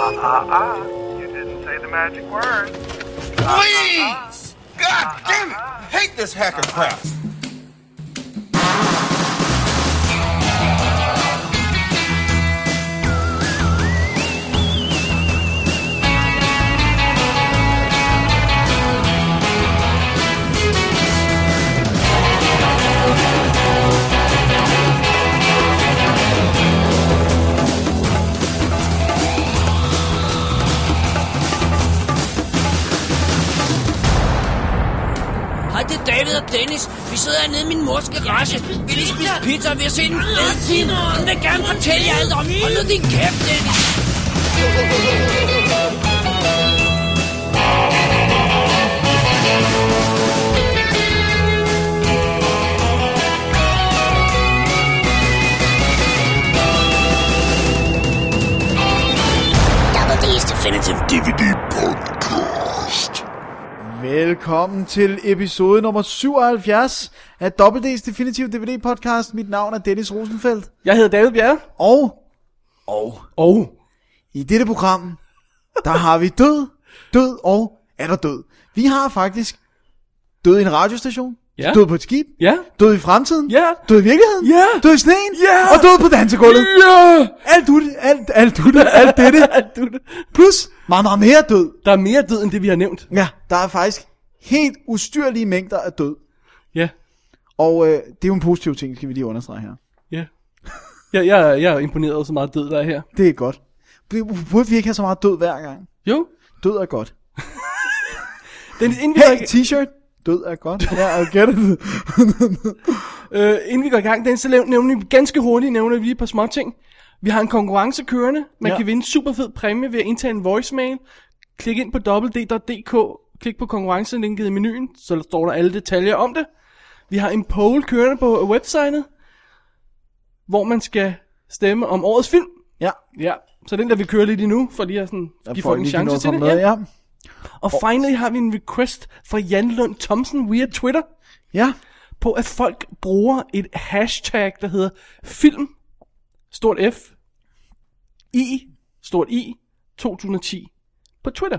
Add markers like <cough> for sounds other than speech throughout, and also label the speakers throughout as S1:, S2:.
S1: ah, ah. You didn't say the magic word.
S2: Please! God damn it! Hate this hacker crap.
S3: Hej, det er David og Dennis. Vi sidder hernede i min mors garage. Vi lige spise pizza og vi har set en fed film. Hun vil gerne fortælle jer alt om. Hold nu din kæft, Dennis.
S4: Double D's Definitive DVD Podcast.
S5: Velkommen til episode nummer 77 af WD's Definitive DVD Podcast. Mit navn er Dennis Rosenfeldt.
S6: Jeg hedder David Bjerre.
S5: Og
S6: Og
S5: i dette program, der har vi død, død og er der død. Vi har faktisk død i en radiostation,
S6: Ja.
S5: død på et skib,
S6: ja.
S5: død i fremtiden,
S6: Ja.
S5: død i virkeligheden,
S6: Ja.
S5: død i sneen
S6: Ja.
S5: og død på dansegulvet.
S6: Ja!
S5: Alt du, alt, alt du, alt
S6: <laughs>
S5: dette,
S6: Du,
S5: plus meget, meget mere død.
S6: der er mere død, end det vi har nævnt.
S5: Ja, der er faktisk helt ustyrlige mængder af død.
S6: Ja,
S5: Og øh, det er jo en positiv ting, skal vi lige understrege her.
S6: ja. Jeg, jeg, jeg er imponeret over så meget død, der er her.
S5: Det er godt. B- Burde vi ikke have så meget død hver gang?
S6: Jo.
S5: Død er godt.
S6: Den, inden, vi
S5: Hey,
S6: går, i-
S5: t-shirt. Død er
S6: <laughs>
S5: godt. Ja, I get it.
S6: øh, inden vi går i gang, den, så lav- nævner vi ganske hurtigt nævner vi lige et par små ting. Vi har en konkurrence kørende. Man
S5: Ja.
S6: ja. kan vinde en super fed præmie ved at indtage en voicemail. Klik ind på www.dk. Klik på konkurrencelinket i menuen, så står der alle detaljer om det. Vi har en poll kørende på øh, websitet, hvor man skal stemme om årets film.
S5: Ja.
S6: Ja, så den der vi kører lidt endnu, for lige at sådan, give folk en
S5: lige noget
S6: chance
S5: at
S6: til
S5: komme
S6: det.
S5: med,
S6: Ja.
S5: ja.
S6: Og finally har vi en request fra Jan Lund Thomsen via Twitter,
S5: ja.
S6: på at folk bruger et hashtag, der hedder film, stort F, I, stort I, 2010 på Twitter.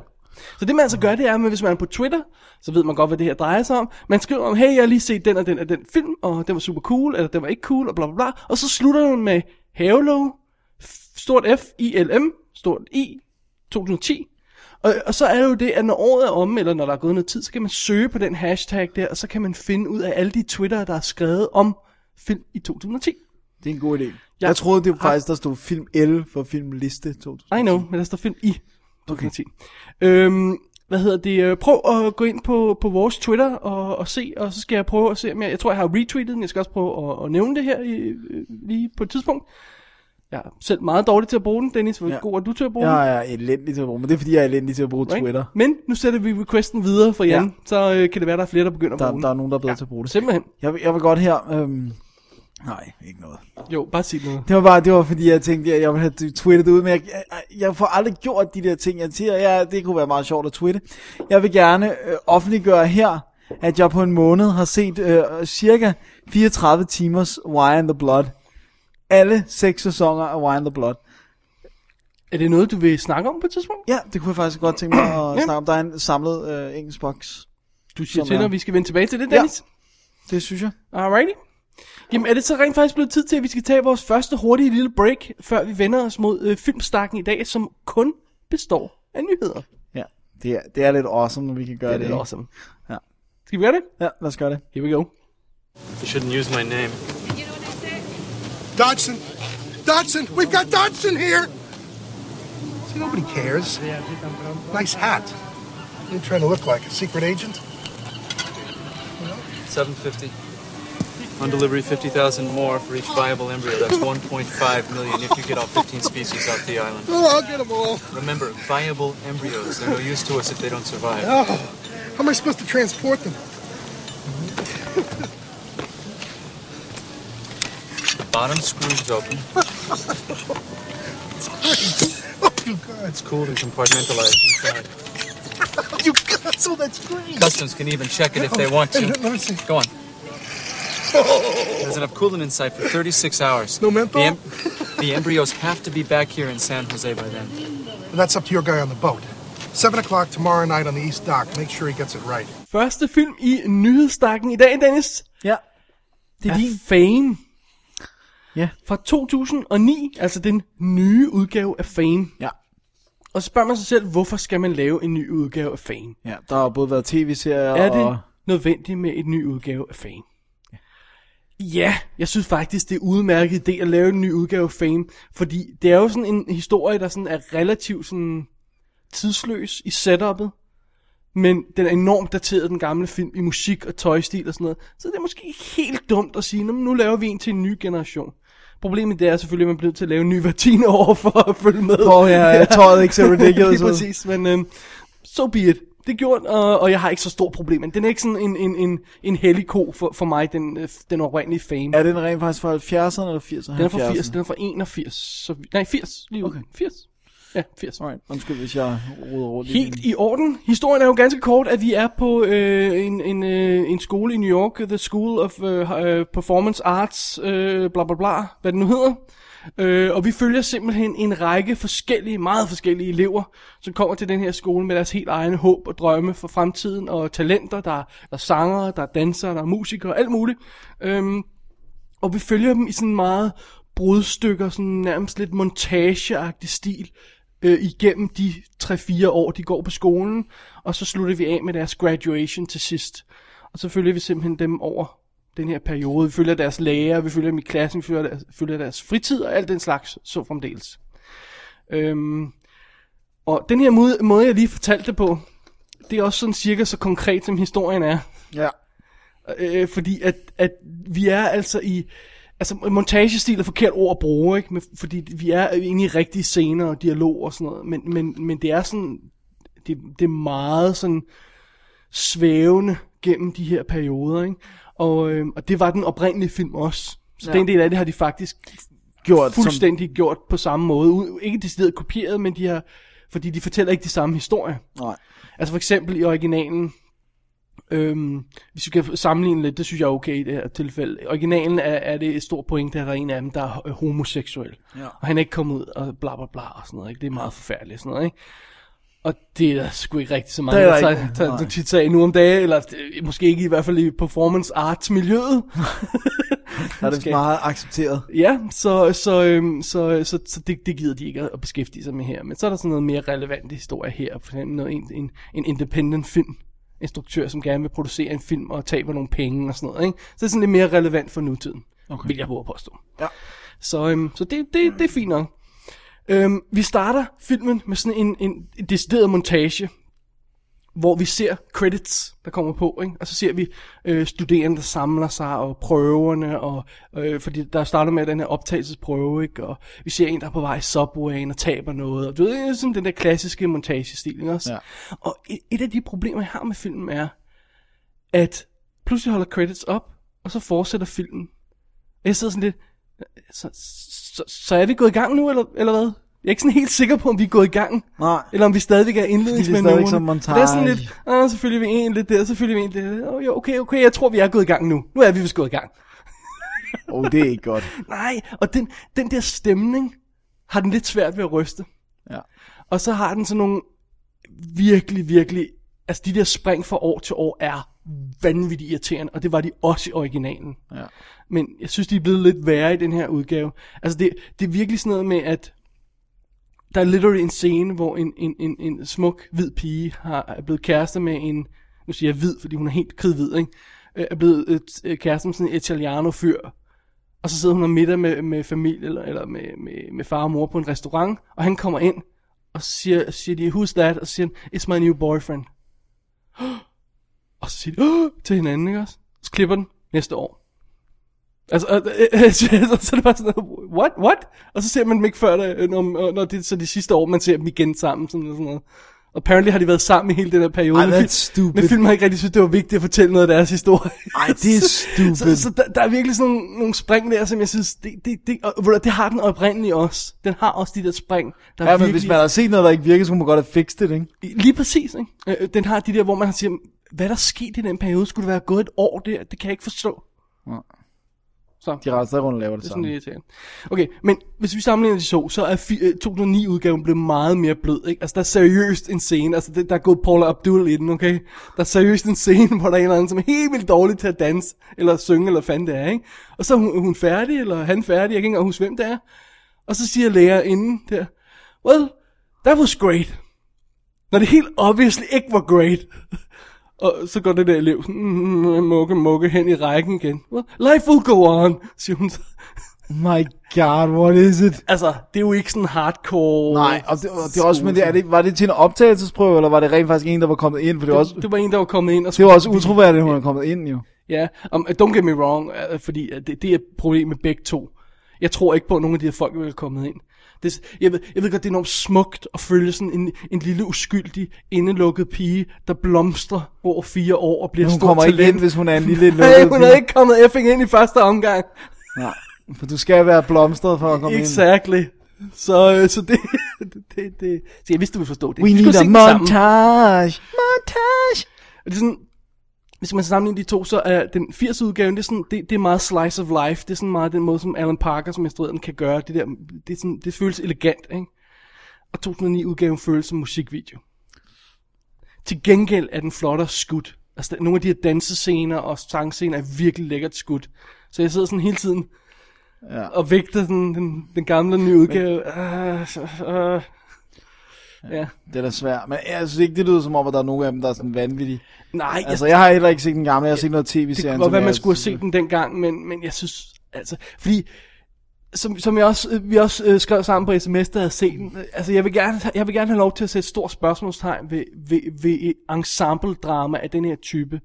S6: Så det man altså gør, det er, at hvis man er på Twitter, så ved man godt, hvad det her drejer sig om. Man skriver om, hey, jeg har lige set den og den og den film, og den var super cool, eller den var ikke cool, og bla bla bla. Og så slutter man med Havelo, stort F, I, L, M, stort I, 2010. Og, og så er det jo det, at når året er omme, eller når der er gået noget tid, så kan man søge på den hashtag der, og så kan man finde ud af alle de Twitter, der er skrevet om film i 2010.
S5: Det er en god idé. Jeg troede, det var
S6: har-
S5: faktisk, der stod film L for filmliste 2000.
S6: I know, men der står film i 2010. Okay. Øhm, hvad hedder det? øh, Prøv at gå ind på, på vores Twitter og, og se, og så skal jeg prøve at se, om jeg, jeg tror, jeg har retweetet den. Jeg skal også prøve at, at nævne det her i, øh, lige på et tidspunkt. Jeg er selv meget dårlig til at bruge den, Dennis. Hvor
S5: Ja.
S6: ja. god er du til at bruge den?
S5: Jeg er elendig til at bruge, men det er fordi, jeg er elendig til at bruge
S6: Uh. Right?
S5: Twitter.
S6: Men nu sætter vi requesten videre for Jan,
S5: Ja.
S6: ja. så øh, kan det være, der er flere, der begynder at
S5: Der,
S6: bruge
S5: der
S6: den.
S5: er nogen, der er bedre til at bruge det.
S6: Simpelthen.
S5: Jeg, vil- jeg vil godt her... Øhm... Nej, ikke noget.
S6: Jo, bare sig noget.
S5: Det var bare, det var fordi, jeg tænkte, at jeg ville have twittet ud, men jeg, jeg, jeg får aldrig gjort de der ting, jeg siger, ja, det kunne være meget sjovt at twitte. Jeg vil gerne øh, offentliggøre her, at jeg på en måned har set øh, cirka 34 timers Why and the Blood. Alle seks sæsoner af Why and the Blood.
S6: Er det noget, du vil snakke om på et tidspunkt?
S5: Ja, det kunne jeg faktisk godt tænke mig at
S6: Ja.
S5: snakke om. Der er en samlet øh, engelsk boks.
S6: Du siger
S5: Som
S6: til,
S5: er-
S6: når vi skal vende tilbage til det, Dennis.
S5: Det synes jeg.
S6: Ja. Alrighty. Jamen, er det så rent faktisk blevet tid til, at vi skal tage vores første hurtige lille break, før vi vender os mod øh, filmstakken i dag, som kun består af nyheder.
S5: Ja, det er, det er lidt awesome, når vi kan gøre
S6: Det er
S5: det.
S6: lidt
S5: ikke?
S6: awesome.
S5: Ja.
S6: Skal vi gøre det?
S5: Ja, lad os gøre det.
S6: Here we go.
S1: You shouldn't use my name.
S7: Dodson! Dodson! We've got Dodson here! See, nobody cares. Nice hat. You're trying to look like a secret agent?
S8: 750. On delivery, 50,000 more for each viable embryo. That's 1.5 million if you get all 15 species off the island.
S7: Oh, I'll get them all.
S8: Remember, viable embryos. They're no use to us if they don't survive.
S7: Oh, how am I supposed to transport them?
S8: The bottom screws open.
S7: Oh, you guys.
S8: It's cooled and compartmentalized inside.
S7: You guys. Oh, that's great.
S8: Customs can even check it if they want
S7: Oh, Hey,
S8: to.
S7: let let me see.
S8: Go on. There's enough coolant inside for 36 hours.
S7: No menthol?
S8: The, em- the embryos have to be back here in San Jose by then.
S7: But that's up to your guy on the boat. 7 o'clock tomorrow night on the East Dock. Make sure he gets it right.
S6: Første film i nyhedsstakken i dag, Dennis,
S5: Ja. Det er
S6: er
S5: din.
S6: Fame.
S5: Ja.
S6: Fra 2009, altså den nye udgave af Fame.
S5: Ja.
S6: Og så spørger man sig selv, hvorfor skal man lave en ny udgave af Fame?
S5: Ja, der har både været tv-serier
S6: Er
S5: og...
S6: det nødvendigt med en ny udgave af Fame? Ja, jeg synes faktisk, det er udmærket idé at lave en ny udgave af Fame, fordi det er jo sådan en historie, der sådan er relativt sådan tidsløs i setup'et, men den er enormt dateret, den gamle film, i musik og tøjstil og sådan noget. Så det er måske ikke helt dumt at sige, "Nå, men nu laver vi en til en ny generation. Problemet det er selvfølgelig, at man bliver nødt til at lave en ny hver tiende år for at følge med.
S5: Hvor ja, tøjet
S6: <laughs>
S5: ikke ser ridiculous
S6: Lige
S5: ud.
S6: præcis, men øhm, so be it. Det gjorde den, og, og jeg har ikke så stor problem. Men den er ikke sådan en, en, en, en hellig ko for, for mig, den, øh, den oprindelige fame.
S5: Er den rent faktisk fra 70'erne eller 80'erne?
S6: den er fra 80, den er fra 81. Så, vi- nej, 80 lige okay. 80. Ja, 80.
S5: Alright, undskyld hvis jeg roder rundt i
S6: Helt
S5: den.
S6: i orden. Historien er jo ganske kort, at vi er på øh, en, en, øh, en skole i New York, The School of øh, øh, Performance Arts, øh, bla bla bla, hvad det nu hedder. Øh, og vi følger simpelthen en række forskellige, meget forskellige elever, som kommer til den her skole med deres helt egne håb og drømme for fremtiden, og talenter, der, er- der er sangere, der er dansere, der er musikere, alt muligt. Øhm, og vi følger dem i sådan meget brudstykker, sådan nærmest lidt montageagtig stil, øh, igennem de 3-4 år, de går på skolen. Og så slutter vi af med deres graduation til sidst. Og så følger vi simpelthen dem over den her periode. Vi følger deres lærer, vi følger dem i klassen, vi følger deres, følger deres fritid og alt den slags, så fremdeles. Øhm, og den her måde, måde, jeg lige fortalte det på, det er også sådan cirka så konkret, som historien er
S5: Ja.
S6: øh, fordi at, at vi er altså i... Altså montagestil er forkert ord at bruge, ikke? Men, fordi vi er inde i rigtige scener og dialog og sådan noget, men, men, men det er sådan... Det, det er meget sådan svævende gennem de her perioder, ikke? Og, øh, og det var den oprindelige film også. Så ja. den del af det har de faktisk
S5: Gjort som...
S6: fuldstændig som... gjort på samme måde. Uden- Ikke decideret kopieret, men de har... Fordi de fortæller ikke de samme historier.
S5: Nej.
S6: Altså for eksempel i originalen, øhm, hvis vi kan sammenligne lidt, det synes jeg er okay i det her tilfælde. I originalen er, er det et stort point, at der er en af dem, der er ho- homoseksuel. Ja. Og han er ikke kommet ud og bla bla bla og sådan noget. Ikke? Det er meget forfærdeligt og sådan noget, ikke? Og det er der sgu ikke rigtig så mange,
S5: Det er
S6: der,
S5: der
S6: tager,
S5: ikke,
S6: tager
S5: nej.
S6: du tit af nu om dagen, eller øh, måske ikke i hvert fald i performance arts
S5: <laughs>
S6: miljøet.
S5: Der er det
S6: Skal-
S5: meget accepteret.
S6: Ja, så, så, øhm, så, så, så det, det gider de ikke at beskæftige sig med her. Men så er der sådan noget mere relevant historie her. For eksempel noget, en, en, en independent film instruktør, som gerne vil producere en film og taber nogle penge og sådan noget. Ikke? Så det er sådan lidt mere relevant for nutiden, okay. vil jeg våge at påstå. Ja. Så, øhm, så det, det, det er fint nok. Øhm, vi starter filmen med sådan en, en, en decideret montage, hvor vi ser credits, der kommer på, ikke? og så ser vi øh, studerende, der samler sig, og prøverne, og, øh, fordi der starter med den her optagelsesprøve, ikke? og vi ser en, der er på vej i subwayen og taber noget, og du ved, det er sådan den der klassiske montagestil, ikke også?
S5: Ja.
S6: Og et, et af de problemer, jeg har med filmen er, at pludselig holder credits op, og så fortsætter filmen. Og jeg sidder sådan lidt, så, så, så er vi gået i gang nu, eller, eller hvad? Jeg er ikke sådan helt sikker på, om vi er gået i gang.
S5: Nej.
S6: Eller om vi stadigvæk er indledningsmanøvrerne.
S5: stadigvæk som montage.
S6: Det er sådan lidt, ah, selvfølgelig vi en lidt der, selvfølgelig vi en lidt der. Oh, jo, okay, okay, jeg tror, vi er gået i gang nu. Nu er vi vist gået i gang.
S5: Åh, oh, det er ikke godt.
S6: Nej, og den, den der stemning har den lidt svært ved at ryste.
S5: Ja.
S6: Og så har den sådan nogle virkelig, virkelig... Altså de der spring fra år til år er vanvittigt irriterende, og det var de også i originalen.
S5: Ja.
S6: Men jeg synes, de er blevet lidt værre i den her udgave. Altså det, det er virkelig sådan noget med, at der er literally en scene, hvor en, en, en, en smuk, hvid pige har, er blevet kærester med en, nu siger jeg hvid, fordi hun er helt kridhvid, ikke? Øh, er blevet øh, t- øh, kærester med sådan en italiano-fyr, og så sidder hun og middag med, med familie, eller, eller med, med, med far og mor på en restaurant, og han kommer ind, og så siger, siger de, who's that? Og så siger han, it's my new boyfriend. <gasps> Og så siger de, "Åh!" til hinanden, ikke også? Så klipper den næste år. Altså, og, øh, <laughs> øh, så, så er det bare sådan noget, what, what? Og så ser man dem ikke før, der, øh, når, når det, så de sidste år, man ser dem igen sammen, sådan, noget- sådan noget. Og apparently har de været sammen i hele den her periode.
S5: Ej,
S6: men
S5: that's
S6: film-
S5: stupid.
S6: Men filmen har ikke rigtig synes, det var vigtigt at fortælle noget af deres historie.
S5: Ej, det er
S6: <laughs> Så,
S5: stupid.
S6: så der, der er virkelig sådan nogle, nogle spring der, som jeg synes, det, det, det, og, ved du hvad, det har den oprindelige også. Den har også de der spring, <laughs> der
S5: Ja,
S6: er
S5: men
S6: virkelig...
S5: hvis man har set noget, der ikke virker, så kunne man godt have fikset det, ikke?
S6: Lige præcis, ikke? Øh, den har de der, hvor man har siger, hvad er der sket i den periode? Skulle det være gået et år der? Det kan jeg ikke forstå. Så
S5: De rejser rundt og laver det,
S6: det er sådan
S5: samme.
S6: lidt irriterende. Okay, men hvis vi sammenligner de to, så er fi- øh, 2009-udgaven blevet meget mere blød, ikke? Altså, der er seriøst en scene, altså, det, der er gået Paula Abdul i den, okay? Der er seriøst en scene, <laughs> hvor der er en eller anden, som er helt vildt dårlig til at danse, eller synge, eller hvad fanden det er, ikke? Og så er hun, hun færdig, eller han færdig, jeg kan ikke engang huske, hvem det er. Og så siger læger inden der, well, that was great. Når det helt obviously ikke var great. <laughs> Og så går det der elev sådan, mm, mukke, mukke hen i rækken igen. Well, life will go on, siger hun så.
S5: My god, what is it?
S6: Altså, det er jo ikke sådan hardcore...
S5: Nej, og det, og det er også, men det, er det, var det til en optagelsesprøve, eller var det rent faktisk en, der var kommet ind? For det var også,
S6: Det var en, der var kommet ind og
S5: det var også utroværdigt, at hun er kommet ind jo.
S6: Ja, um, don't get me wrong, øh, fordi øh, det, det er et problem med begge to. Jeg tror ikke på, at nogen af de her folk ville være kommet ind. Det, s- jeg, ved, jeg ved godt, det er enormt smukt at følge sådan en, en lille uskyldig, indelukket pige, der blomstrer over fire år og bliver
S5: Men
S6: et
S5: hun
S6: stort
S5: kommer
S6: talent.
S5: ikke ind, hvis
S6: <laughs>
S5: hun er en lille
S6: Nej,
S5: lukket
S6: hun er
S5: pige.
S6: ikke kommet effing ind i første omgang.
S5: Nej, for du skal være blomstret for at komme ind.
S6: Exactly. Så, øh, så det, <laughs> det, det, det... Så jeg vidste, du ville forstå det.
S5: We
S6: Vi skulle
S5: need a
S6: synge det sammen.
S5: montage. Montage.
S6: Og det er sådan, hvis man sammenligner de to, så er den 80 udgaven, det er, sådan, det, det er meget slice of life. Det er sådan meget den måde, som Alan Parker, som instruerer den, kan gøre. Det, der, det, er sådan, det føles elegant, ikke? Og 2009 udgaven føles som musikvideo. Til gengæld er den flottere skudt. Altså, der, nogle af de her dansescener og sangscener er virkelig lækkert skudt. Så jeg sidder sådan hele tiden ja. og vægter den, den, den gamle og den nye udgave. Men... Uh, uh, ja.
S5: Det er da svært, men jeg synes ikke, det lyder som om, at der er nogen af dem, der er sådan vanvittige.
S6: Nej, jeg
S5: Altså, jeg har heller ikke set den gamle, jeg har set noget tv-serien.
S6: Det kunne
S5: som
S6: godt være,
S5: jeg-
S6: man skulle have set den dengang, men, men jeg synes, altså, fordi, som, som jeg også, øh, vi også øh, skrev sammen på sms, der havde set den, øh, altså, jeg vil, gerne, jeg vil gerne have lov til at sætte et stort spørgsmålstegn ved, ved, ved et ensemble-drama af den her type.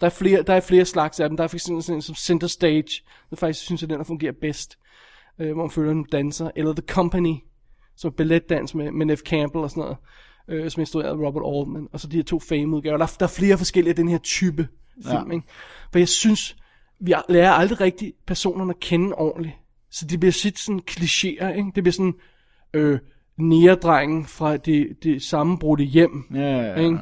S6: Der er, flere, der er flere slags af dem. Der er for eksempel sådan en som Center Stage, der faktisk synes, at den der fungerer bedst, øh, hvor man føler, at den danser. Eller The Company, som er balletdans med, med Neff Campbell og sådan noget, øh, som er instrueret af Robert Altman. Og så de her to fame-udgaver. Der, er- der er flere forskellige af den her type film, ja. ikke? For jeg synes, vi a- lærer aldrig rigtig personerne at kende ordentligt. Så det bliver sit sådan klichéer, ikke? Det bliver sådan, øh, næredrengen fra det, det sammenbrudte hjem,
S5: Ja, ja, ja.
S6: ikke?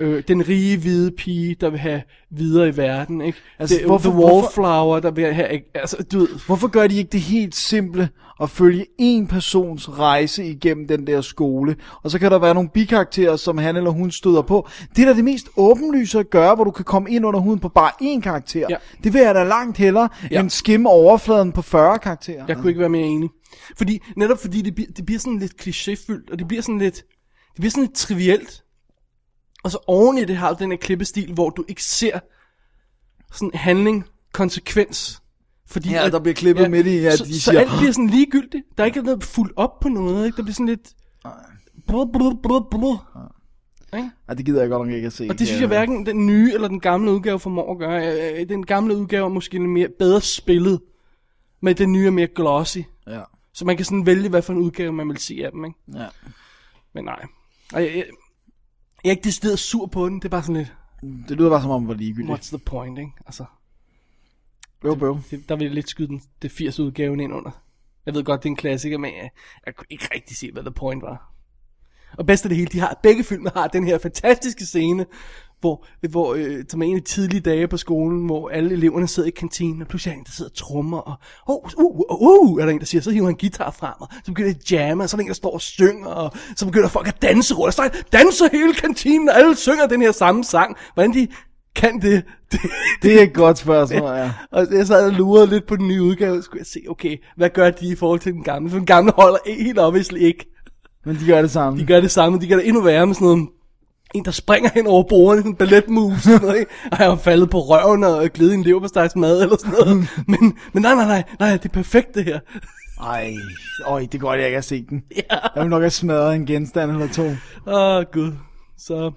S6: Øh, den rige hvide pige, der vil have videre i verden, ikke?
S5: Altså,
S6: Altså, det,
S5: hvorfor-
S6: hvorfor, the wallflower, der vil have... ikke? Altså, du ved,
S5: Hvorfor gør de ikke det helt simple at følge en persons rejse igennem den der skole? Og så kan der være nogle bikarakterer, som han eller hun støder på. Det er da det mest åbenlyse at gøre, hvor du kan komme ind under huden på bare én karakter.
S6: Ja.
S5: Det vil jeg da langt hellere, ja.
S6: Ja.
S5: end skimme overfladen på 40 karakterer.
S6: jeg kunne ikke være mere enig. Fordi, netop fordi det, bliver- det bliver sådan lidt klichéfyldt, og det bliver sådan lidt... Det bliver sådan lidt trivielt. Og så oven i det har du den her klippestil, hvor du ikke ser sådan handling, konsekvens. Fordi
S5: Ja, der bliver klippet midt i, at
S6: så,
S5: de
S6: så
S5: siger,
S6: alt bliver sådan ligegyldigt. Der er ikke noget fuldt op på noget, ikke? Der bliver sådan lidt... Brr, brr, brr, brr.
S5: Ej, det gider jeg godt nok ikke at se.
S6: Og det synes jeg hverken den nye eller den gamle udgave formår at gøre. Øh, øh, Den gamle udgave er måske lidt mere bedre spillet, men den nye er mere glossy.
S5: Ja.
S6: Så man kan sådan vælge, hvad for en udgave man vil se af dem, ikke?
S5: Ja.
S6: Men nej. Og jeg, jeg, jeg er ikke decideret sur på den, det er bare sådan lidt,
S5: Det lyder bare som om, det var ligegyldigt.
S6: what's the point, ikke? Altså,
S5: Bøv, bøv.
S6: det, der vil jeg lidt skyde den, det 80 udgaven ind under. Jeg ved godt, det er en klassiker, men jeg, jeg kunne ikke rigtig se, hvad the point var. Og bedst af det hele, de har, begge filmene har den her fantastiske scene, hvor, hvor øh, som er en af de tidlige dage på skolen, hvor alle eleverne sidder i kantinen, og pludselig er der en, der sidder og trummer, og oh, uh, uh, uh, er der en, der siger, så hiver han guitar frem, og så begynder de at jamme, og så er der en, der står og synger, og så begynder folk at danse rundt, og så danser hele kantinen, og alle synger den her samme sang. Hvordan de kan det, <laughs> det,
S5: Det er et godt spørgsmål, ja.
S6: og jeg sad og lurede lidt på den nye udgave, skulle jeg se, okay, hvad gør de i forhold til den gamle? For den gamle holder helt obviously ikke.
S5: Men de gør det samme.
S6: De gør det samme, de gør det endnu værre med sådan noget, en der springer hen over bordene, sådan en ballet move, sådan noget, ikke? Og jeg var faldet på røven og glidet i en leverpostejs mad eller sådan noget. Men, men nej, nej, nej, nej, det er perfekt det her.
S5: Ej, øj, det er godt, jeg ikke har
S6: <laughs>
S5: set den. Ja. Jeg vil nok have smadret en genstand eller to.
S6: Åh, oh, gud. Så...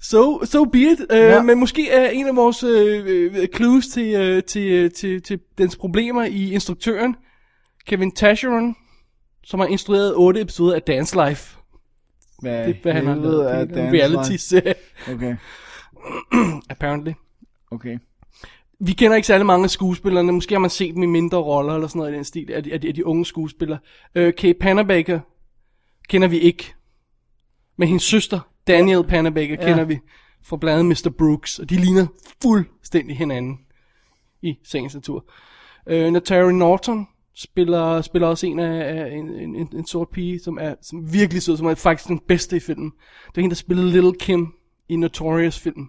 S6: So, so be it. Uh,
S5: Ja.
S6: ja. Men måske er en af vores øh, øh, clues til, øh, til, øh, til, til dens problemer i instruktøren, Kevin Tasheron, som har instrueret otte episoder af Dance Life.
S5: Hvad,
S6: Det er, hvad han har
S5: helvede
S6: lavet.
S5: er
S6: Det er
S5: Dance
S6: en
S5: Line?
S6: reality-serie,
S5: Okay,
S6: apparently.
S5: okay.
S6: Vi kender ikke særlig mange af skuespillerne. Måske har man set dem i mindre roller eller sådan noget i den stil, af de, af de, af de unge skuespillere. Øh, Kay Panabaker kender vi ikke. Men hendes søster, Daniel Panabaker, kender vi fra blandt andet Mr. Brooks. Og de ligner fuldstændig hinanden i sagens natur. Øh, Natari Norton spiller, spiller også en af, af en, en, en, en sort pige, som er som virkelig sød, som er faktisk den bedste i filmen. Det er hende, der spillede Little Kim i Notorious filmen.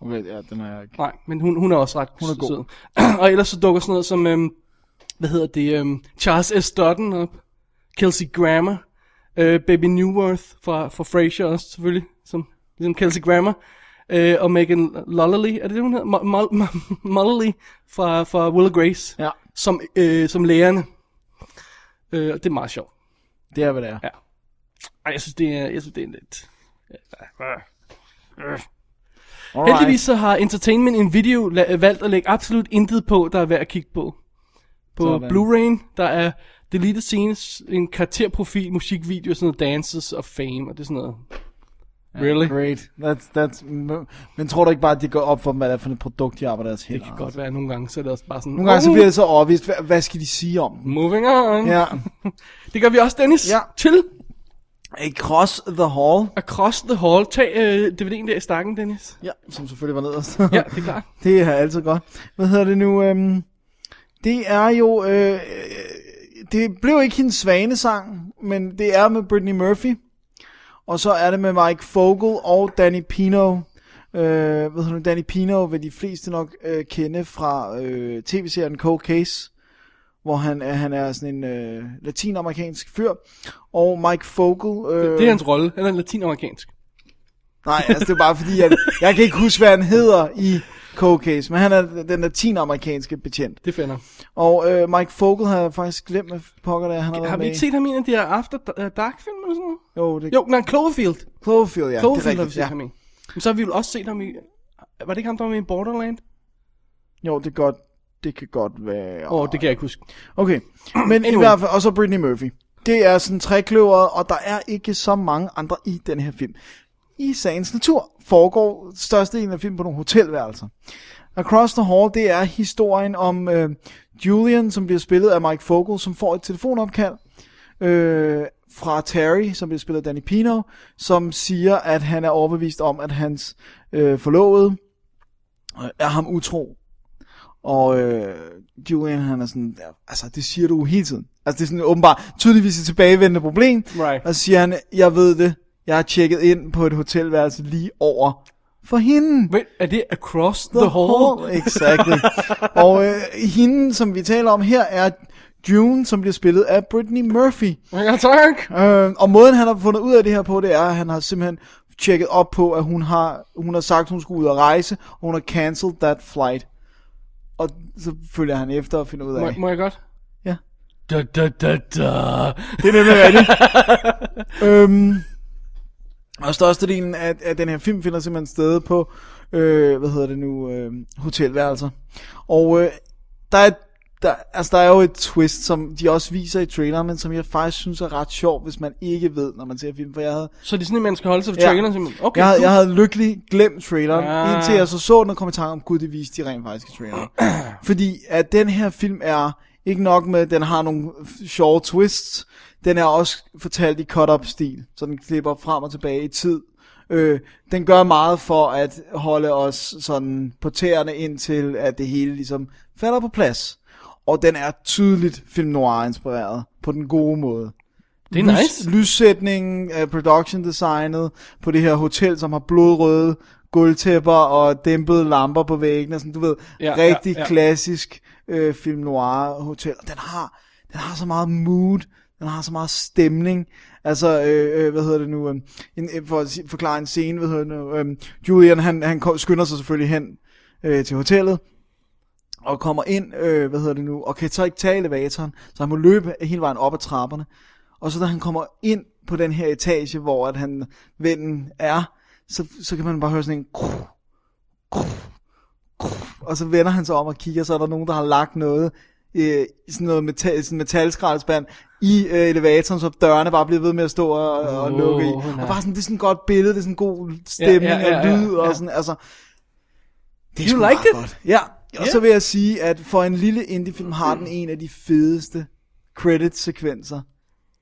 S5: Okay, ja, den har jeg ikke.
S6: Nej, men hun, hun er også ret hun er god. sød. <clears throat> og ellers så dukker sådan noget som, øhm, hvad hedder det, øhm, Charles S. Dutton op, Kelsey Grammer, øh, Baby Newworth fra, fra Frasier også selvfølgelig, som, ligesom Kelsey Grammer, øh, og Megan Lolly, er det det, hun hedder? Mo- Mo- <laughs> Mo- Mullally fra, fra Will and Grace,
S5: Ja.
S6: som, øh, som lærerne. Øh, og det er meget sjovt.
S5: Det er, hvad det er.
S6: Ja. Ej, jeg synes, det er, jeg synes, det er lidt...
S5: Alright.
S6: Heldigvis så har Entertainment en video la- øh, valgt at lægge absolut intet på, der er værd at kigge på. På
S5: Sådan.
S6: Blu-ray, der er deleted scenes, en karakterprofil, musikvideo, sådan noget dances og fame, og det er sådan noget. Really?
S5: Great. That's, that's, men tror du ikke bare, at det går op for dem, hvad det er for et produkt, de arbejder deres hænder? Altså,
S6: Det kan godt være, nogle gange, så er det også bare sådan, "Uh,
S5: Nogle gange så bliver det så overvist, hvad, hvad skal de sige om
S6: <laughs>
S5: den?
S6: Moving on.
S5: Ja.
S6: Det gør vi også, Dennis.
S5: Ja.
S6: Til
S5: Across the hall.
S6: Across the Hall. Tag øh, DVD'en der i stakken, Dennis.
S5: Ja, som selvfølgelig var nederst.
S6: Ja, det er klart.
S5: Det er altid godt. Hvad hedder det nu? Øhm, det er jo... Øh, øh, det blev ikke hendes svanesang, men det er med Britney Murphy. Og så er det med Mike Fogel og Danny Pino. Øh, hvad hedder nu? Danny Pino vil de fleste nok øh, kende fra øh, tv-serien Cold Case. Hvor han er, han er sådan en øh, latinamerikansk fyr. Og Mike Fogel... Øh,
S6: Det er hans rolle. Han er latinamerikansk.
S5: Nej, altså det er bare fordi, at jeg kan ikke huske, hvad han hedder i Cold Case, men han er den latinamerikanske betjent.
S6: Det finder.
S5: Og øh, Mike Fogel har jeg faktisk glemt, hvad pokker der han har været
S6: Har vi
S5: med
S6: ikke
S5: i.
S6: set ham i en af de her After øh, Dark-film eller sådan noget?
S5: Jo, det er
S6: Jo, nej, Cloverfield.
S5: Cloverfield, ja. det er
S6: Cloverfield har vi set
S5: rigtigt,
S6: ham
S5: ja.
S6: i. Men så har vi vel også set ham i... Var det ikke ham, der var med i Borderland?
S5: Jo, det er godt. Det kan godt være.
S6: Åh, oh, det kan jeg ikke huske.
S5: Okay, men anyway. i
S6: Anyway.
S5: hvert fald, og så Britney Murphy. Det er sådan trekløveret, og der er ikke så mange andre i den her film. I sagens natur foregår størstedelen af filmen på nogle hotelværelser. Across the Hall, det er historien om øh, Julian, som bliver spillet af Mike Fogel, som får et telefonopkald øh, fra Terry, som bliver spillet af Danny Pino, som siger, at han er overbevist om, at hans øh, forlovede øh, er ham utro. Og øh, Julian, han er sådan, ja, altså det siger du jo hele tiden. Altså det er sådan åbenbart tydeligvis et tilbagevendende problem.
S6: Right.
S5: Og så siger han, jeg ved det, jeg har tjekket ind på et hotelværelse lige over for hende.
S6: Wait, er det Across the, the Hall?
S5: Exactly.
S6: <laughs>
S5: og øh, hende, som vi taler om her, er June, som bliver spillet af Britney Murphy.
S6: Ja, tak.
S5: Øh, og måden, han har fundet ud af det her på, det er, at han har simpelthen tjekket op på, at hun har, hun har sagt, hun skulle ud og rejse, og hun har cancelled that flight. Og så følger han efter og finder ud
S6: Må,
S5: af.
S6: må jeg godt?
S5: Ja.
S6: Da, da, da, da.
S5: Det er nemlig rigtigt. <laughs> øhm, og størstedelen af, af den her film finder simpelthen sted på, øh, hvad hedder det nu, øh, hotelværelser. Og øh, der er der, altså der er jo et twist, som de også viser i traileren, men som jeg faktisk synes er ret sjov, hvis man ikke ved, når man ser filmen. For jeg havde,
S6: Så det er sådan, at man skal holde sig for traileren? simpelthen. Okay,
S5: jeg, havde,
S6: cool.
S5: jeg havde lykkelig glemt traileren,
S6: Ah.
S5: ah. indtil jeg så så den og kom i tanke om, gud, det viste de rent faktisk i
S6: <clears throat>
S5: traileren. Fordi at den her film er ikke nok med, at den har nogle f- sjove twists, den er også fortalt i cut-up-stil, så den klipper frem og tilbage i tid. Øh, den gør meget for at holde os sådan på tæerne indtil, at det hele ligesom falder på plads. Og den er tydeligt film noir-inspireret, på den gode måde
S6: det er nice.
S5: lys, lyssætningen, uh, production designet på det her hotel, som har blodrøde gulvtæpper og dæmpede lamper på væggene, sådan du ved,
S6: Ja,
S5: ja, rigtig ja,
S6: ja, ja.
S5: ja. klassisk øh, film noir hotel. Og Den har, den har så meget mood, den har så meget stemning. Altså, øh, øh, hvad hedder det nu, øh, en, øh, for at si- forklare en scene, hvad hedder det nu, øh, Julian, han, han ko- skynder sig selvfølgelig hen øh, til hotellet, og kommer ind, øh, hvad hedder det nu, og kan så ikke tage elevatoren, så han må løbe hele vejen op ad trapperne. Og så da han kommer ind på den her etage, hvor at han vennen er, så, så kan man bare høre sådan en kru, kru, kru. og så vender han sig om og kigger, så er der nogen, der har lagt noget, øh, sådan noget metal, sådan metalskraldespand i øh, elevatoren, så dørene bare bliver ved med at stå og, og
S6: Åh,
S5: lukke i.
S6: nej.
S5: Og bare sådan, det er sådan et godt billede, det er sådan en god stemning ja, ja, ja, og lyd
S6: ja.
S5: og sådan, altså. Det er
S6: You
S5: sgu
S6: liked
S5: meget
S6: it?
S5: Godt. Ja, og yeah. så vil jeg sige, at for en lille indie-film har den en af de fedeste credit-sekvenser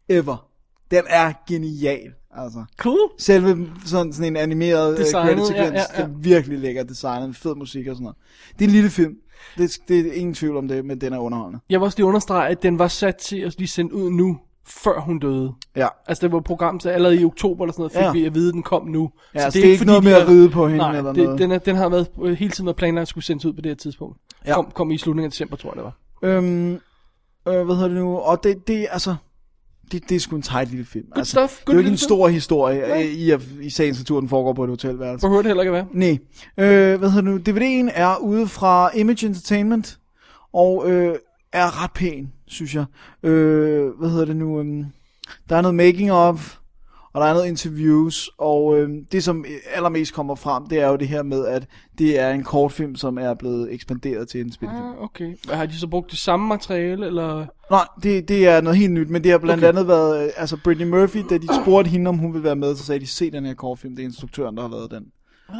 S5: ever. Den er genial, altså.
S6: Cool.
S5: Selve sådan, sådan en animeret
S6: Designet,
S5: designet, uh, ja, ja,
S6: ja,
S5: ja.
S6: ja.
S5: det er virkelig lækker designet, fed musik og sådan noget. Det er en lille film. Det, det er ingen tvivl om det, men den er underholdende.
S6: Jeg vil også lige understrege, at den var sat til at blive sendt ud nu, før hun døde.
S5: Ja.
S6: Altså, det var programmet, så allerede i oktober eller sådan noget, fik
S5: Ja.
S6: vi at vide, at den kom nu.
S5: Ja, så det er ikke noget
S6: de
S5: med at
S6: har-
S5: ride på hende
S6: Nej,
S5: eller
S6: det,
S5: noget.
S6: Den, er, den har været øh, hele tiden været planlagt at skulle sendes ud på det her tidspunkt.
S5: Ja.
S6: Ja. Kom, kom i slutningen af december, tror jeg det var.
S5: Øhm, øh, hvad hedder det nu? Og det, det er altså... Det, det er sgu en tight lille film. Good altså,
S6: stuff,
S5: det
S6: good
S5: er jo ikke en
S6: lille
S5: stor historie ja. i, at- i sagens natur, den foregår på et hotelværelse.
S6: Behøver det heller ikke at være.
S5: Nej. Øh, hvad hedder det nu? DVD'en er ude fra Image Entertainment, og øh, er ret pæn, synes jeg. Øh, hvad hedder det nu? Øhm, der er noget making of, og der er noget interviews, og øh, det som allermest kommer frem, det er jo det her med, at det er en kortfilm, som er blevet ekspanderet til en spillefilm.
S6: Ah, okay. Hvad, Har de så brugt det samme materiale, eller...
S5: Nej, det, det er noget helt nyt, men det har blandt okay.
S6: Okay.
S5: andet været, øh, altså Brittany Murphy, da de spurgte hende, om hun ville være med, så sagde de, se den her kortfilm, det er instruktøren, der har lavet den.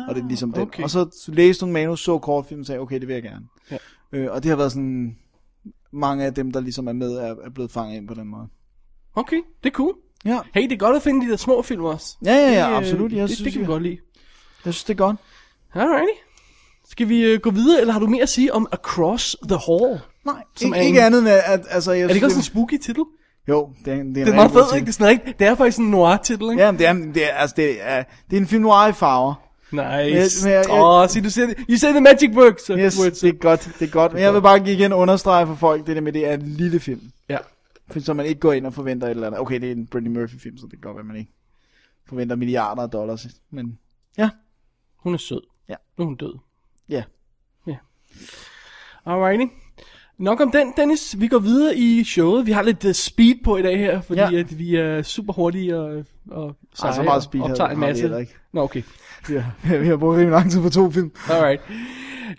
S5: Og det er ligesom den.
S6: okay.
S5: Og så læste hun manus, så kortfilmen, og sagde, okay, det vil jeg gerne. Ja. Øh, og det har været sådan, mange af dem, der ligesom er med, er, er blevet fanget ind på den måde.
S6: Okay, det er cool.
S5: Ja,
S6: Hey, det er godt at finde de der små film også.
S5: ja, ja,
S6: Det,
S5: ja
S6: øh,
S5: absolut. Jeg
S6: det,
S5: synes,
S6: det kan vi
S5: jeg,
S6: godt lide.
S5: jeg synes, det er godt.
S6: Alrighty. Skal vi øh, gå videre, eller har du mere at sige om Across the Hall?
S5: Nej,
S6: Som
S5: ikke,
S6: er en-
S5: ikke andet end, at, at altså, jeg
S6: Er det ikke også
S5: synes,
S6: en spooky titel?
S5: Jo, det er, en- det er,
S6: Det er meget fedt, ikke? Det er, sådan, ikke? det er faktisk en noir-titel, ikke?
S5: Ja, men det er, det er, altså, det er, det er en film noir i farver.
S6: Nice.
S5: Men- men jeg-
S6: Åh, oh, se, du siger det. You say the magic words. uh,
S5: Yes,
S6: words.
S5: det er godt, det er godt. Men jeg vil bare igen understrege for folk, det der med, det er en lille film.
S6: Ja.
S5: For Så man ikke går ind og forventer et eller andet. Okay, det er en Brittany Murphy-film, så det kan godt være, man ikke forventer milliarder af dollars. Men ja,
S6: Hun er sød.
S5: Ja.
S6: Nu er hun død.
S5: ja.
S6: Alrighty. Nok om den, Dennis. Vi går videre i showet. Vi har lidt øh, speed på i dag her, fordi
S5: Ja.
S6: ja. at vi er super hurtige og, øh, og seje
S5: så meget speed
S6: og
S5: havde-
S6: optager
S5: har
S6: en
S5: vi heller
S6: masse.
S5: ikke.
S6: Nå, okay.
S5: ja. <laughs> Vi har brugt rimelig lang tid på to film.
S6: Alright.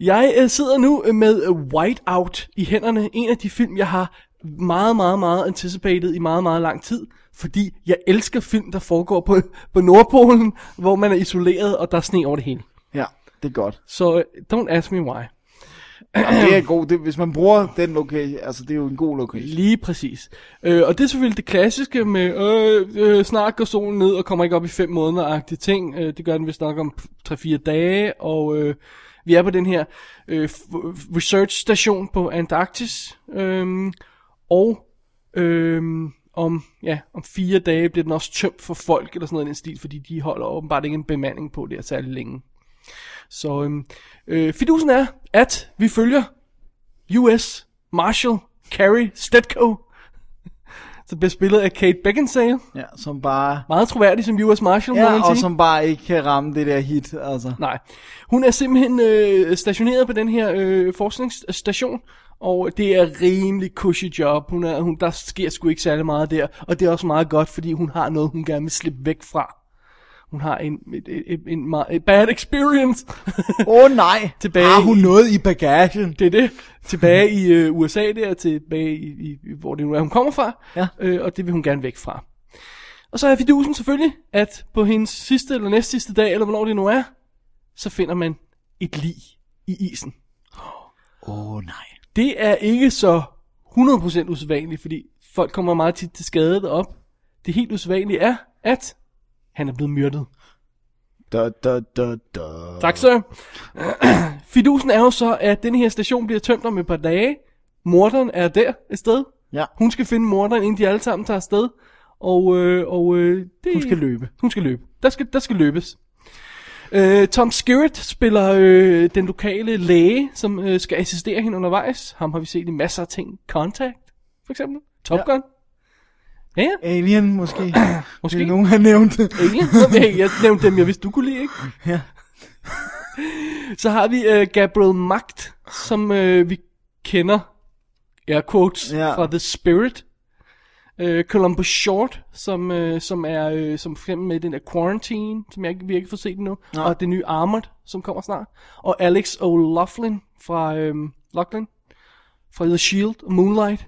S6: Jeg øh, sidder nu øh, med øh, Whiteout i hænderne. En af de film, jeg har meget, meget, meget anticipated i meget, meget lang tid. Fordi jeg elsker film, der foregår på, <laughs> på Nordpolen, hvor man er isoleret, og der er sne over det hele.
S5: Ja, det er godt.
S6: Så øh, don't ask me why.
S5: Jamen, det er god. Det, hvis man bruger den location, altså det er jo en god location.
S6: Lige præcis. Øh, og det er selvfølgelig det klassiske med, øh, øh, snart går solen ned og kommer ikke op i fem måneder-agtige ting. Øh, det gør den vist nok om 3-4 dage, og øh, vi er på den her øh, f- research station på Antarktis. Øh, og øh, om, ja, om fire dage bliver den også tømt for folk, eller sådan noget i den stil, fordi de holder åbenbart ikke en bemanding på det her særlig længe. Så øhm, øh, fidusen er, at vi følger US Marshall Carey Stetko, som bliver spillet af Kate Beckinsale.
S5: Ja, som bare...
S6: Meget troværdig som US Marshall, må man
S5: Ja, og
S6: sige.
S5: som bare ikke kan ramme det der hit, altså.
S6: Nej. Hun er simpelthen øh, stationeret på den her øh, forskningsstation, og det er rimelig cushy job. Hun er, hun, der sker sgu ikke særlig meget der, og det er også meget godt, fordi hun har noget, hun gerne vil slippe væk fra. Hun har en, et, et, et, en, meget- et bad experience.
S5: Åh oh, nej!
S6: <laughs> Tilbage
S5: Har hun
S6: i-
S5: noget i bagagen?
S6: Det er det. Tilbage i øh, USA der, tilbage i, i, i- hvor det nu er, hun kommer fra.
S5: Ja.
S6: Øh, og det vil hun gerne væk fra. Og så er fidusen selvfølgelig, at på hendes sidste eller næst sidste dag, eller hvornår det nu er, så finder man et lig i isen.
S5: Åh oh, nej.
S6: Det er ikke så 100% usædvanligt, fordi folk kommer meget tit til skade derop. Det helt usædvanlige er, at han er blevet myrdet.
S5: Da, da, da, da.
S6: Tak, sir. <clears throat> Fidusen er jo så, at den her station bliver tømt om et par dage. Morderen er der et sted.
S5: Ja.
S6: Hun skal finde morderen, inden de alle sammen tager afsted. Og, øh, og øh, det...
S5: Hun skal løbe.
S6: Hun skal løbe. Der skal, der skal løbes. Øh, Tom Skerritt spiller øh, den lokale læge, som øh, skal assistere hende undervejs. Ham har vi set i masser af ting. Contact, for eksempel. Top
S5: Ja.
S6: Gun. Ja, ja.
S5: Alien måske.
S6: Måske.
S5: Det er nogen har nævnt det.
S6: Alien. Nå, hey, jeg nævnte dem, jeg vidste, du kunne lide, ikke?
S5: Ja.
S6: <laughs> Så har vi øh, Gabriel Magt, som øh, vi kender, air quotes,
S5: Ja.
S6: ja. fra The Spirit. Øh, Columbus Short, som, øh, som er øh, som for eksempel med i den der Quarantine, som jeg ikke virkelig får set endnu. Ja. Og det nye Armored, som kommer snart. Og Alex O'Loughlin fra, øh, Loughlin, fra The Shield og Moonlight.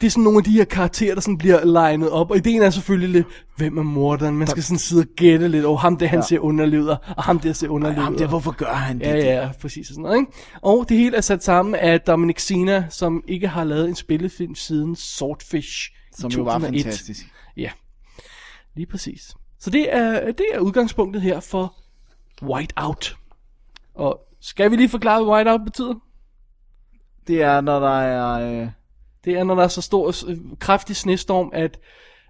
S6: Det er sådan nogle af de her karakterer, der sådan bliver legnet op. Og ideen er selvfølgelig lidt, hvem er morderen? Man skal sådan sidde og gætte lidt over ham, der han ja. ser underlyder, og ham der ser underlyder.
S5: Jamen, det, hvorfor gør han det?
S6: Ja, ja, præcis og sådan noget, ikke? Og det hele er sat sammen af Dominic Sina, som ikke har lavet en spillefilm siden Swordfish i
S5: Som jo var
S6: 2001.
S5: fantastisk.
S6: Ja. Lige præcis. Så det er, det er udgangspunktet her for whiteout. Og skal vi lige forklare, hvad whiteout betyder?
S5: Det er, når der er... Øh,
S6: Det er, når der er så stor, øh, kraftig snestorm, at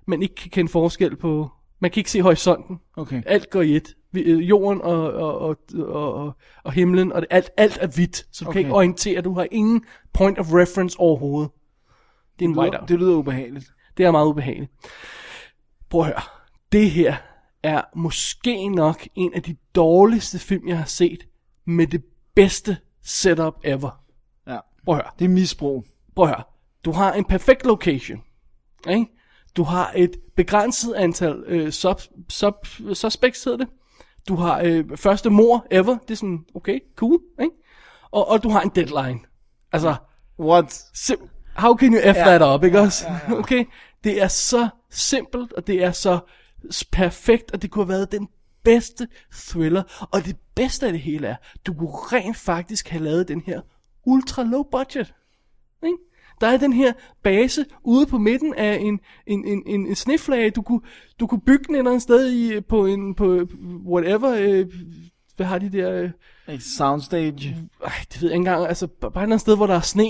S6: man ikke kan kende forskel på... Man kan ikke se horisonten.
S5: okay.
S6: Alt går i et. Vi- øh, Jorden og, og, og, og, og, og himlen, og det, alt, alt er hvidt. Så du okay.
S5: Okay.
S6: kan ikke orientere, du har ingen point of reference overhovedet. Det er en
S5: Det lyder,
S6: whiteout.
S5: det lyder ubehageligt.
S6: Det er meget ubehageligt. Prøv at høre. Det her er måske nok en af de dårligste film, jeg har set, med det bedste setup ever.
S5: Ja.
S6: Prøv at høre.
S5: Det er misbrug.
S6: Prøv at høre. Du har en perfekt location. Ikke? Du har et begrænset antal øh, sub, sub, suspects, hedder det. Du har øh, første mor ever. Det er sådan, okay, cool. Ikke? Og, og du har en deadline. Altså,
S5: What?
S6: sim- how can you F ja. that up, ikke også? Ja, ja, ja. Okay? Det er så simpelt, og det er så s- perfekt, og det kunne have været den bedste thriller. Og det bedste af det hele er, du kunne rent faktisk have lavet den her ultra low budget. Ikke? Der er den her base ude på midten af en, en, en, en, en sneflage. Du kunne, du kunne bygge den et eller andet sted i, på en, på whatever, øh, hvad har de der, øh,
S5: Et soundstage.
S6: ej, det ved jeg ikke engang, altså b- bare et eller andet sted, hvor der er sne,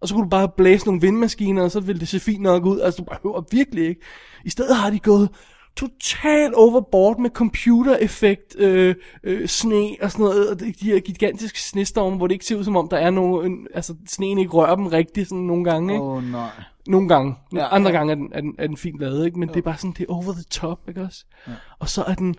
S6: og så kunne du bare blæse nogle vindmaskiner, og så ville det se fint nok ud, altså du behøver virkelig ikke. I stedet har de gået totalt overboard med computereffekt, øh, øh, sne og sådan noget, og det- de her gigantiske snestorme, hvor det ikke ser ud som om, der er nogen, altså sneen ikke rører dem rigtigt sådan nogle gange, ikke?
S5: Åh oh, nej.
S6: Nogle gange. Ja,
S5: Ja,
S6: Andre ja.
S5: ja.
S6: gange er den, er, den, er den fint lavet, ikke? Men jo. det er bare sådan, det er over the top, ikke også? Ja. Og så er den,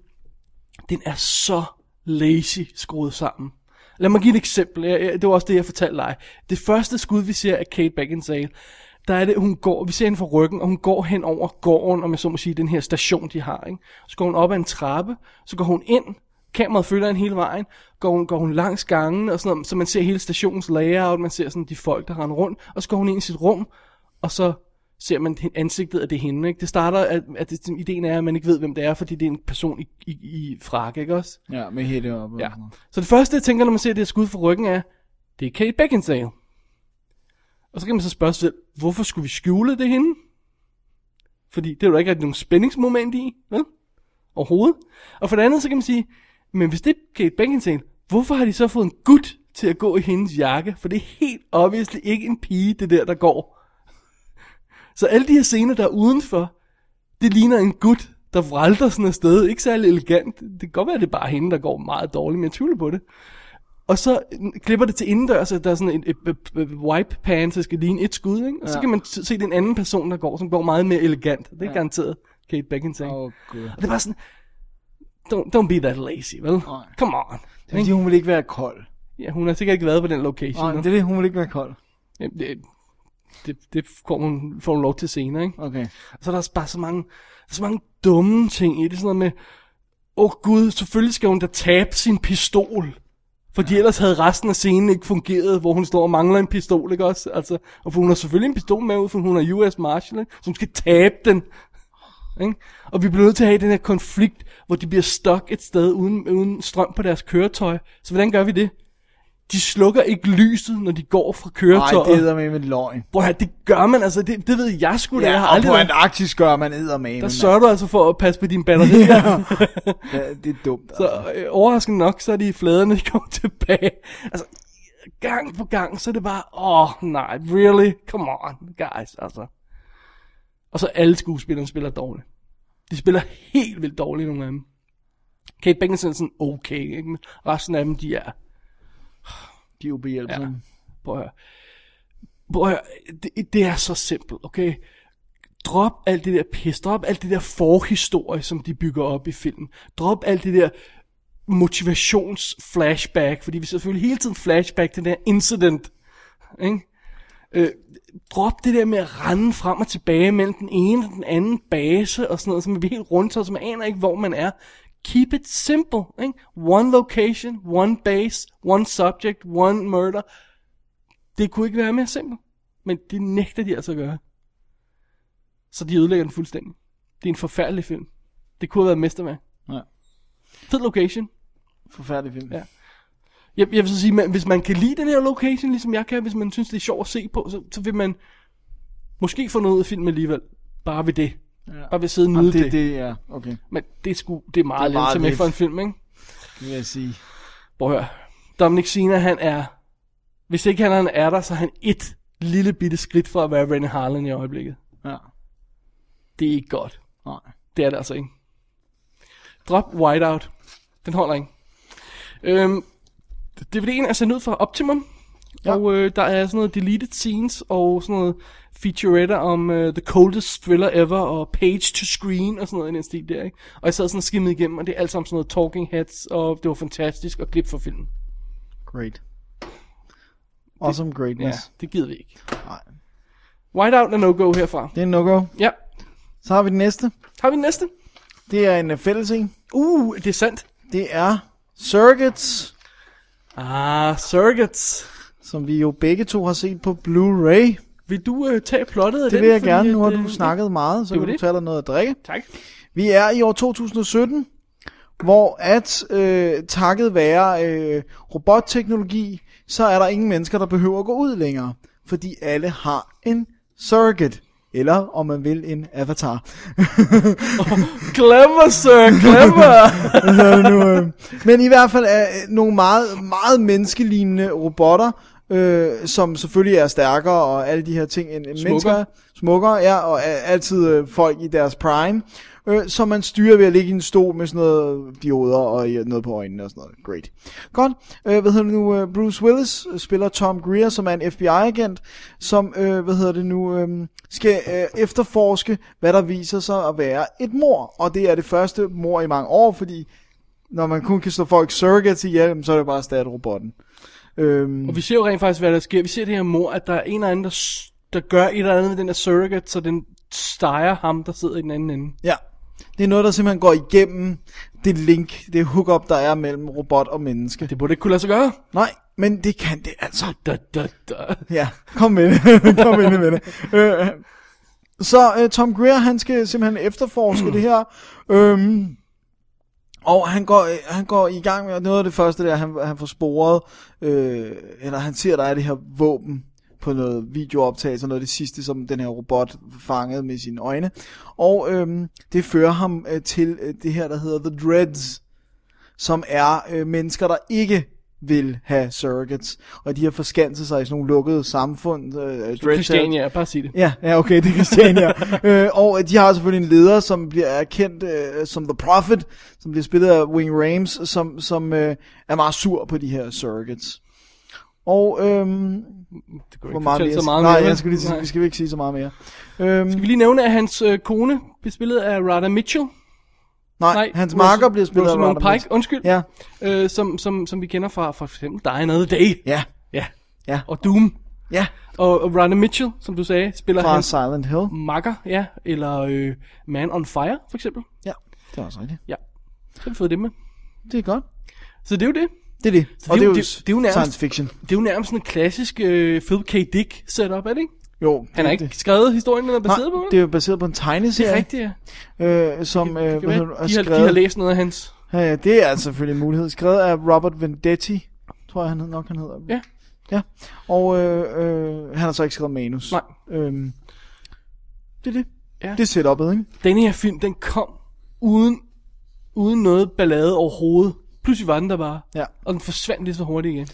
S6: den er så lazy skruet sammen. Lad mig give et eksempel. Jeg, jeg, det var også det, jeg fortalte dig. Det første skud, vi ser af Kate Beckinsale, der er det, hun går, vi ser hende fra ryggen, og hun går hen over gården, om jeg så må sige, den her station, de har. Ikke? Så går hun op ad en trappe, så går hun ind, kameraet følger hende hele vejen, går hun, går hun langs gangen, og sådan noget, så man ser hele stationens layout, man ser sådan de folk, der render rundt, og så går hun ind i sit rum, og så ser man hen- ansigtet af det er hende. Ikke? Det starter, at, at det, ideen er, at man ikke ved, hvem det er, fordi det er en person i, i, i frakke, ikke også?
S5: Ja, med hætte op. og
S6: Ja.
S5: sådan noget.
S6: Så det første, jeg tænker, når man ser det her skud fra ryggen, er, det er Kate Beckinsale. Og så kan man så spørge sig selv, hvorfor skulle vi skjule det hende? Fordi det er jo ikke rigtig nogen spændingsmoment i, vel? Overhovedet. Og for det andet, så kan man sige, men hvis det er Kate Beckinsale, hvorfor har de så fået en gut til at gå i hendes jakke? For det er helt obviously ikke en pige, det der, der går. Så alle de her scener, der er udenfor, det ligner en gut, der vralter sådan et sted. Ikke særlig elegant. Det kan godt være, det er bare hende, der går meget dårligt, men jeg tvivler på det. Og så n- klipper det til indendørs, så der er sådan et, et, et, et wipe pan, så det skal ligne et skud, ikke? Og ja. så
S5: Ja.
S6: kan man s- se den anden person, der går, som går meget mere elegant. Det er ja. garanteret Kate Beckinsale.
S5: Åh
S6: Oh.
S5: oh, gud.
S6: Og det var sådan, don't, don't be that lazy, vel?
S5: Nej.
S6: Come on.
S5: Det er fordi, hun vil ikke være kold.
S6: Ja, hun har sikkert ikke været på den location.
S5: Nej,
S6: nu.
S5: det er det, hun vil ikke være kold.
S6: Ja, det, det, det får, hun, får hun lov til senere, ikke?
S5: Okay.
S6: Så er der bare så mange, der er så mange dumme ting i det. Sådan noget med, åh oh gud, selvfølgelig skal hun da tabe sin pistol. Fordi ellers havde resten af scenen ikke fungeret, hvor hun står og mangler en pistol, ikke også? Altså, og for hun har selvfølgelig en pistol med ud, for hun er US Marshal, ikke? så hun skal tabe den. Ikke? Og vi bliver nødt til at have den her konflikt, hvor de bliver stuck et sted uden, uden strøm på deres køretøj. Så hvordan gør vi det? De slukker ikke lyset, når de går fra
S5: Nej,
S6: køretøjet.
S5: det hedder med med løgn.
S6: Prøv at høre, det gør man, altså, det, det ved jeg sgu da.
S5: Ja,
S6: jeg har
S5: og
S6: aldrig
S5: på
S6: været-
S5: Antarktis gør man æder med.
S6: der sørger du altså for at passe på dine batterier.
S5: øh, ja, det er dumt. Altså.
S6: så øh, overraskende nok, så er de fladerne kommet <laughs> tilbage. Altså, gang på gang, så er det bare, åh oh, nej, really? Come on, guys, altså. Og så alle skuespillerne spiller dårligt. De spiller helt vildt dårligt, nogle af dem. Kate Beckinsale er sådan okay, ikke? Men resten af dem, de er
S5: De er ubehjælpsomme. Ja.
S6: Prøv at høre. Prøv at høre. Det, det er så simpelt, okay? Drop alt det der pis, drop alt det der forhistorie, som de bygger op i filmen. Drop alt det der motivationsflashback, fordi vi selvfølgelig hele tiden flashback til den her incident, ikke? Øh, drop det der med at rende frem og tilbage mellem den ene og den anden base og sådan noget, som er helt rundt, så man aner ikke, hvor man er. Keep it simple, ikke? One location, one base, one subject, one murder. Det kunne ikke være mere simpelt. Men det nægter de altså at gøre. Så de ødelægger den fuldstændig. Det er en forfærdelig film. Det kunne have været et mesterværk.
S5: Ja.
S6: Fed location.
S5: Forfærdelig film.
S6: Ja. Jeg, jeg vil så sige, man, hvis man kan lide den her location, ligesom jeg kan, hvis man synes, det er sjovt at se på, så, så vil man måske få noget ud af filmen alligevel. Bare ved det. Ja. Bare ved at sidde og nyde
S5: Jamen,
S6: det, det.
S5: det, det er, okay,
S6: Men det er, sgu, det er meget
S5: Det er
S6: lidt
S5: meget
S6: til med
S5: lidt.
S6: for en film, ikke?
S5: det vil jeg sige.
S6: Prøv at høre. Dominic Sina, han er... Hvis ikke han er der, så er han et lille bitte skridt fra at være Rennie Harlan i øjeblikket.
S5: Ja.
S6: Det er ikke godt.
S5: Nej.
S6: Det er det altså ikke. Drop Whiteout. Den holder ikke. Øhm, DVD'en er sendt ud fra Optimum. Ja.
S5: Ja.
S6: Og øh, der er sådan noget deleted scenes og sådan noget featuretter om øh, The Coldest Thriller Ever og Page to Screen og sådan noget i den stil der, ikke? Og jeg sad sådan og skimmede igennem, og det er alt sammen sådan noget talking heads, og det var fantastisk, og klip fra filmen.
S5: Great. Awesome
S6: Ja,
S5: greatness.
S6: det gider vi ikke.
S5: Nej.
S6: Whiteout er no-go herfra.
S5: Det er en no-go.
S6: Ja.
S5: Så har vi den næste.
S6: Har vi den næste?
S5: Det er en øh, fælles en.
S6: Uh, det er sandt.
S5: Det er Surrogates,
S6: Ah, Surrogates.
S5: som vi jo begge to har set på Blu-ray.
S6: Vil du øh, tage plottet af
S5: Det
S6: den?
S5: vil jeg gerne,
S6: Fordi
S5: nu har
S6: at,
S5: du
S6: øh,
S5: snakket meget, så
S6: det var
S5: kan du
S6: det.
S5: tage dig noget at drikke.
S6: Tak.
S5: Vi er i år 2017, hvor at øh, takket være øh, robotteknologi, så er der ingen mennesker, der behøver at gå ud længere. Fordi alle har en surrogate. Eller om man vil, en avatar.
S6: Glemmer, sir,
S5: <laughs>
S6: glemmer.
S5: Hvad nu, øh. Men i hvert fald er øh, nogle meget, meget menneskelignende robotter, øh, som selvfølgelig er stærkere og alle de her ting end, end
S6: Smukkere.
S5: mennesker. Smukkere. ja, og er altid øh, folk i deres prime. Øh, som man styrer ved at ligge i en stol med sådan noget dioder og i- noget på øjnene og sådan noget. Great. Godt. Øh, hvad hedder det nu? øh, Bruce Willis øh, spiller Tom Greer, som er en FBI-agent, som, øh, hvad hedder det nu, øh, skal øh, efterforske, hvad der viser sig at være et mor. Og det er det første mor i mange år, fordi når man kun kan slå folk surrogates ihjel, jamen, så er det bare stat robotten. Øhm,
S6: Og vi ser jo rent faktisk, hvad der sker. Vi ser det her mor, at der er en eller anden, der, s- der gør et eller andet med den der surrogate, så den steger ham, der sidder i den anden ende.
S5: ja. Det er noget, der simpelthen går igennem det link, det hookup, der er mellem robot og menneske.
S6: Det burde ikke kunne lade sig gøre.
S5: Nej, men det kan det altså.
S6: Da, da, da.
S5: Ja, kom med det. <laughs> kom ind med det. Øh, så øh, Tom Greer, han skal simpelthen efterforske det her. Øhm, og han går, øh, han går i gang med, og noget af det første der, han, han får sporet, øh, eller han ser, der er det her våben på noget videooptagelse, noget af det sidste, som den her robot fangede med sine øjne. Og øhm, det fører ham øh, til øh, det her, der hedder The Dreads, som er øh, mennesker, der ikke vil have surrogates, og de har forskanset sig i sådan nogle lukkede samfund. Øh, øh, dreadcells.
S6: Christiania, bare sig det.
S5: Ja, ja, okay, det er
S6: <laughs>
S5: Christiania. øh, og øh, de har selvfølgelig en leder, som bliver erkendt øh, som The Prophet, som bliver spillet af Wing Rames, som, som øh, er meget sur på de her surrogates. Og øhm,
S6: Det
S5: hvor
S6: kunne ikke
S5: meget mere?
S6: fortælle så meget
S5: Nej,
S6: mere.
S5: jeg skulle lige sige,
S6: Nej.
S5: vi skal ikke sige så meget mere. Øhm,
S6: Skal vi lige nævne, at hans øh, kone bliver spillet af Rada Mitchell?
S5: nej, hans marker bliver spillet af
S6: Rosamund
S5: Rodham
S6: Pike, undskyld.
S5: Ja,
S6: Øh, som, som, som vi kender fra for eksempel Die Another Day.
S5: ja,
S6: Ja.
S5: Ja.
S6: Og Doom.
S5: ja.
S6: Og, og Rada Mitchell, som du sagde, spiller
S5: Fra
S6: hans
S5: Silent Hill.
S6: makker, ja, eller øh, Man on Fire, for eksempel.
S5: Ja, det er også rigtigt.
S6: Ja, så har vi fået det med.
S5: Det er godt.
S6: Så det er jo det.
S5: Det er det.
S6: Så
S5: og
S6: det er jo-
S5: det,
S6: det- det er jo nærmest-
S5: science fiction.
S6: Det er jo nærmest sådan en klassisk øh, Philip K. Dick setup, er det ikke?
S5: Jo,
S6: Han har
S5: det-
S6: ikke skrevet historien, den er baseret på.
S5: Nej, det er jo baseret på en tegneserie.
S6: det er rigtigt, ja.
S5: øh, som øh,
S6: Det
S5: hvad
S6: kan være,
S5: hedder, det, er
S6: de, har,
S5: skrevet,
S6: de har læst noget af hans.
S5: Ja, Øh, det er altså selvfølgelig en mulighed. Skrevet af Robert Vendetti, tror jeg han hed- nok han hedder.
S6: Ja.
S5: ja. Og øh, øh, han har så ikke skrevet manus.
S6: Nej.
S5: Øhm, det er det.
S6: Ja.
S5: Det er setup'et, ikke?
S6: Denne her film, den kom uden, uden noget ballade overhovedet. Pludselig var den der bare.
S5: Ja.
S6: Og den forsvandt lige så hurtigt igen.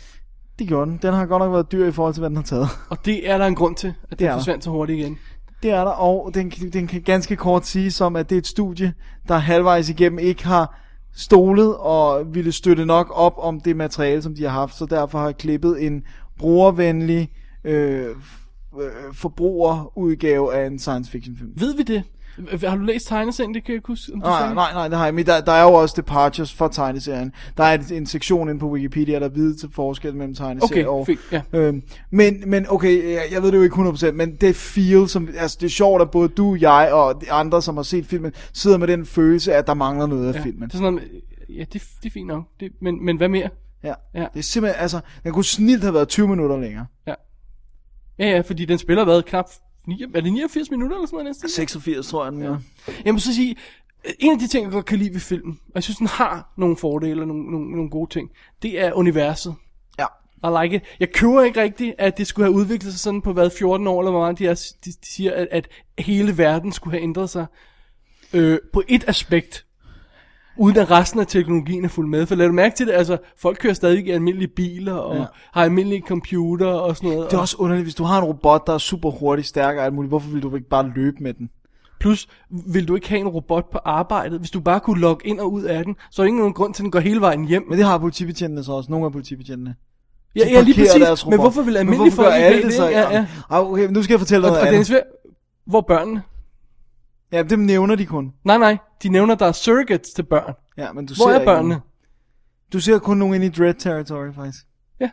S5: Det gjorde den. Den har godt nok været dyr i forhold til, hvad den har taget.
S6: Og det er der en grund til, at den
S5: er der.
S6: forsvandt så hurtigt igen.
S5: Det er der, og den, kan- den kan ganske kort sige som, at det er et studie, der halvvejs igennem ikke har stolet og ville støtte nok op om det materiale, som de har haft, så derfor har klippet en brugervenlig øh, f- øh, forbrugerudgave af en science fiction film.
S6: Ved vi det? H- Har du læst tegneserien? Det kan jeg ikke huske, om du
S5: Nej,
S6: sagde.
S5: nej, nej, det har jeg. Men der, der er jo også departures for tegneserien. Der er et, en sektion inde på Wikipedia, der vider til forskel mellem tegneserien
S6: Okay,
S5: og...
S6: fint, ja.
S5: Øhm, men, men okay, jeg, jeg ved det jo ikke 100%, men det feel, som, altså det er sjovt, at både du, jeg og de andre, som har set filmen, sidder med den følelse af, at der mangler noget af
S6: Ja,
S5: filmen.
S6: Det er sådan noget, med- ja, det, det er fint nok. Det, men, men hvad mere?
S5: Ja.
S6: Ja.
S5: Det er simpelthen, altså, den kunne snilt have været 20 minutter længere.
S6: Ja, ja, fordi den spiller hvad? Knap... ni- Er det 89 minutter eller sådan noget næsten?
S5: 86, tror jeg, den ja.
S6: Jeg må så sige, øh, en af de ting, jeg godt kan lide ved filmen, og jeg synes, den har nogle fordele og nogle, nogle, nogle gode ting, det er universet.
S5: ja.
S6: I like it. Jeg køber ikke rigtigt, at det skulle have udviklet sig sådan på hvad, 14 år eller hvor meget de, er, de, de siger, at, at hele verden skulle have ændret sig. øh, på et aspekt, uden at resten af teknologien er fuldt med. For lad du mærke til det, altså folk kører stadig i almindelige biler, og ja. har almindelige computer og sådan noget.
S5: Det er også underligt, hvis du har en robot, der er super hurtig, stærk og alt muligt, hvorfor vil du ikke bare løbe med den?
S6: Plus, vil du ikke have en robot på arbejdet? Hvis du bare kunne logge ind og ud af den, så er der ikke nogen grund til, at den går hele vejen hjem.
S5: Men det har politibetjentene så også, nogle af politibetjentene.
S6: Ja,
S5: De
S6: ja lige
S5: parkerer
S6: præcis.
S5: deres
S6: Men
S5: robot.
S6: hvorfor vil
S5: Men
S6: almindelige
S5: hvorfor
S6: folk
S5: gør
S6: ikke
S5: alle
S6: have
S5: det
S6: det?
S5: så?
S6: ikke? Ja, ja.
S5: Ah, okay, men nu skal jeg fortælle
S6: Og,
S5: noget
S6: og
S5: andet.
S6: Dennis, hvad- hvor er børnene?
S5: Ja, dem nævner de kun.
S6: Nej, nej, de nævner, der er surrogates til børn.
S5: Ja, men du
S6: Hvor
S5: ser
S6: er
S5: ikke
S6: børnene?
S5: nogen. Du ser kun nogen inde i Dread Territory, faktisk.
S6: Ja.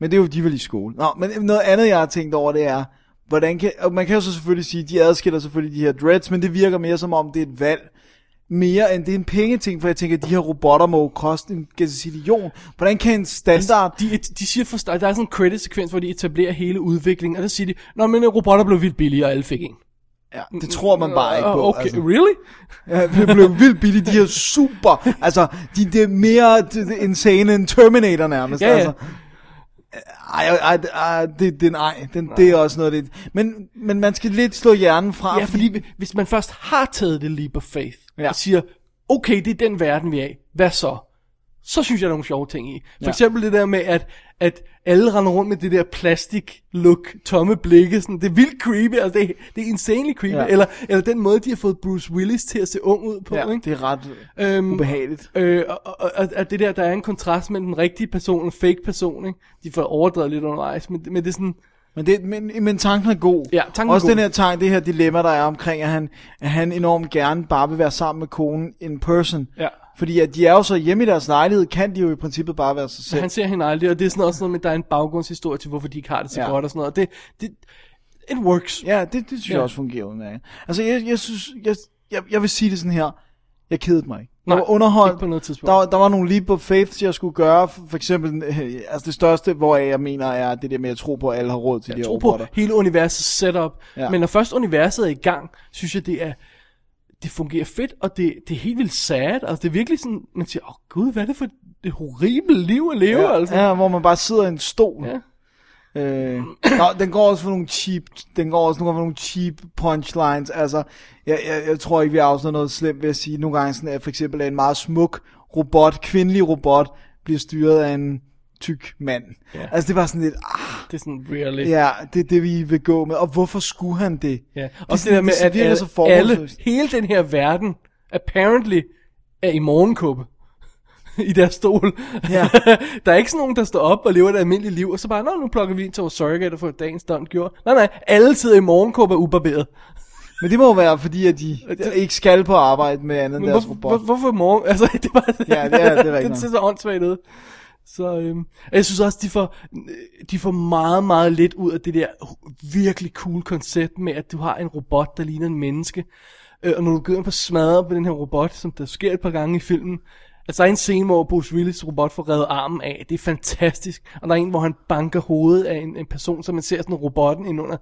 S5: Men det er jo, de er vel i skole. Nå, men øh, noget andet, jeg har tænkt over, det er, hvordan kan, og man kan jo så selvfølgelig sige, de adskiller selvfølgelig de her dreads, men det virker mere som om, det er et valg, mere end det er en pengeting, for jeg tænker, at de her robotter må jo koste en gazillion. Hvordan kan en standard...
S6: De, de siger for, der er sådan en credit-sekvens, hvor de etablerer hele udviklingen, og der siger de, Nå, men øh, robotter blev vildt billige, og alle fik en.
S5: Ja, det tror man bare ikke på. altså.
S6: Okay, really?
S5: Ja, det blev vildt billigt, de her super, altså, de, det er mere d- d- insane end Terminator nærmest,
S6: Ja, ja.
S5: altså. Ej, ej, ej det, det, nej, den, det er også noget lidt. Men, men man skal lidt slå hjernen fra.
S6: Ja, fordi hvi- hvis man først har taget det leap of faith,
S5: Ja.
S6: ja. og siger, okay, det er den verden, vi er i, hvad så? Så synes jeg, der er nogle sjove ting i. For
S5: Ja.
S6: ja. eksempel det der med, at, at alle render rundt med det der plastik-look, tomme blikke, sådan, det er vildt creepy, altså det, er- det er insanely creepy,
S5: Ja.
S6: ja. eller, eller den måde, de har fået Bruce Willis til at se ung ud på,
S5: ja,
S6: ikke?
S5: det er ret øhm,
S6: Øhm,
S5: ubehageligt.
S6: Øh, og, og, og at det der, der er en kontrast mellem den rigtige person og fake person, ikke? De får overdrevet lidt undervejs, men, men det er sådan,
S5: Men, det, men, men tanken er god.
S6: Ja, tanken er
S5: Også
S6: god.
S5: den her tanke, det her dilemma, der er omkring, at han, at han enormt gerne bare vil være sammen med konen in person.
S6: Ja.
S5: Fordi at de er jo så hjemme i deres lejlighed, kan de jo i princippet bare være sig selv.
S6: han ser hende aldrig, og det er sådan også noget med, at der er en baggrundshistorie til, hvorfor de ikke har det så
S5: Ja.
S6: godt og sådan noget. Det, det, it works.
S5: Ja, det, det synes ja.
S6: Ja.
S5: jeg også fungerer udmærket. Altså, jeg, jeg synes, jeg, jeg, jeg vil sige det sådan her. Jeg kedede mig ikke. Jeg
S6: Nej,
S5: var underholdt.
S6: ikke på noget tidspunkt.
S5: Der, var- der var nogle leap of faith, jeg skulle gøre. For, for eksempel, <laughs> øh, altså det største, hvor jeg mener, er det der med at tro på, at alle har råd til de her
S6: tro på
S5: robotter.
S6: hele universets setup.
S5: Ja.
S6: Ja. Men når først universet er i gang, synes jeg, det er det fungerer fedt, og det, det er helt vildt sad. Altså, det er virkelig sådan, man siger, åh oh, gud, hvad er det for et horribelt liv at leve, altså.
S5: Ja, ja, hvor man bare sidder i en stol.
S6: Ja.
S5: Øh, nå, den går også for nogle cheap, den går også nogle gange for nogle cheap punchlines. Altså, jeg, jeg, jeg tror ikke, vi afslører noget slemt ved at sige, nogle gange sådan, at for eksempel at en meget smuk robot, kvindelig robot, bliver styret af en tyk mand. Ja. Altså, det var sådan lidt, ah,
S6: Det er sådan, really.
S5: Ja, det er det, vi vil gå med. Og hvorfor skulle han det?
S6: Ja.
S5: Og
S6: Og det der med, at alle,
S5: så
S6: alle,
S5: formålsløst.
S6: hele den her verden, apparently, er i morgenkåbe. <laughs> I deres stol.
S5: Ja.
S6: <laughs> der er ikke sådan nogen, der står op og lever et almindeligt liv, og så bare, nå, nu plukker vi ind til vores surrogate og får dagens døgn gjort. Nej, nej, alle sidder i morgenkåbe og er ubarberet.
S5: Men det må jo være, fordi at de ikke skal på arbejde med andet end
S6: Men
S5: deres
S6: hvor,
S5: robot.
S6: hvor, hvorfor morgen? <laughs> Altså, det var
S5: Ja, det er- det er
S6: <laughs>
S5: rigtigt nok.
S6: det ser så åndssvagt ud. Så øhm, og jeg synes også, de får, de får meget, meget lidt ud af det der virkelig cool koncept med, at du har en robot, der ligner en menneske. Øh, og når du går ind på smadre på den her robot, som der sker et par gange i filmen, Altså, der er en scene, hvor Bruce Willis robot får reddet armen af. Det er fantastisk. Og der er en, hvor han banker hovedet af en, en person, som man ser sådan robotten indunder.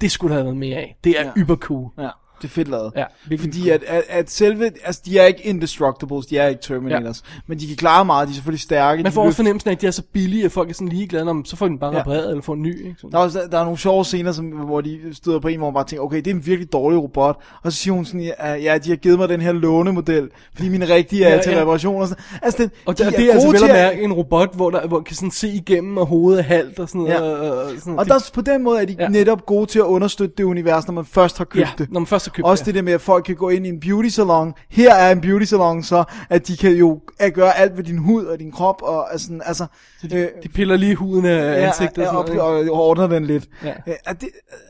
S6: Det skulle der have været mere af. Det er ja. cool.
S5: Ja, det er fedt lavet.
S6: Ja, virkelig
S5: fordi
S6: cool.
S5: at, at, at selve, altså de er ikke indestructibles, de er ikke Terminators, ja. men de kan klare meget, de er selvfølgelig stærke.
S6: Man
S5: de
S6: får
S5: løfter-
S6: også fornemmelsen af, at de er så billige, at folk er sådan ligeglade, om så får de den bare
S5: Ja.
S6: ja. repareret eller får en ny. Ikke?
S5: Der
S6: Sådan.
S5: er, også, der er nogle sjove scener, som, hvor de støder på en, hvor man bare tænker, okay, det er en virkelig dårlig robot. Og så siger hun sådan, ja, ja de har givet mig den her lånemodel, fordi min rigtige er ja,
S6: Ja,
S5: til
S6: ja.
S5: reparation. Og sådan. Altså, det,
S6: Og det,
S5: de
S6: og det er altså
S5: gode
S6: vel at
S5: til
S6: mærke en robot, hvor der hvor kan sådan se igennem, og hovedet er halvt og sådan noget.
S5: Ja.
S6: Og, og, sådan,
S5: Og
S6: det-
S5: der, på den måde er de ja.
S6: Ja.
S5: netop gode til at understøtte det univers, når man først har købt
S6: Ja,
S5: det.
S6: når man først har købt
S5: Også det
S6: det,
S5: der med, at folk kan gå ind i en beauty salon. Her er en beauty salon, så at de kan jo at gøre alt ved din hud og din krop. Og altså, sådan, altså øh,
S6: de piller lige huden af ansigtet
S5: ja,
S6: og sådan
S5: op,
S6: noget.
S5: og, og ordner den lidt.
S6: Ja.
S5: Øh, at det,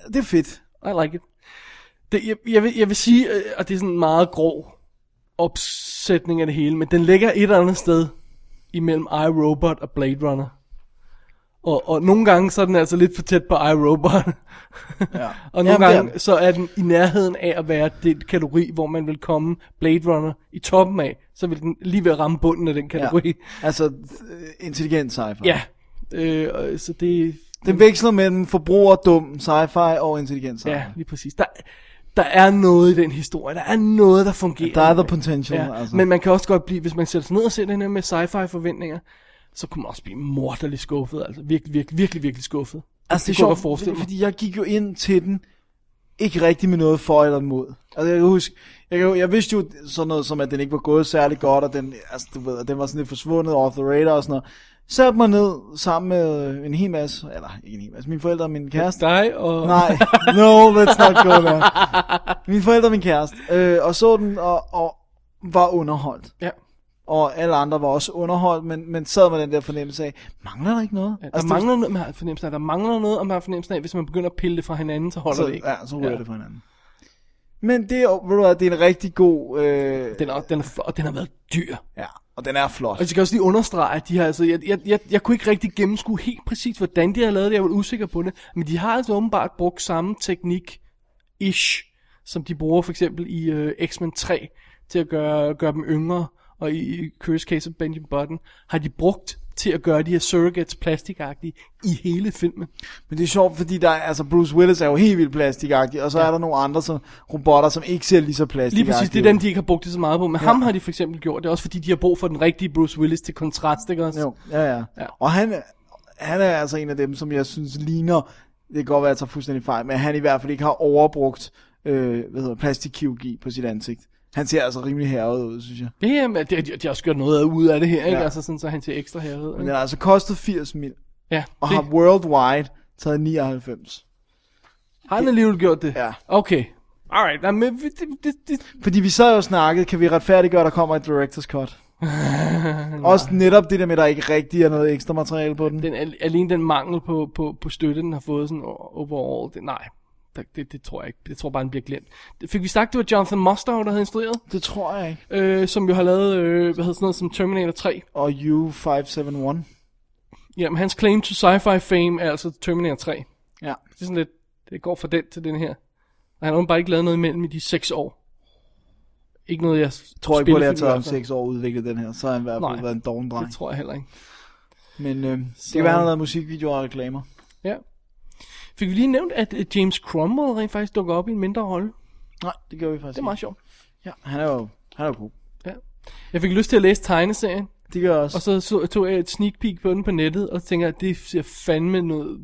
S5: det er fedt.
S6: I like it. Det, jeg, jeg, vil, jeg vil sige, øh, at det er sådan en meget grov opsætning af det hele, men den ligger et eller andet sted imellem iRobot og Blade Runner. Og, og nogle gange så er den altså lidt for tæt på <laughs> iRobot. Ja. og
S5: Jamen,
S6: nogle
S5: det er
S6: Jamen, gange
S5: den.
S6: så er den i nærheden af at være det kategori, hvor man vil komme Blade Runner i toppen af, så vil den lige ved at ramme bunden af den kategori.
S5: Altså, øh, intelligent sci-fi.
S6: Ja. ja. Øh, og så det,
S5: Den veksler mellem forbruger, dum, sci-fi og intelligent sci-fi.
S6: Ja, lige præcis. Der, der er noget i den historie. Der er noget, der fungerer.
S5: Der er the potential,
S6: Ja,
S5: altså.
S6: altså. Men man kan også godt blive, hvis man sætter sig ned og ser den her med sci-fi forventninger, så kunne man også blive morderligt skuffet. Altså virkelig, virkelig, virkelig, virkelig skuffet.
S5: Altså, det,
S6: kunne
S5: er
S6: jeg godt
S5: sjovt,
S6: forestille mig.
S5: fordi jeg gik jo ind til den ikke rigtig med noget for eller mod. Altså, jeg kan huske, jeg, kan, jeg vidste jo sådan noget som, at den ikke var gået særlig godt, og den, altså, du ved, at den var sådan lidt forsvundet off the radar og sådan noget. Satte mig ned sammen med øh, en hel masse, eller ikke en hel masse, mine forældre og min kæreste.
S6: Dig
S5: <laughs>
S6: og...
S5: Nej, no, let's not go there. Mine forældre og min kæreste, øh, og så den, og, og var underholdt.
S6: Ja.
S5: Og alle andre var også underholdt, men, men sad med den der fornemmelse af, mangler der ikke noget?
S6: Ja, der altså, mangler noget, man har fornemmelsen af, der mangler noget, og man har fornemmelsen af, hvis man begynder at pille det fra hinanden, så holder
S5: så,
S6: det ikke.
S5: Ja, så ryger ja. det på hinanden. Men det, er- ved du hvad, det er en rigtig god... Øh,
S6: Den er, Altså- den er, flot, og den har været dyr.
S5: ja, og den er flot.
S6: Og jeg skal også lige understrege, at de har altså, jeg, jeg, jeg, jeg kunne ikke rigtig gennemskue helt præcis, hvordan de har lavet det, jeg var usikker på det, men de har altså åbenbart brugt samme teknik, ish, som de bruger for eksempel i øh, X-Men 3, til at gøre, gøre dem yngre, og i, i Curse Case of Benjamin Button, har de brugt til at gøre de her surrogates plastikagtige i hele filmen.
S5: Men det er sjovt, fordi der, er- altså Bruce Willis er jo helt vildt plastikagtig, og så ja. er der nogle andre som, robotter, som ikke ser lige så
S6: Lige
S5: plastikagtige
S6: præcis, det er dem, de ikke har brugt det så meget på, men ja. ham har de for eksempel gjort det, også fordi de har brug for den rigtige Bruce Willis til kontrast, ikke også?
S5: Jo, ja, ja.
S6: Ja.
S5: ja. Og han, han er altså en af dem, som jeg synes ligner, det kan godt være, at jeg tager fuldstændig fejl, men han i hvert fald ikke har overbrugt øh, hvad hedder, plastikkirurgi på sit ansigt. Han ser altså rimelig herret ud, synes jeg.
S6: Ja, ja, men de, de, de har også gjort noget ud af det her, ikke? Ja.
S5: Ja.
S6: Altså sådan, så han ser ekstra herved.
S5: Men
S6: ikke?
S5: den har altså kostet 80 mil,
S6: Ja,
S5: og
S6: det-
S5: har worldwide taget 99.
S6: Har han alligevel gjort det?
S5: Ja.
S6: Okay. Alright, nej, men vi- det, det, det,
S5: Fordi vi så jo snakket, kan vi retfærdiggøre, at der kommer et director's cut? Også netop det der med, at der ikke rigtig er noget ekstra materiale på den.
S6: den, al- alene den mangel på, på, på støtte, den har fået sådan o- overall, det, nej, det, det, det tror jeg ikke. Jeg tror bare, den bliver glemt. Fik vi sagt, det var Jonathan Mostow, der havde instrueret?
S5: Det tror jeg ikke.
S6: Øh, som jo har lavet, øh, hvad hedder sådan noget, som Terminator 3.
S5: Og U571.
S6: Jamen, hans claim to sci-fi fame er altså Terminator 3. Det
S5: Ja.
S6: er sådan lidt, det går fra den til den her. Og han har bare ikke lavet noget imellem i de 6 år. Ikke noget, jeg
S5: tror ikke på, at det har taget
S6: spillefilm-
S5: om 6 år at udvikle den her. Så har han i hvert fald
S6: Nej.
S5: været en doven dreng.
S6: Det tror jeg heller ikke.
S5: Men øh, det
S6: Så-
S5: kan være, han har lavet musikvideoer og reklamer.
S6: Ja. Fik vi lige nævnt, at øh, James Cromwell rent faktisk dukker op i en mindre rolle? Det
S5: Nej, det gør vi faktisk
S6: er meget sjovt.
S5: ikke. Ja, han er jo, han er jo god.
S6: Ja. Jeg fik lyst til at læse tegneserien,
S5: Det gør jeg også.
S6: og så, så tog jeg et sneak peek på den på nettet, og tænker, at det ser fandme noget...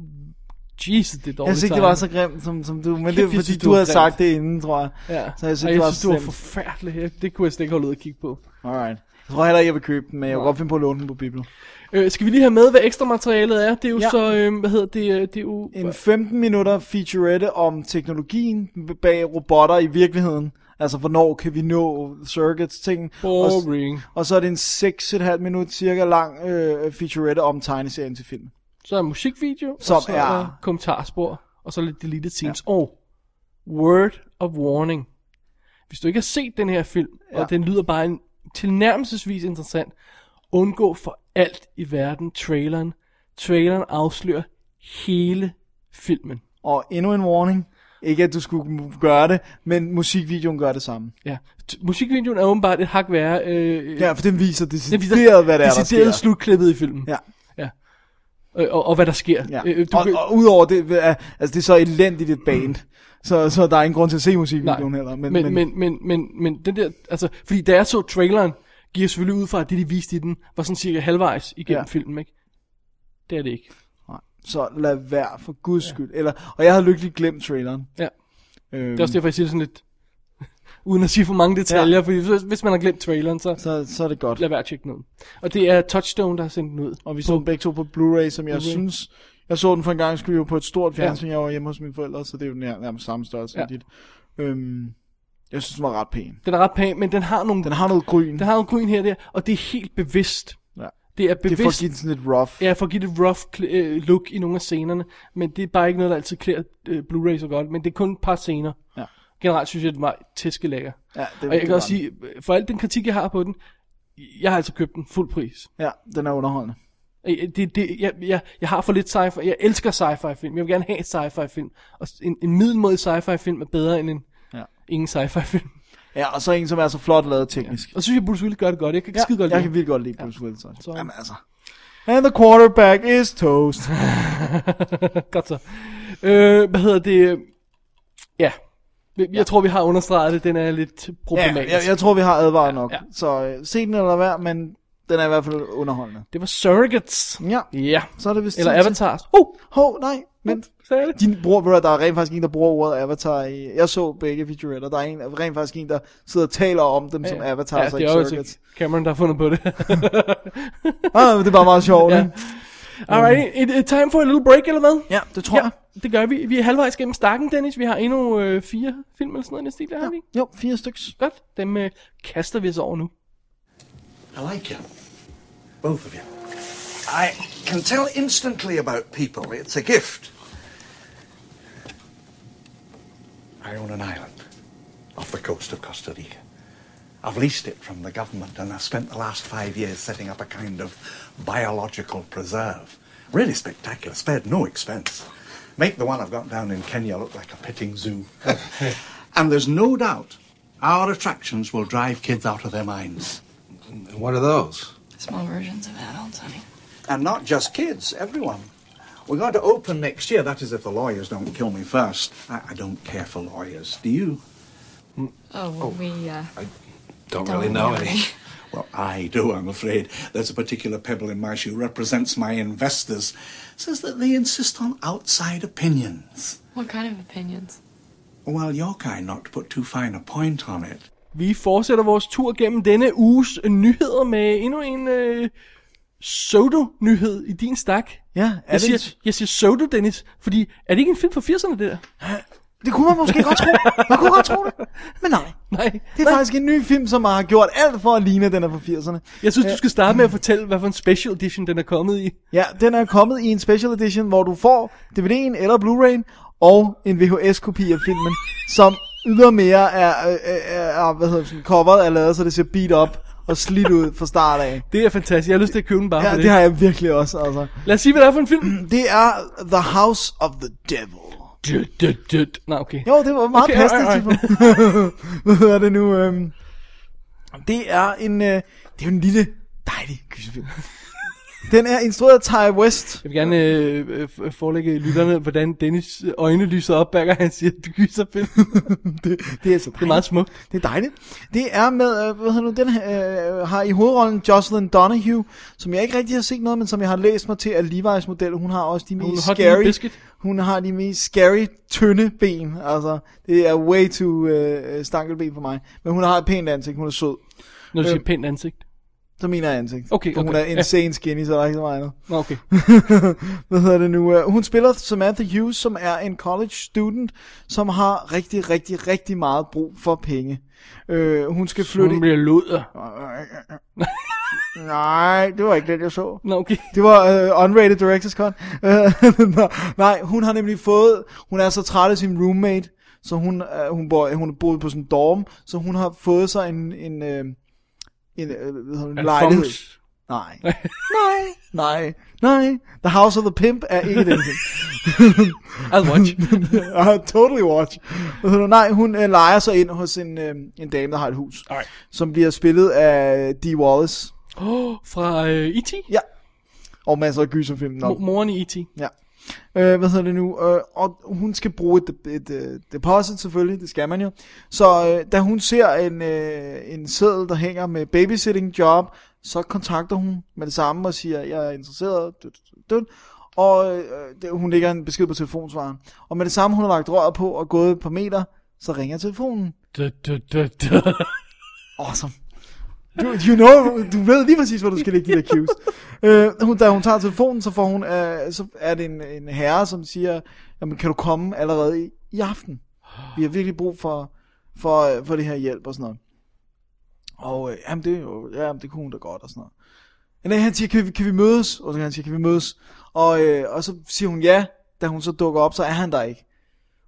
S6: Jesus, det er dårligt
S5: jeg synes ikke, det var så grimt, som, som du... Men det er
S6: jeg synes,
S5: fordi,
S6: det
S5: du
S6: var
S5: havde
S6: grimt.
S5: sagt det inden, tror jeg.
S6: Ja.
S5: Så jeg synes,
S6: og
S5: det
S6: jeg
S5: var
S6: synes, det var
S5: slemt.
S6: forfærdeligt. Jeg- Det kunne jeg slet ikke holde ud at kigge på.
S5: Alright. Jeg tror heller ikke, jeg vil købe den, men jeg kunne godt finde på at låne den på Bibel.
S6: Øh, skal vi lige have med, hvad ekstra materialet er? Det er jo ja.
S5: Ja.
S6: så, øh, hvad hedder det, øh, det er jo...
S5: En 15 minutter featurette om teknologien bag robotter i virkeligheden. Altså, hvornår kan vi nå circuits ting
S6: Boring.
S5: Og så er det en 6,5 minut cirka lang øh, featurette om tegneserien til filmen.
S6: Så er der musikvideo,
S5: Som
S6: og så er der
S5: er-
S6: kommentarspor, og så lidt deleted scenes. Ja. Og word of warning. Hvis du ikke har set den her film, ja. og den lyder bare en, tilnærmelsesvis interessant, undgå for alt i verden traileren. Traileren afslører hele filmen.
S5: Og endnu en warning. Ikke at du skulle gøre det, men musikvideoen gør det samme.
S6: Ja. T- musikvideoen er åbenbart et hak værre. Øh,
S5: Ja, for den viser
S6: den
S5: decideret,
S6: viser
S5: hvad det er, der sker.
S6: decideret slutklippet i filmen.
S5: Ja.
S6: ja. Øh, Og, og, hvad der sker.
S5: Ja.
S6: Øh,
S5: og,
S6: kan-
S5: og udover det, øh, altså det er så elendigt et band, så, så der er ingen grund til at se musikvideoen heller. Men,
S6: men, men, men, men, men den der, altså, fordi da jeg så traileren, gik jeg selvfølgelig ud fra, at det, de viste i den, var sådan cirka halvvejs igennem
S5: Ja.
S6: ja. filmen, ikke? Det er det ikke.
S5: så lad være, for guds skyld. Eller, og jeg havde lykkeligt glemt traileren.
S6: Ja.
S5: Øhm,
S6: Det er også derfor, jeg siger det sådan lidt, <laughs> uden at sige for mange detaljer, ja. fordi hvis, hvis man har glemt traileren, så
S5: så, så er det godt.
S6: lad være at tjekke den ud. Og det er Touchstone, der har sendt den ud.
S5: Og vi så dem begge to på Blu-ray, som jeg synes... Jeg så den for en gang skulle jo på et stort fjernsyn, jeg var hjemme hos mine forældre, så det er jo nær- nærmest samme størrelse
S6: Ja.
S5: som dit. Øhm, jeg synes, den var ret pæn.
S6: Den er ret pæn, men den har nogle,
S5: Den har noget gryn.
S6: den har nogle gryn her og der, og det er helt bevidst.
S5: Ja.
S6: Det
S5: Det
S6: er
S5: er for at
S6: bevidst
S5: give den sådan lidt rough.
S6: Ja, for at give det et rough kl- øh, look i nogle af scenerne, men det er bare ikke noget, der altid klæder øh, Blu-ray så godt, men det er kun et par scener.
S5: Ja.
S6: Generelt synes jeg, det var tæskelækker.
S5: Ja, det,
S6: Og jeg
S5: det
S6: kan
S5: var
S6: også sige, øh, for al den kritik, jeg har på den, jeg har altså købt den fuld pris.
S5: den. Ja, den er underholdende.
S6: Øh, Det, det, jeg, jeg, jeg har for lidt sci-fi, jeg elsker sci-fi film, jeg vil gerne have sci-fi film, og s- en, en middelmodig sci-fi film er bedre end en
S5: Ja.
S6: ingen sci-fi film.
S5: Ja, og så en, som er så flot lavet teknisk.
S6: Og så synes jeg, Bruce Willis gør det godt, jeg kan ikke skide godt
S5: jeg
S6: lide
S5: kan
S6: ham.
S5: virkelig godt lide Bruce Willis. også.
S6: Så-
S5: Jamen altså. And the quarterback is
S6: <laughs>
S5: toast.
S6: Godt så. Øh, hvad hedder det? Ja. Jeg ja. tror, vi har understreget det. Den er lidt
S5: ja,
S6: problematisk.
S5: jeg, jeg, tror, vi har advaret nok.
S6: ja.
S5: Så øh, se den eller hvad, men den er i hvert fald underholdende.
S6: Det var Surrogates.
S5: Ja,
S6: Ja.
S5: så er det vist
S6: Eller
S5: tid til-
S6: Avatars. Uh!
S5: Hov, nej, Men
S6: sagde jeg det.
S5: de bruger, ved du, hvad, der er rent faktisk en, der bruger ordet avatar i... Jeg så begge featuretter. Der er en, der er rent faktisk en, der sidder og taler om dem som avatar,
S6: ja,
S5: så
S6: det
S5: ikke
S6: er jo
S5: surrogates.
S6: altså Cameron, der har fundet
S5: <laughs>
S6: på det.
S5: Ah, men det er bare meget sjovt,
S6: Ja.
S5: ikke?
S6: Alright, it, it time for a little break, eller hvad?
S5: Ja, det tror jeg.
S6: det gør vi. Vi er halvvejs gennem stakken, Dennis. Vi har endnu øh, fire film eller sådan noget i den stil, der har vi.
S5: Jo, fire styks.
S6: Godt, dem øh, kaster vi os over nu.
S9: I like you. Both of you. I can tell instantly about people. It's a gift. I own an island off the coast of Costa Rica. I've leased it from the government and I've spent the last five years setting up a kind of biological preserve. Really spectacular, spared no expense. Make the one I've got down in Kenya look like a petting zoo. and there's no doubt our attractions will drive kids out of their minds.
S2: What are those?
S10: Small versions of adults, honey.
S9: And not just kids, everyone. We're going to open next year. That is, if the lawyers don't kill me first. I, I don't care for lawyers. Do you?
S10: Oh, well, we, uh,
S2: Mm. Don't,
S10: Don't
S2: really know
S10: really. <laughs>
S2: any.
S9: Well, I do, I'm afraid. There's a particular pebble in my shoe, represents my investors, says that they insist on outside opinions.
S10: what kind of opinions?
S9: Well, your kind not to put too fine a point on it.
S6: Vi fortsætter vores tur gennem denne uges nyheder med endnu en øh, Sodo-nyhed i din stak.
S5: Ja, er
S6: Jeg
S5: det, en-
S6: siger, jeg siger Sodo, Dennis, fordi er det ikke en film fra 80'erne, det der?
S5: det kunne man måske godt tro. Man kunne godt tro det. Men nej.
S6: Nej,
S5: Det er
S6: nej.
S5: faktisk en ny film, som har gjort alt for at ligne, at den er fra 80'erne.
S6: Jeg synes, du skal starte med at fortælle, hvad for en special edition den er kommet i.
S5: Ja, den er kommet i en special edition, hvor du får DVD'en eller Blu-ray'en og en VHS-kopi af filmen, som ydermere er, øh, øh, er hvad hedder det, sådan, coveret er lavet, så det ser beat up og slidt ud fra start af.
S6: Det er fantastisk. Jeg har lyst til at købe den bare for
S5: Ja,
S6: det.
S5: det har jeg virkelig også, altså.
S6: Lad os sige, hvad det er for en
S5: <clears throat>
S6: film.
S5: Det er The House of the Devil.
S6: Død, død, død. Nej, okay.
S5: Jo, det var meget
S6: Okay,
S5: okay, passende.
S6: alright,
S5: Right, <laughs> Hvad hedder det nu? Øhm, det er en, øh, det er jo en lille dejlig gyserfilm. Den er instrueret af Ty West. <laughs>
S6: Jeg vil gerne øh, øh, f- forelægge lytterne, hvordan Dennis øjne lyser op, hver gang han siger, du gyser film.
S5: Det, <laughs> det er så
S6: Det er meget smukt.
S5: Det er dejligt. Det er med, øh, hvad hedder nu, den øh, har i hovedrollen Jocelyn Donahue, som jeg ikke rigtig har set noget, men som jeg har læst mig til, at Levi's model, hun har også de
S6: Hun
S5: mest
S6: har den
S5: scary,
S6: biscuit.
S5: hun har de mest scary, tynde ben. Altså, det er way too øh, stankelben for mig. Men hun har et pænt ansigt, hun er sød.
S6: Når du
S5: Øh.
S6: siger pænt ansigt.
S5: Så mener jeg ansigt.
S6: Okay,
S5: For hun
S6: okay,
S5: er insane skinny, så der er ikke så meget andet.
S6: Nå,
S5: <laughs>
S6: okay.
S5: Hvad hedder det nu? Øh, Hun spiller Samantha Hughes, som er en college student, som har rigtig, rigtig, rigtig meget brug for penge. Øh, hun skal flytte...
S6: Hun bliver luder.
S5: Nej, det var ikke det, jeg så.
S6: Nå, okay.
S5: Det var uh, unrated director's cut. <laughs> Uh, nej, hun har nemlig fået, hun er så træt af sin roommate, så hun, uh, hun, bor, hun boede på sådan en dorm, så hun har fået sig en, en, uh, en, uh, hvad hedder det, en lejlighed.
S6: Alphonse.
S5: Nej. nej, nej, nej. The House of the Pimp er ikke den film. <laughs>
S6: I'll watch.
S5: I totally watch. Hvad hedder det? Nej, hun øh, leger sig ind hos en, øh, en dame, der har et hus,
S6: Alright.
S5: som bliver spillet af Dee Wallace.
S6: Oh, <laughs> fra øh, E.T.
S5: Ja. Og masser af gyserfilm. Nå.
S6: Mo- Moren i E E.T.
S5: Ja. Øh, hvad hedder det nu? Øh, og hun skal bruge et, et, et deposit selvfølgelig, det skal man jo. Så øh, da hun ser en, øh, en seddel, der hænger med babysitting job, så kontakter hun med det samme og siger, jeg er interesseret. Dut, dut, dut. Og øh, det- hun lægger en besked på telefonsvaren. Og med det samme, hun har lagt røret på og gået et par meter, så ringer telefonen.
S6: Død, død, død, død.
S5: Awesome. Du, you know, du ved lige præcis, hvor du skal lægge de der cues. Øh, hun, da hun tager telefonen, så, får hun, øh, så er det en, en herre, som siger, Jamen, kan du komme allerede i, i aften? Vi har virkelig brug for, for, øh, for det her hjælp og sådan noget. Og øh, jamen, det, er jo- jamen, det kunne hun da godt og sådan noget. Men øh, han siger, kan vi, kan vi mødes? Og så han siger, kan vi mødes? Og, øh, og så siger hun ja. Da hun så dukker op, så er han der ikke.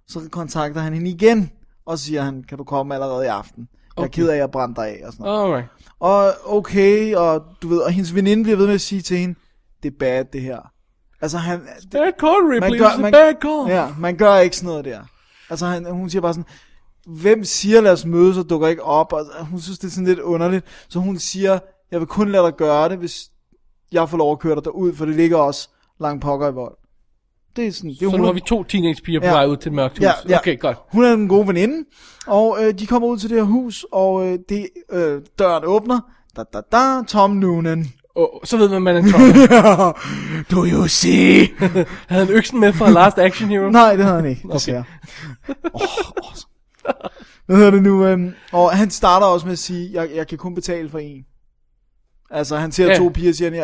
S5: Så kontakter han hende igen, og siger han, kan du komme allerede i aften? Jeg er
S6: Okay.
S5: ked af, at jeg brændte dig af og sådan noget.
S6: Alright.
S5: Og okay, og du ved, og hendes veninde bliver ved med at sige til hende, det er bad det her. Altså han, det,
S6: Bad call, Ripley. It's a
S5: man,
S6: bad call.
S5: ja, man gør ikke sådan noget der. Altså han, hun siger bare sådan, hvem siger lad os mødes og dukker ikke op, og hun synes det er sådan lidt underligt, så hun siger, jeg vil kun lade dig gøre det, hvis jeg får lov at køre dig derud, for det ligger også langt pokker i vold. Det er sådan, det er
S6: Så nu
S5: hun-
S6: har vi to teenagepiger på
S5: Ja.
S6: vej ud til et mørkt hus.
S5: Ja, ja.
S6: Okay, godt.
S5: hun er en god veninde, og øh, de kommer ud til det her hus, og øh, det, øh, døren åbner, da da da, Tom Noonan.
S6: Og så ved man, man
S5: <laughs>
S6: er troller. Do you see? havde han øksen med fra Last Action Hero?
S5: Nej, det havde han ikke. Okay. Åh, oh, awesome. Hvad hedder det nu? Øhm, og han starter også med at sige, jeg, jeg kan kun betale for en. Altså, han ser
S6: Ja.
S5: to piger, siger han,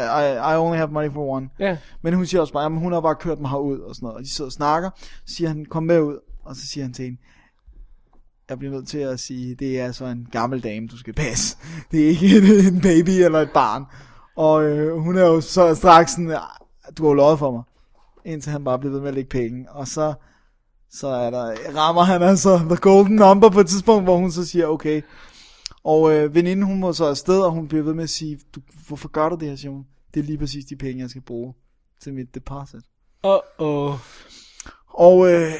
S5: I, I only have money for one.
S6: Ja.
S5: Men hun siger også bare, at hun har bare kørt mig herud og sådan noget. Og de sidder og snakker, så siger han, kom med ud. Og så siger han til hende, jeg bliver nødt til at sige, det er altså en gammel dame, du skal passe. Det er ikke en, en baby eller et barn. Og øh, hun er jo så straks sådan, "Ah, du har jo lovet for mig. Indtil han bare bliver ved med at lægge penge. Og så, så er der, rammer han altså the golden number på et tidspunkt, hvor hun så siger, okay. Og øh, veninden, hun må så afsted, og hun bliver ved med at sige, du, hvorfor gør du det her, siger hun. Det er lige præcis de penge, jeg skal bruge til mit deposit.
S6: Uh-oh.
S5: Og øh,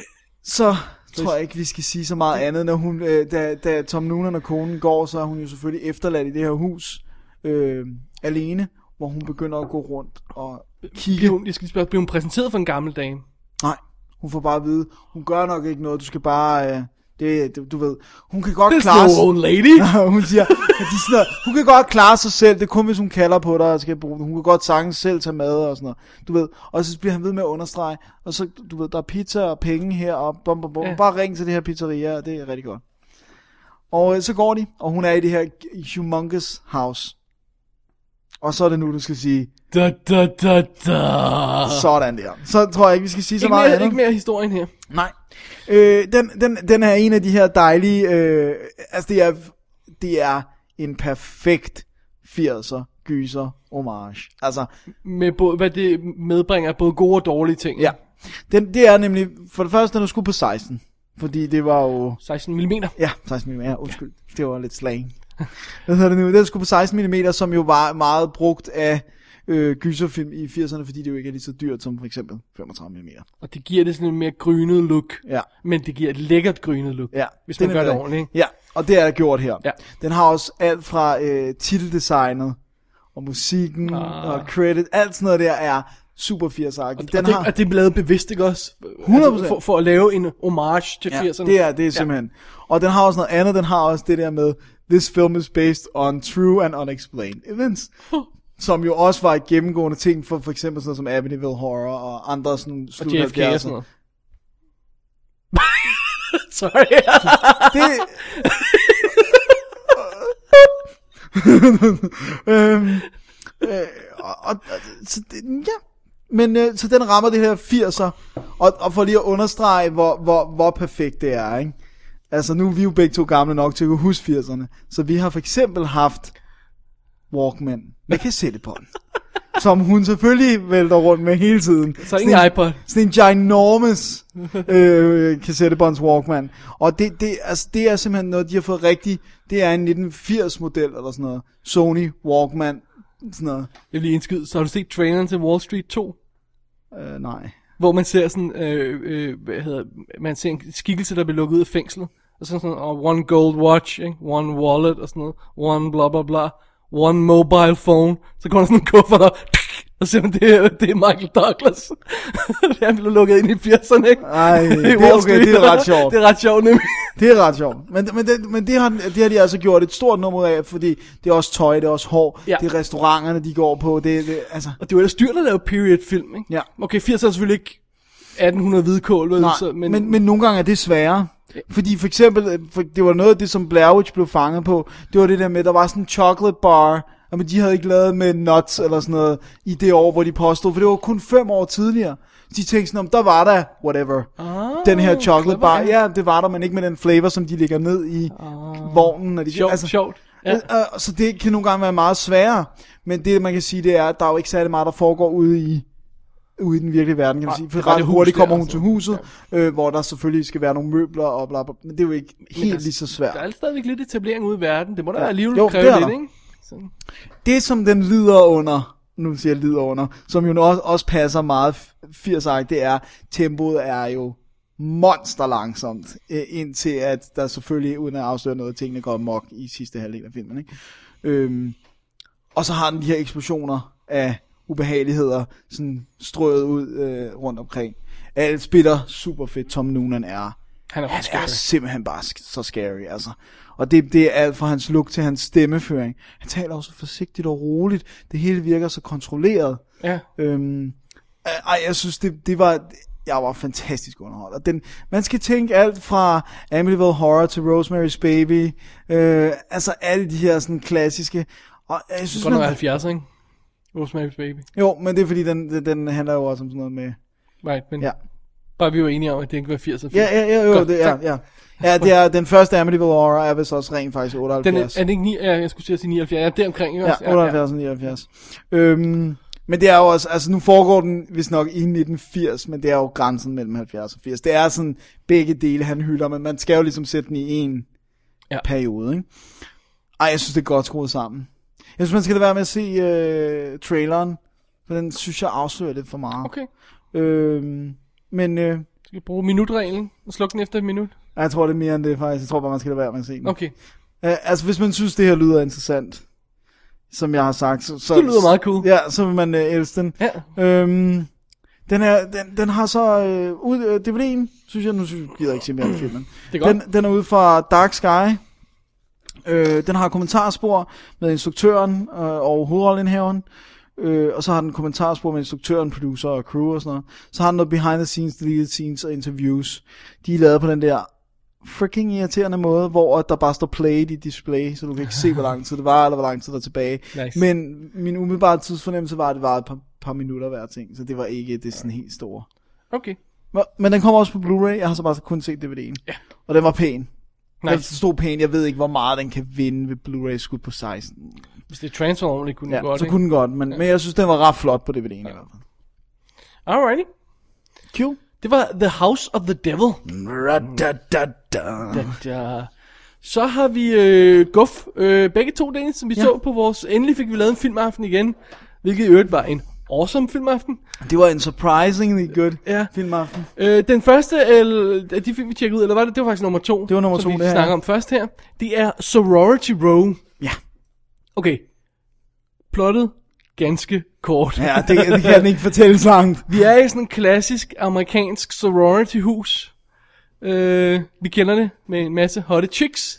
S5: så tror jeg ikke, vi skal sige så meget andet, når hun, øh, da, da Tom Noonan og konen går, så er hun jo selvfølgelig efterladt i det her hus øh, alene, hvor hun begynder at gå rundt og kigge.
S6: Bliver hun, jeg skal lige spørge, bliver hun præsenteret for en gammel dame?
S5: Nej, hun får bare at vide, hun gør nok ikke noget, du skal bare... Øh, det, det, du ved, hun kan godt klare sig- <laughs>
S6: lady.
S5: Nej, hun siger, at de sådan noget, hun kan godt klare sig selv, det er kun hvis hun kalder på dig, og skal bruge Hun kan godt sagtens selv tage mad og sådan noget, du ved. Og så bliver han ved med at understrege, og så, du ved, der er pizza og penge her, og bom, bom, bom.
S6: Ja.
S5: bare ring til det her pizzeria, og det er rigtig godt. Og øh, så går de, og hun er i det her humongous house. Og så er det nu, du skal sige,
S6: Da, da, da, da.
S5: sådan der. Så tror jeg ikke, vi skal sige så
S6: Ikke
S5: meget
S6: mere,
S5: andet.
S6: ikke mere historien her.
S5: Nej. Øh, den, den, den er en af de her dejlige... Øh, altså, det er, det er en perfekt 80'er gyser homage. Altså,
S6: Med både, hvad det medbringer af både gode og dårlige ting.
S5: ja. Den, det er nemlig... For det første, den er skulle på 16. Fordi det var jo...
S6: 16 mm.
S5: Ja, 16 mm, ja, undskyld. Ja. Det var lidt slang. Hvad hedder det nu? Den skulle på 16 mm, som jo var meget brugt af øh, gyserfilm i 80'erne, fordi det jo ikke er lige så dyrt som for eksempel 35 mm.
S6: Og det giver det sådan en mere grynet look.
S5: Ja.
S6: Men det giver et lækkert grynet look.
S5: Ja,
S6: Hvis man
S5: er
S6: gør det
S5: nemlig
S6: ordentligt. ikke?
S5: Ja, og det er der gjort her.
S6: Ja.
S5: Den har også alt fra øh, titeldesignet og musikken ah. og credit, alt sådan noget der er super 80 Den
S6: Den og, det,
S5: har
S6: og det er lavet bevidst, ikke også? Altså,
S5: 100%.
S6: for, for at lave en homage til 80'erne.
S5: det er det er simpelthen. Og den har også noget andet, den har også det der med this film is based on true and unexplained events. Som jo også var et gennemgående ting for for eksempel sådan noget som Amityville Horror og andre sådan
S6: Og
S5: slut
S6: JFK og sådan
S5: 70'erne.
S6: noget. <laughs> Sorry.
S5: det... øhm, øh, og, og, så det, ja. Men øh, så den rammer det her 80'er, og, og for lige at understrege, hvor, hvor, hvor perfekt det er, ikke? Altså nu er vi jo begge to gamle nok til at kunne huske 80'erne, så vi har for eksempel haft Walkman med <laughs> kassettebånd, som hun selvfølgelig vælter rundt med hele tiden.
S6: Så ingen
S5: Sådan en-
S6: iPod.
S5: sådan en ginormous øh, kassettebånds Walkman. Og det, det, altså, det er simpelthen noget, de har fået rigtigt. Det er en 1980-model eller sådan noget. Sony Walkman. Sådan noget.
S6: Jeg vil lige indskyde, så har du set traileren til Wall Street 2?
S5: Øh, nej.
S6: Hvor man ser sådan, øh, øh, hvad hedder, man ser en skikkelse, der bliver lukket ud af fængslet. Og sådan sådan, og one gold watch, ikke? one wallet og sådan noget. One bla bla bla. One mobile phone. Så kommer der sådan en kuffert og... Og så siger man, det er, det er Michael Douglas. <laughs> Han blev lukket ind i 80'erne, ikke?
S5: Ej,
S6: <laughs> I
S5: det er
S6: Wall
S5: okay,
S6: Street.
S5: det er ret sjovt.
S6: <laughs> det er ret sjovt, nemlig.
S5: Det er ret sjovt. Men, men, det, men det, har, det har de altså gjort et stort nummer af, fordi det er også tøj, det er også hår,
S6: Ja.
S5: ja. det er restauranterne, de går på. Det, det, altså,
S6: Og det var ellers dyrt at lave period-film, ikke?
S5: Ja.
S6: Okay, 80 er selvfølgelig ikke 1800 hvidkål, vel?
S5: nej,
S6: så,
S5: men, men, men nogle gange er det sværere. Fordi for eksempel, øh, for det var noget af det, som Blair Witch blev fanget på, det var det der med, der var sådan en chocolate bar, og men de havde ikke lavet med nuts eller sådan noget i det år, hvor de påstod, for det var kun fem år tidligere. De tænkte sådan, om der var der, whatever, oh, den her chocolate bar. Ja, det var der, men ikke med den flavor, som de ligger ned i oh. vognen. Og de,
S6: Sjovt, sjovt. Ja.
S5: Ja. Øh, så det kan nogle gange være meget sværere, men det man kan sige, det er, at der er jo ikke særlig meget, der foregår ude i ude i den virkelige verden, kan man sige.
S6: det
S5: For
S6: var
S5: ret
S6: det hus
S5: hurtigt
S6: der,
S5: kommer hun
S6: altså.
S5: til huset, øh, hvor der selvfølgelig skal være nogle møbler og bla bla, men det er jo ikke
S6: der-
S5: helt lige så svært.
S6: altså, Der er stadigvæk lidt etablering ude i verden. Det må da ja. alligevel
S5: Jo,
S6: jo, kræve
S5: det er
S6: lidt,
S5: der.
S6: ikke? Så.
S5: Det, som den lider under, nu siger jeg lider under, som jo også, også passer meget f- 80'er, det er, tempoet er jo monster langsomt, øh, indtil at der selvfølgelig, uden at afsløre noget, tingene går mok i sidste halvdel af filmen. Ikke? Øhm, og så har den de her eksplosioner af ubehageligheder, sådan strøget ud øh, rundt omkring. Alt spiller super fedt. Tom Noonan er
S6: Han er,
S5: han
S6: scary.
S5: er simpelthen bare sk- så scary, altså. Og det, det er alt fra hans look til hans stemmeføring. Han taler også forsigtigt og roligt. Det hele virker så kontrolleret.
S6: Ja.
S5: Øhm, ej, jeg synes, det, det var... Jeg var fantastisk underholdt. Og den, man skal tænke alt fra Amityville Horror til Rosemary's Baby. Øh, altså alle de her sådan klassiske... Og jeg synes,
S6: Godt nok
S5: man-
S6: 70, ikke? Rosemary's Baby.
S5: jo, men det er fordi, den, den- den handler jo også om sådan noget med...
S6: Right, men
S5: Ja.
S6: ja. bare vi var enige om, at det ikke var 80 og 80.
S5: Ja, ja, ja, jo,
S6: Godt,
S5: det, ja,
S6: tak.
S5: ja. Ja, det er, den første Amityville Horror er vist også rent faktisk
S6: Den
S5: 78.
S6: er, er det ikke ni, ja, jeg skulle til at sige 79, ja, det er omkring, ikke? også?
S5: Ja, 78 og 79. Øhm, men det er jo også, altså nu foregår den vist nok i 1980, men det er jo grænsen mellem 70 og 80. Det er sådan begge dele, han hylder, men man skal jo ligesom sætte den i en
S6: Ja.
S5: ja. periode, ikke? Ej, jeg synes, det er godt skruet sammen. Jeg synes, man skal lade være med at se øh, traileren, for den synes jeg afslører lidt for meget.
S6: Okay,
S5: Øhm, men øh,
S6: så skal vi bruge minutreglen og slukke den efter et minut.
S5: ej, jeg tror, det er mere end det faktisk. Jeg tror bare, man skal lade være med at se den.
S6: Okay,
S5: Øh, altså, hvis man synes, det her lyder interessant, som jeg har sagt, så... så
S6: Det lyder meget cool.
S5: Ja, så vil man øh, elske den.
S6: ja.
S5: Øhm, den, er, den, den har så øh, ud, øh, DVD'en, synes jeg, nu synes jeg, gider jeg ikke se mere
S6: <clears throat>
S5: om filmen.
S6: Det er godt.
S5: Den, den er ude fra Dark Sky. Øh, den har kommentarspor med instruktøren øh, og hovedrollenhaveren. Øh, og så har den kommentarspor med instruktøren, producer og crew og sådan noget. Så har den noget behind the scenes, deleted scenes og interviews. De er lavet på den der freaking irriterende måde, hvor at der bare står played i display, så du kan ikke se, hvor lang tid det var, eller hvor lang tid der er tilbage.
S6: Nice.
S5: Men min umiddelbare tidsfornemmelse var, at det var et par, par minutter hver ting, så det var ikke det sådan helt store.
S6: Okay,
S5: Nå, Men den kommer også på Blu-ray, jeg har så bare kun set DVD'en. Ja. Og den var pæn. Den
S6: nice.
S5: stod pæn, jeg ved ikke, hvor meget den kan vinde ved Blu-ray skud på 16.
S6: Hvis det er transfer ordentligt, kunne
S5: Ja,
S6: det godt,
S5: så
S6: ikke?
S5: kunne den godt, men, ja. men jeg synes, den var ret flot på DVD'en ja. i hvert fald.
S6: Alrighty.
S5: Q?
S6: Det var The House of the Devil.
S5: Da-da-da.
S6: Ja. Så har vi øh, Guff, øh, begge to dage, som vi ja. så på vores... Endelig fik vi lavet en filmaften igen, hvilket i øvrigt var en awesome filmaften.
S5: Det var en surprisingly good
S6: Ja.
S5: filmaften.
S6: Øh, den første øh, af de film, vi tjekkede ud, eller var det, det var faktisk nummer to.
S5: Det var nummer
S6: som
S5: to,
S6: vi
S5: det her,
S6: snakker
S5: ja.
S6: om først her. Det er Sorority Row.
S5: Ja.
S6: Okay. Plottet ganske kort.
S5: Ja, det, det kan den ikke fortælle så langt.
S6: Vi er i sådan en klassisk amerikansk sorority hus. Øh, vi kender det med en masse hotte chicks.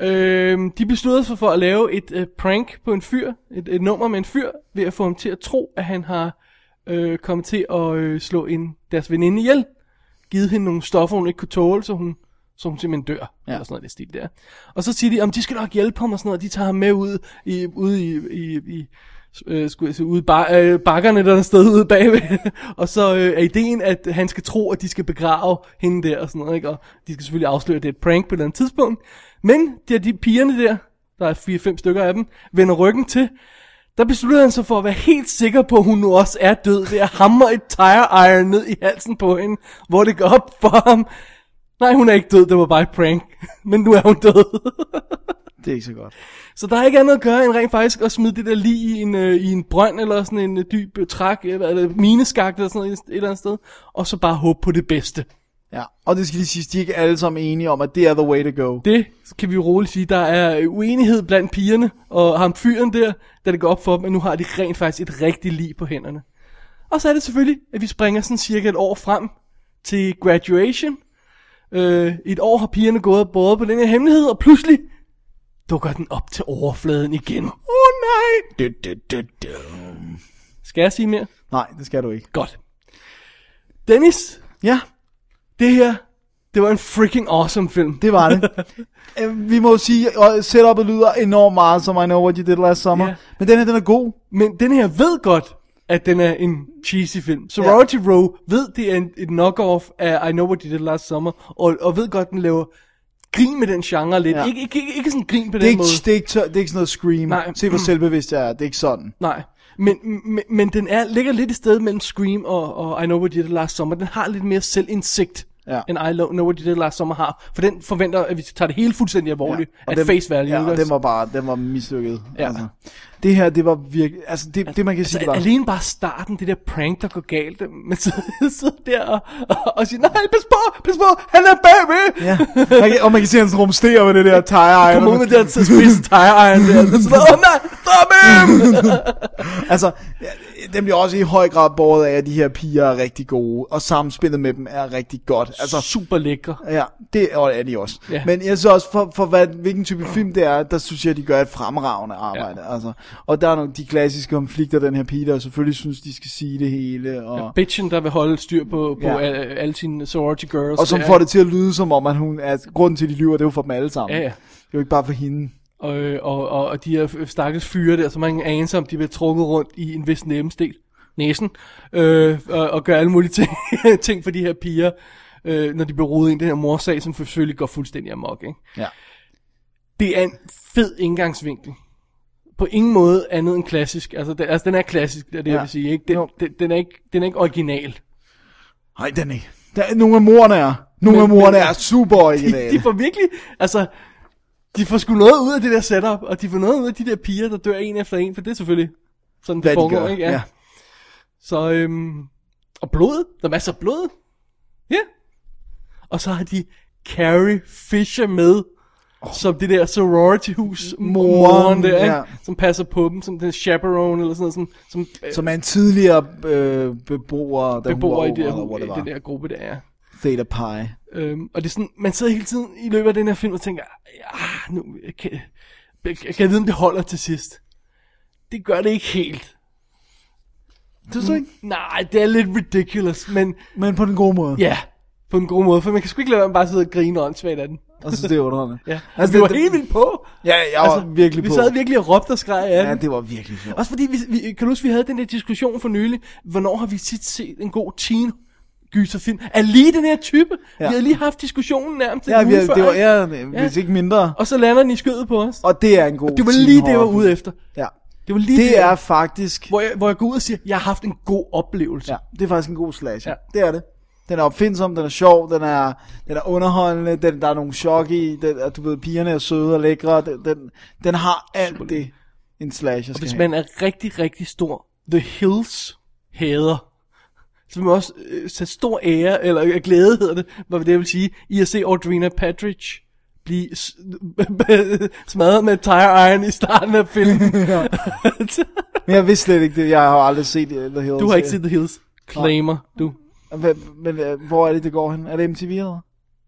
S6: Øh, de besluttede sig for at lave et øh, prank på en fyr, et, et nummer med en fyr, ved at få ham til at tro, at han har øh, kommet til at øh, slå en, deres veninde ihjel. Givet hende nogle stoffer, hun ikke kunne tåle, så hun, så hun simpelthen dør. Ja. Eller sådan noget i den stil der. Og så siger de, om de skal nok hjælpe ham og sådan noget, og de tager ham med ud i, ude i, i, i øh, skulle jeg sige, ude i bar, øh, bakkerne der er sted ude bagved. <laughs> og så øh, er ideen, at han skal tro, at de skal begrave hende der og sådan noget, ikke? Og de skal selvfølgelig afsløre, at det er et prank på et eller andet tidspunkt. Men der de pigerne der, der er 4-5 stykker af dem, vender ryggen til. Der beslutter han sig for at være helt sikker på, at hun nu også er død, ved at hamre et tire iron ned i halsen på hende, hvor det går op for ham. Nej, hun er ikke død, det var bare et prank. <laughs> Men nu er hun død.
S5: Det er ikke så godt.
S6: Så der er ikke andet at gøre, end rent faktisk at smide det der lige i en, øh, i en brønd, eller sådan en øh, dyb øh, træk, eller, eller mineskagt, eller sådan noget, et eller andet sted, og så bare håbe på det bedste.
S5: Ja, og det skal lige siges, de er ikke alle sammen enige om, at det er the way to go.
S6: Det kan vi jo roligt sige, der er øh, uenighed blandt pigerne, og ham fyren der, da det går op for dem, at nu har de rent faktisk et rigtigt lig på hænderne. Og så er det selvfølgelig, at vi springer sådan cirka et år frem til graduation. Øh, et år har pigerne gået både på den her hemmelighed, og pludselig dukker den op til overfladen igen. Åh oh, nej! Skal jeg sige mere?
S5: Nej, det skal du ikke.
S6: Godt. Dennis,
S5: Ja,
S6: det her, det var en freaking awesome film.
S5: Det var
S6: <laughs>
S5: det. Øh, vi må jo sige, og setupet lyder enormt meget som I Know What You Did Last Summer.
S6: Ja.
S5: Yeah. Men den her, den er god.
S6: Men den her ved godt, at den er en cheesy film. Sorority yeah. Row ved, det er en, et knockoff af I Know What You Did Last Summer, og, og ved godt, den laver grin med den genre lidt.
S5: Ja.
S6: Ikke, ikke, ikke, ikke sådan grin på
S5: Det er,
S6: den
S5: ikke,
S6: måde.
S5: det, er ikke, tør- det er ikke sådan noget Scream.
S6: Nej.
S5: Se, hvor selvbevidst jeg er. Det er ikke sådan.
S6: Nej. Men, men, men den er, ligger lidt et sted mellem Scream og, og I Know What You Did Last Summer. Den har lidt mere selvindsigt,
S5: Ja.
S6: end I Lo- Know What You Did Last Summer har. For den forventer, at vi tager det hele fuldstændig alvorligt. Ja. At
S5: den-
S6: face value.
S5: Ja,
S6: ikke
S5: og
S6: også?
S5: den var bare, den var mislykket.
S6: Ja.
S5: Altså. Det her, det var virkelig, altså det, det man kan sige, det
S6: Altså,
S5: var.
S6: alene bare starten, det der prank, der går galt, øh, men så sidder <laughs> der og, og, og siger, nej, pas på, pas på, han er bagved. <laughs>
S5: Ja. Man kan, og man kan se, at han rumsterer med det der tire
S6: Kom ud med det der til at spidse tire iron der. Så, åh nej, stop ham!
S5: <laughs> Altså, ja, den bliver også i høj grad båret af, at de her piger er rigtig gode, og samspillet med dem er rigtig godt. Altså,
S6: Super lækre.
S5: Ja, det er- og er de også.
S6: Ja.
S5: Ja. Men jeg synes også, for, for hvad, hvilken type film det er, der synes jeg, at de gør et fremragende arbejde. Ja. Altså. Og der er nogle de klassiske konflikter, den her pige, der selvfølgelig synes, de skal sige det hele. Og, ja.
S6: Bitchen, der vil holde styr på, på
S5: Ja.
S6: ja. alle sine sorority girls.
S5: og som får det til at lyde som om, at hun er, grunden til, at de lyver, det er jo for dem alle sammen.
S6: Ja, ja.
S5: Det er jo ikke bare for hende.
S6: Og, øh, og, og, og de her stakkels fyre der, som man anelse om, de bliver trukket rundt i en vis nemmestil, næsen, øh, og, og gør alle mulige ting, <laughs> ting for de her piger, øh, når de bliver rodet ind i den her morsag, som selvfølgelig går fuldstændig amok. Ikke?
S5: Ja.
S6: Det er en fed indgangsvinkel. På ingen måde andet end klassisk. Altså, den, altså, den er klassisk, det er det, ja. jeg
S5: Ja.
S6: vil sige. Ikke? Den,
S5: Jo.
S6: den, den, er ikke, den er ikke original.
S5: Nej, den er ikke. Der, er- nogle af morerne er. Nogle
S6: Men-
S5: af morerne
S6: men-
S5: er super originale.
S6: De får virkelig, altså, de får sgu noget ud af det der setup, og de får noget ud af de der piger, der dør en efter en, for det er selvfølgelig sådan, det
S5: hvad de
S6: foregår,
S5: gør.
S6: ikke? Ja. ja. Så, øhm, og blod, der er masser af blod. Ja. Og så har de Carrie Fisher med, oh. som det der sorority-hus, moren der, ikke?
S5: ja.
S6: som passer på dem, som den chaperone, eller sådan noget, som, som, øh,
S5: Som er en tidligere øh, beboer, der
S6: beboer i det der,
S5: eller hvor
S6: hu-
S5: det
S6: i
S5: var.
S6: den der gruppe der, ja.
S5: Theta Pi.
S6: Øhm, og det er sådan, man sidder hele tiden i løbet af den her film og tænker, ah, nu kan, kan, kan jeg vide, om det holder til sidst. Det gør det ikke helt.
S5: Det er så ikke.
S6: Nej, det er lidt ridiculous, men
S5: Mm. Men på den gode måde.
S6: ja, på en god måde, for man kan sgu ikke lade være med bare at sidde og grine åndssvagt af den.
S5: Og så det er underholdende.
S6: Ja. Altså,
S5: Altså,
S6: vi
S5: det-
S6: var
S5: det-
S6: helt vildt på. Altså,
S5: Ja, jeg var virkelig
S6: vi
S5: på.
S6: Vi sad virkelig og råbte og skreg af
S5: Ja,
S6: den.
S5: det var virkelig sjovt.
S6: Også fordi, vi, vi, kan du huske, vi havde den der diskussion for nylig, hvornår har vi tit set en god teen gyserfilm? Er lige den her type? Ja.
S5: Ja.
S6: Vi havde lige haft diskussionen nærmest en
S5: Ja, vi,
S6: uge før,
S5: det var
S6: ikke?
S5: ja, hvis ikke mindre.
S6: Og så lander den i skødet på os.
S5: Og det er en god
S6: Det var
S5: teen
S6: lige det, jeg var
S5: horrorfilm.
S6: ude efter.
S5: Ja.
S6: Det var lige det,
S5: Det
S6: jeg-
S5: er faktisk...
S6: Hvor jeg, hvor jeg går ud og siger, jeg har haft en god oplevelse.
S5: Ja, det er faktisk en god slasher.
S6: Ja.
S5: Ja. Det er det. Den er opfindsom, den er sjov, den er, den er underholdende, den, der er nogle chok i, den, at du ved, pigerne er søde og lækre, den, den, den har alt det, en slasher skal
S6: Hvis
S5: have.
S6: man er rigtig, rigtig stor The Hills hader, så vil man også øh, sætte stor ære, eller øh, glæde hedder det, hvad det jeg vil sige, i at se Audrina Patridge blive s- <laughs> smadret med et tire iron i starten af
S5: <laughs>
S6: filmen.
S5: Men jeg vidste slet ikke det, jeg har jo aldrig set øh, The Hills.
S6: <laughs> du har ikke set The Hills. Claimer, du.
S5: Hvad- Men øh, hvor er det, det går hen? Er det MTV eller hvad?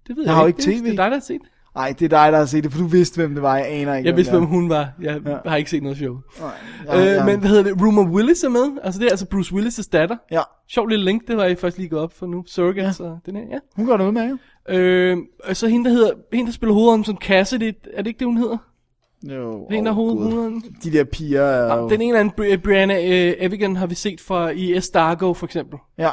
S6: Det ved
S5: Jeg har jo ikke
S6: Det er-
S5: TV.
S6: Det er dig, der har set det.
S5: Nej, det er dig, der har set det, for du vidste, hvem det var. Jeg aner ikke,
S6: Jeg vidste,
S5: det
S6: hvem
S5: er.
S6: hun var. Jeg
S5: Ja.
S6: har ikke set noget show.
S5: Nej, ja,
S6: Øh,
S5: ja.
S6: men hvad hedder det? Rumor Willis er med. Altså det er altså Bruce Willis' datter.
S5: Ja,
S6: Sjov lille link, det var jeg først lige gået op for nu. Surrogates ja. og den her, ja.
S5: hun gør det udmærket.
S6: Øh, og så hende, der hedder, hende, der spiller hovedånden som Cassidy, er det ikke det, hun hedder?
S5: Jo,
S6: Det er hende, der
S5: åh,
S6: er hoved-
S5: Gud.
S6: hovedånden.
S5: De der piger er jo...
S6: Oh. Den ene anden, Bri- Brianna øh, Evigan, har vi set fra i Estargo, for eksempel.
S5: Ja,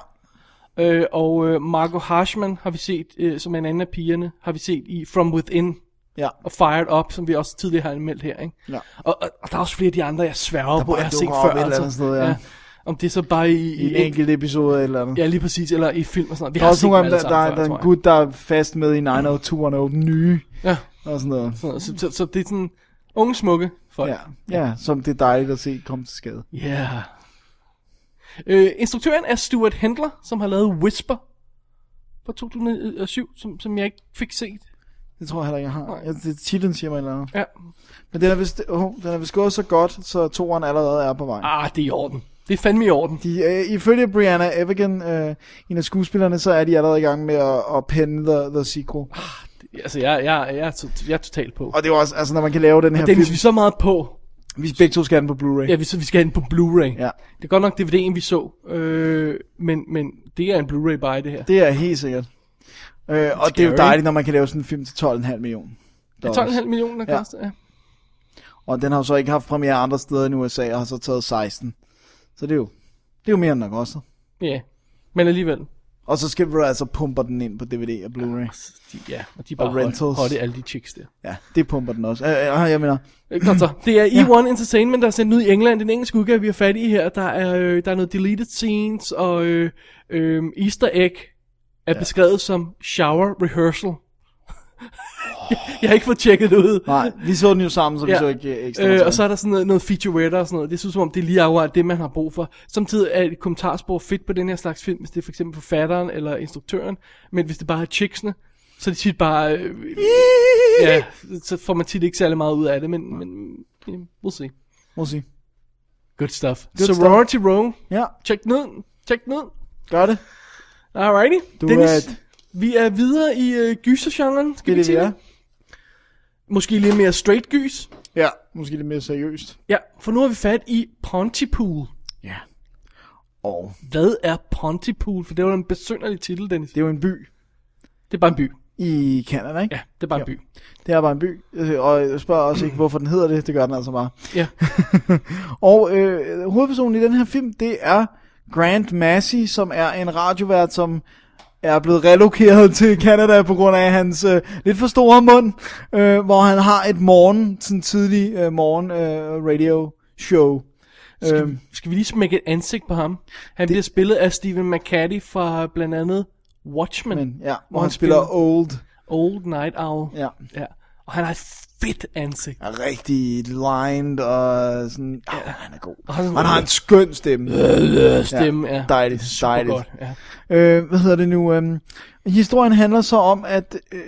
S6: Øh, og øh, Margot Harshman har vi set, øh, som er en anden af pigerne, har vi set i From Within
S5: ja.
S6: og Fired Up, som vi også tidligere har anmeldt her, ikke?
S5: Ja.
S6: Og, og, og der er også flere af de andre, jeg sværger på,
S5: bare
S6: jeg har set
S5: dukker
S6: før. altså.
S5: op et eller andet sted, ja.
S6: Om det er så bare i, i,
S5: I en enkelt episode eller andet.
S6: Ja, lige præcis, eller i film og sådan noget. Vi
S5: Der er
S6: har
S5: også
S6: set
S5: nogle
S6: dem
S5: gange,
S6: alle
S5: der, der, er-
S6: sammen før,
S5: der er
S6: tror
S5: en
S6: jeg.
S5: gut, der er fast med i 90210, den nye,
S6: Ja,
S5: og sådan noget.
S6: sådan noget. Så, så, så det er sådan unge smukke folk.
S5: Ja, ja, som det er dejligt at se komme til skade.
S6: Yeah. Øh, instruktøren er Stuart Hendler, som har lavet Whisper fra 2007, som, som jeg ikke fik set.
S5: Det tror jeg heller ikke, jeg har.
S6: Nej.
S5: Jeg, det, titlen siger mig et eller andet.
S6: Ja.
S5: Men den er vist, oh, den er vist gået så godt, så toeren allerede er på vej.
S6: Ah, det er i orden. Det er fandme i orden.
S5: De, øh, ifølge Brianna Evigan, øh, en af skuespillerne, så er de allerede i gang med at, at pende the, the sequel.
S6: Altså, jeg, jeg, jeg, er, to- jeg er totalt på.
S5: Og det er jo også, altså når man kan lave den her
S6: Den
S5: film,
S6: er vi så meget på.
S5: vi begge to skal have den på Blu-ray.
S6: Ja, vi, så vi skal have den på Blu-ray.
S5: Ja.
S6: Det er godt nok DVD'en, vi så. Øh, men, men det er en Blu-ray bare det her. Det
S5: Det er helt sikkert. Øh, og det er jo
S6: Scary.
S5: dejligt, når man kan lave sådan en film til 12,5 millioner.
S6: er 12,5 millioner, der
S5: Ja.
S6: koster. Ja.
S5: Og den har jo så ikke haft premiere andre steder end USA, og har så taget 16. Så det er jo, det er jo mere end nok også.
S6: ja. Men alligevel.
S5: Og så skal vi altså pumper den ind på DVD og Blu-ray.
S6: De, ja, og de er bare
S5: Og rentals.
S6: hotte, alle de chicks der.
S5: Ja, det pumper den også. Øh, øh, jeg mener,
S6: Øh, Godt så. Det er E1 ja. Entertainment, der er sendt ud i England. Den engelske udgave, vi har fat i her. Der er, øh, der er noget deleted scenes, og øh, øh, easter egg er ja. beskrevet som shower rehearsal. <laughs> jeg, jeg har ikke fået tjekket det ud.
S5: nej, vi så den jo sammen, så vi
S6: Ja.
S5: ja. så ikke øh, ekstra.
S6: Øh, og
S5: materiale.
S6: så er der sådan noget, noget featurette og sådan noget. Det synes som om, det er lige akkurat det, man har brug for. Samtidig er et kommentarspor fedt på den her slags film, hvis det er for eksempel forfatteren eller instruktøren. Men hvis det bare er chicksene, så er det tit bare... Øh, ja, så får man tit ikke særlig meget ud af det, men, men øh, we'll see.
S5: Må jeg sige.
S6: Good stuff.
S5: Good stuff.
S6: Sorority Row.
S5: Ja.
S6: Tjek den ud. Tjek den ud.
S5: Gør det.
S6: Alrighty.
S5: Du
S6: Dennis,
S5: er et-
S6: vi er videre i øh, gysergenren, skal
S5: Det er
S6: vi
S5: det, vi
S6: sige.
S5: er.
S6: Måske lidt mere straight gys.
S5: Ja, måske lidt mere seriøst.
S6: Ja, for nu har vi fat i Pontypool.
S5: Ja. Og
S6: Hvad er Pontypool? For det var en besynderlig titel, Dennis.
S5: det er jo en by
S6: Det er bare en by.
S5: i Canada, ikke?
S6: Ja, det er bare en
S5: Jo.
S6: by.
S5: Det er bare en by, øh, og jeg spørger også ikke, hvorfor den hedder det. Det gør den altså bare.
S6: Ja.
S5: og øh, hovedpersonen i den her film, det er Grant Massey, som er en radiovært, som er blevet relokeret <laughs> til Canada på grund af hans øh, lidt for store mund, øh, hvor han har et morgen, sådan tidlig øh, morgen øh, radio show.
S6: Skal,
S5: Øhm.
S6: skal vi lige smække et ansigt på ham? Han det... bliver spillet af Stephen McCarty fra blandt andet Watchmen.
S5: Men, ja, hvor han spiller old.
S6: Old Night Owl.
S5: Ja.
S6: ja. Og han har et fedt ansigt.
S5: Er rigtig lined og sådan. Ja. Oh, han er god.
S6: Og sådan-
S5: Han har en skøn stemme.
S6: Stemme er
S5: Dejligt, dejligt.
S6: godt. Ja.
S5: Øh, hvad hedder det nu? Øh, historien handler så om, at øh,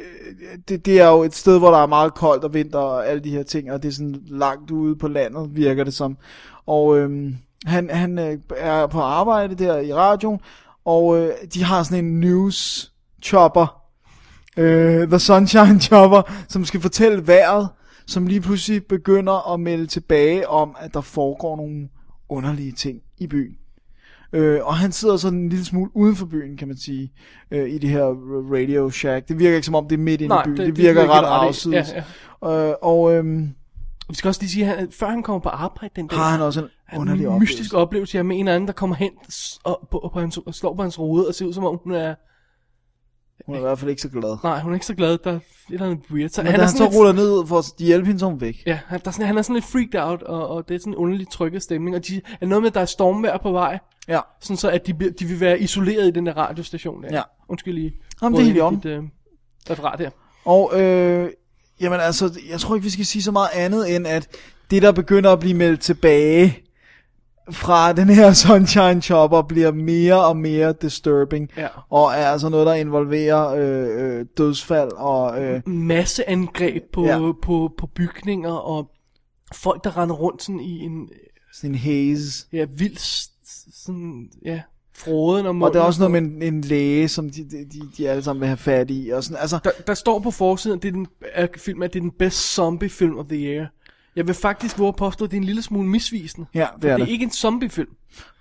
S5: det, det er jo et sted, hvor der er meget koldt og vinter og alle de her ting, og det er sådan langt ude på landet, virker det som. Og øh, han, han øh, er på arbejde der i radioen, og øh, de har sådan en news chopper, øh, The Sunshine <laughs> Chopper, som skal fortælle vejret, som lige pludselig begynder at melde tilbage om, at der foregår nogle underlige ting i byen. Øh, og han sidder sådan en lille smule uden for byen, kan man sige, øh, i det her Radio Shack. Det virker ikke som om, det er midt inde i
S6: Nej,
S5: byen.
S6: det-
S5: Det,
S6: det
S5: virker
S6: virker
S5: ret
S6: ret i-
S5: afsides.
S6: ja,
S5: Øh, og øhm,
S6: Vi skal også lige sige, at han- før han kommer på arbejde den dag,
S5: har han også
S6: han
S5: en
S6: en
S5: underlig oplevelse.
S6: mystisk oplevelse her med en eller anden, der kommer hen s- og, på, på hans, og slår på hans rode og ser ud som om hun er...
S5: Hun er i hvert fald ikke så glad.
S6: Nej, hun er ikke så glad, der er et eller andet weird. Så
S5: Men han,
S6: er
S5: han
S6: sådan
S5: så
S6: lidt-
S5: ruller ned for at hjælpe hende, så er hun væk.
S6: Ja, han, der er sådan, han er sådan lidt freaked out, og, og det er sådan en underlig trykket stemning. Og de er noget med, at der er stormvejr på vej,
S5: Ja.
S6: sådan så at de, bliver- de vil være isoleret i den der radiostation der.
S5: Ja.
S6: Undskyld lige.
S5: Jamen, det
S6: brød
S5: er helt
S6: ind i
S5: i orden.
S6: dit, øh, referat her.
S5: Og øh, jamen altså, jeg tror ikke, vi skal sige så meget andet, end at det, der begynder at blive meldt tilbage fra den her <laughs> Sunshine Chopper, bliver mere og mere disturbing.
S6: Ja.
S5: Og er altså noget, der involverer øh, øh, dødsfald og... Øh,
S6: Masse angreb på,
S5: Ja.
S6: ja. på, på bygninger, og folk, der render rundt sådan i en
S5: sådan en haze.
S6: ja, vild, s- s- sådan, ja, froden og
S5: Og der er også noget med en, en læge, som de, de, de, de alle sammen vil have fat i. Og sådan, altså,
S6: Der, der står på forsiden, at det er den, af film, at det er den bedst zombie film of the year. Jeg vil faktisk våge at påstå, at det er en lille smule misvisende.
S5: Ja,
S6: For
S5: det er
S6: det er
S5: det.
S6: ikke en zombiefilm.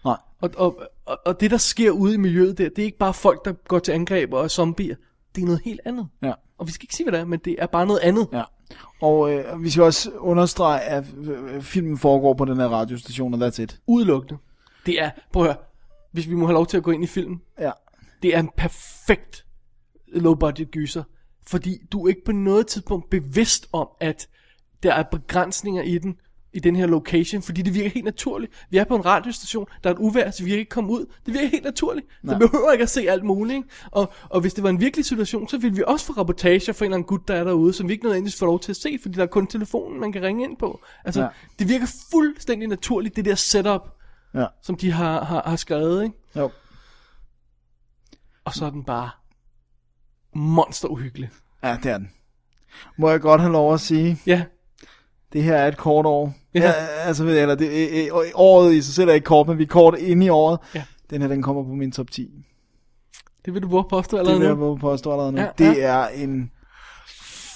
S5: Nej.
S6: Og, og, og, og det, der sker ude i miljøet der, det er ikke bare folk, der går til angreb og er zombier. Det er noget helt andet.
S5: Ja.
S6: Og vi skal ikke sige, hvad det er, men det er bare noget andet.
S5: Ja. Og øh, vi skal også understrege, at øh, filmen foregår på den her radiostation, og that's it.
S6: Udelukkende. Det er, prøv at høre, hvis vi må have lov til at gå ind i filmen,
S5: Ja.
S6: det er en perfekt low-budget gyser, fordi du er ikke på noget tidspunkt bevidst om, at der er begrænsninger i den, i den her location, fordi det virker helt naturligt. Vi er på en radiostation, der er et uvær, så vi kan ikke komme ud. Det virker helt naturligt. Nej. Så behøver ikke at se alt muligt. Ikke? Og, og hvis det var en virkelig situation, så ville vi også få rapportager fra en eller anden gut, der er derude, som vi ikke nødvendigvis får lov til at se, fordi der er kun telefonen, man kan ringe ind på. Altså,
S5: Ja.
S6: ja. det virker fuldstændig naturligt, det der setup,
S5: Ja.
S6: som de har, har, har skrevet. Ikke?
S5: Jo.
S6: Og så er den bare monster uhyggelig.
S5: Ja, det er den. Må jeg godt have lov at sige,
S6: Ja,
S5: det her er et kort år.
S6: Ja.
S5: altså, eller det, øh, øh, året i sig selv er ikke kort, men vi er kort inde i året.
S6: Ja.
S5: Den her, den kommer på min top 10.
S6: det vil du våge at påstå
S5: Det
S6: allerede
S5: vil jeg
S6: nu.
S5: våge på at stå allerede nu.
S6: Ja,
S5: Det er en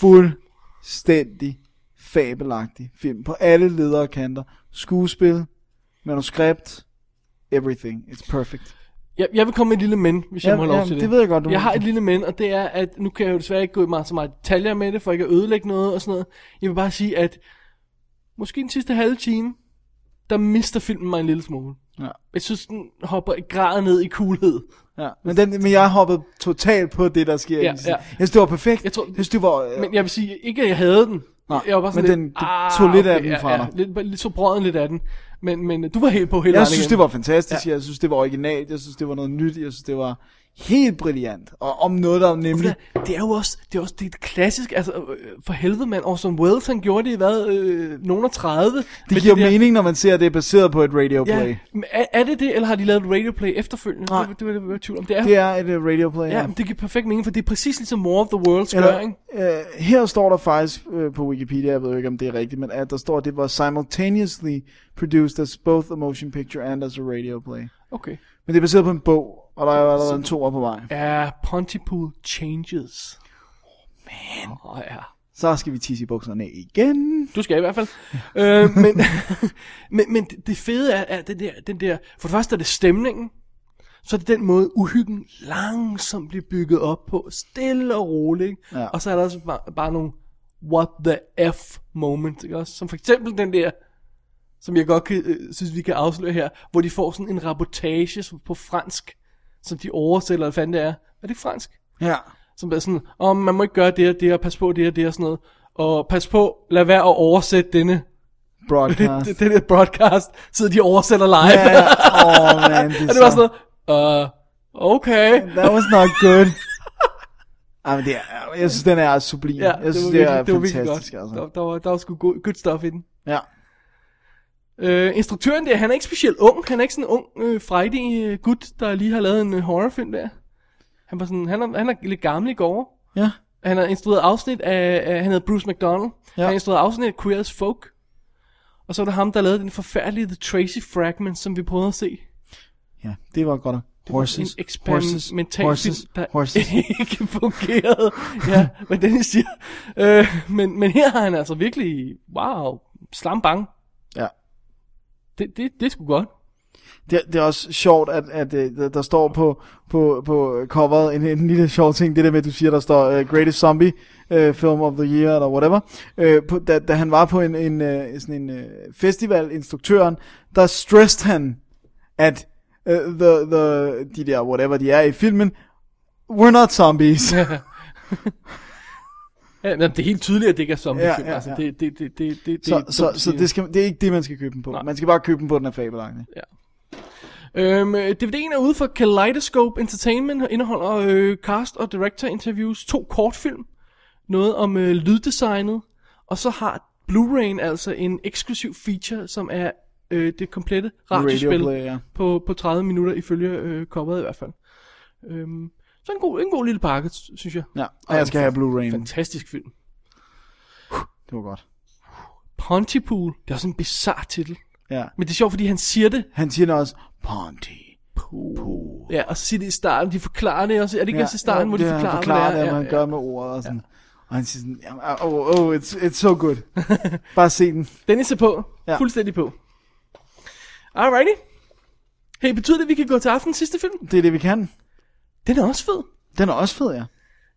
S5: fuldstændig fabelagtig film på alle ledere og kanter. Skuespil, manuskript, everything. It's perfect.
S6: Jeg, jeg vil komme med et lille men, hvis
S5: Ja,
S6: jeg må have lov
S5: ja,
S6: til det.
S5: det ved jeg godt, du
S6: Jeg
S5: må.
S6: har et lille men, og det er, at nu kan jeg jo desværre ikke gå i meget så meget detaljer med det, for ikke at ødelægge noget og sådan noget. Jeg vil bare sige, at måske den sidste halve time, der mister filmen mig en lille smule.
S5: Ja.
S6: Jeg synes, den hopper et grad ned i coolhed.
S5: Ja, men, den, men jeg hoppede totalt på det, der sker. i
S6: Ja,
S5: den sidste.
S6: ja.
S5: Jeg synes, det var perfekt.
S6: Jeg tror-
S5: jeg synes, det var... Øh,
S6: Men jeg vil sige, ikke at jeg havde den.
S5: Nej,
S6: jeg var bare sådan
S5: men
S6: lidt, "Ah,
S5: den- du tog lidt af
S6: okay,
S5: den
S6: ja,
S5: fra
S6: ja,
S5: dig.
S6: Lidt, bare lidt så brøden lidt af den. Men, men øh, du var helt på hele
S5: jeg
S6: vejen
S5: synes,
S6: igennem.
S5: det var fantastisk. Ja. Jeg synes, det var originalt. Jeg synes, det var noget nyt. Jeg synes, det var helt brilliant. Og om noget, der nemlig...
S6: Det er jo også det, er også, det er et klassisk, altså øh, for helvede mand, Orson Welles han gjorde det i hvad, øh, nogen af 30.
S5: Det
S6: med
S5: giver
S6: der-
S5: mening, når man ser, at det er baseret på et radioplay.
S6: Ja, men er, er, det det, eller har de lavet et radioplay efterfølgende?
S5: Nej.
S6: Det, det, det, det, det, det, det, det, det er,
S5: Det er et uh, radioplay,
S6: ja, men det giver perfekt mening, for det er præcis ligesom More of the Worlds gør,
S5: Eller,
S6: ikke?
S5: øh, her står der faktisk øh, på Wikipedia, jeg ved jo ikke, om det er rigtigt, men at der står, at det var simultaneously produced as both a motion picture and as a radio play.
S6: Okay.
S5: Men det er baseret på en bog, og der er jo allerede en toer på vej.
S6: Er Pontypool Changes. Oh, man. Oh, ja.
S5: Så skal vi tisse i bukserne igen.
S6: Du skal i hvert fald. <laughs> øh, men, <laughs> men, men det fede er, er den, der, den der, for det første er det stemningen, så er det den måde, uhyggen langsomt bliver bygget op på, stille og roligt.
S5: Ja.
S6: Ja. Og så er der også bare, bare nogle what the F moment, ikke også? Som for eksempel den der, som jeg godt kan, øh, synes, vi kan afsløre her, hvor de får sådan en rapportage som- på fransk, som de oversætter, eller hvad fanden det er. Er det ikke fransk?
S5: Ja.
S6: Som er sådan, om oh, man må ikke gøre det og det, og pas på det og det og sådan noget. Og pas på, lad være at oversætte denne
S5: Broadcast.
S6: <laughs> det, det, det, det broadcast, sidder de og oversætter live.
S5: Ja,
S6: Ja,
S5: ja. Åh, oh, man. Det,
S6: <laughs> og det var sådan noget, uh, okay.
S5: That was not good.
S6: <laughs>
S5: Ej, men det er, jeg synes, den er sublim.
S6: Ja,
S5: jeg synes,
S6: var
S5: det,
S6: virkelig-
S5: er
S6: det var virkelig
S5: fantastisk.
S6: godt. Der,
S5: Altså.
S6: der, var, der var sgu god, good stuff i den.
S5: Ja.
S6: Øh, instruktøren der, han er ikke specielt ung. Han er ikke sådan en ung øh, Friday øh, gut, der lige har lavet en øh, horrorfilm der. Han, var sådan, han, er, han er lidt gammel i går.
S5: Ja.
S6: Han har instrueret afsnit af, af han hedder Bruce McDonald.
S5: Ja.
S6: Ja. Han har instrueret afsnit af Queer as Folk. Og så er det ham, der lavede den forfærdelige The Tracy Fragment, som vi prøvede at se.
S5: Ja, det var godt. nok.
S6: en
S5: Horses, horses,
S6: eksperimental
S5: horses,
S6: film, der <laughs>
S5: horses.
S6: ikke fungerede. ja, men den siger. Øh, men, men her har han altså virkelig, wow, slam bang.
S5: Ja.
S6: Det, det, det er sgu godt.
S5: Det, det er også sjovt, at, at, øh, der- der står på, på, på coveret en, en lille sjov ting, det der med, at du siger, der står uh, Greatest Zombie uh, Film of the Year, eller whatever. Uh, på, da, da han var på en, en, uh, sådan en uh, festival, instruktøren, der stressed han, at uh, the, the, de der whatever de er i filmen, we're not zombies.
S6: Ja, men det er helt tydeligt, at det ikke er zombiefilm.
S5: Ja, ja,
S6: altså,
S5: ja.
S6: det, det, det, det, det,
S5: så
S6: det er
S5: så,
S6: dumt,
S5: så
S6: siger
S5: det, skal, det er ikke det, man skal købe den på. Nej.
S6: Nej.
S5: Man skal bare købe den på, den er fabelagtig.
S6: Øhm, øh, DVD'en er ude for Kaleidoscope Entertainment og indeholder øh, cast og director interviews, to kortfilm, noget om øh, lyddesignet, og så har Blu-ray'en altså en eksklusiv feature, som er øh, det komplette radiospil
S5: Radioplay, ja.
S6: på, på 30 minutter ifølge øh, coveret i hvert fald. Øhm, så en god, en god lille pakke, sy- synes jeg.
S5: Ja, og jeg skal have Blu-ray.
S6: Fantastisk film.
S5: Det var godt.
S6: Pontypool, det er også en bizarre titel.
S5: Ja.
S6: Men det er sjovt, fordi han siger det,
S5: Han siger også, Ponty.
S6: Ja, og så siger de i starten, de forklarer det også. Er det ikke ja, også i starten, hvor de
S5: det,
S6: forklarer,
S5: han forklarer
S6: hvad
S5: det,
S6: det er?
S5: man gør med ordet og sådan. Og han siger sådan, "Jamen, ah, oh, oh, it's, it's so good.
S6: <laughs>
S5: Bare se den.
S6: Dennis er på.
S5: Ja.
S6: Ja. Fuldstændig på. Alrighty. Hey, betyder det, at vi kan gå til aftenens sidste film?
S5: Det er det, vi kan.
S6: Den er også fed.
S5: Den er også fed, ja.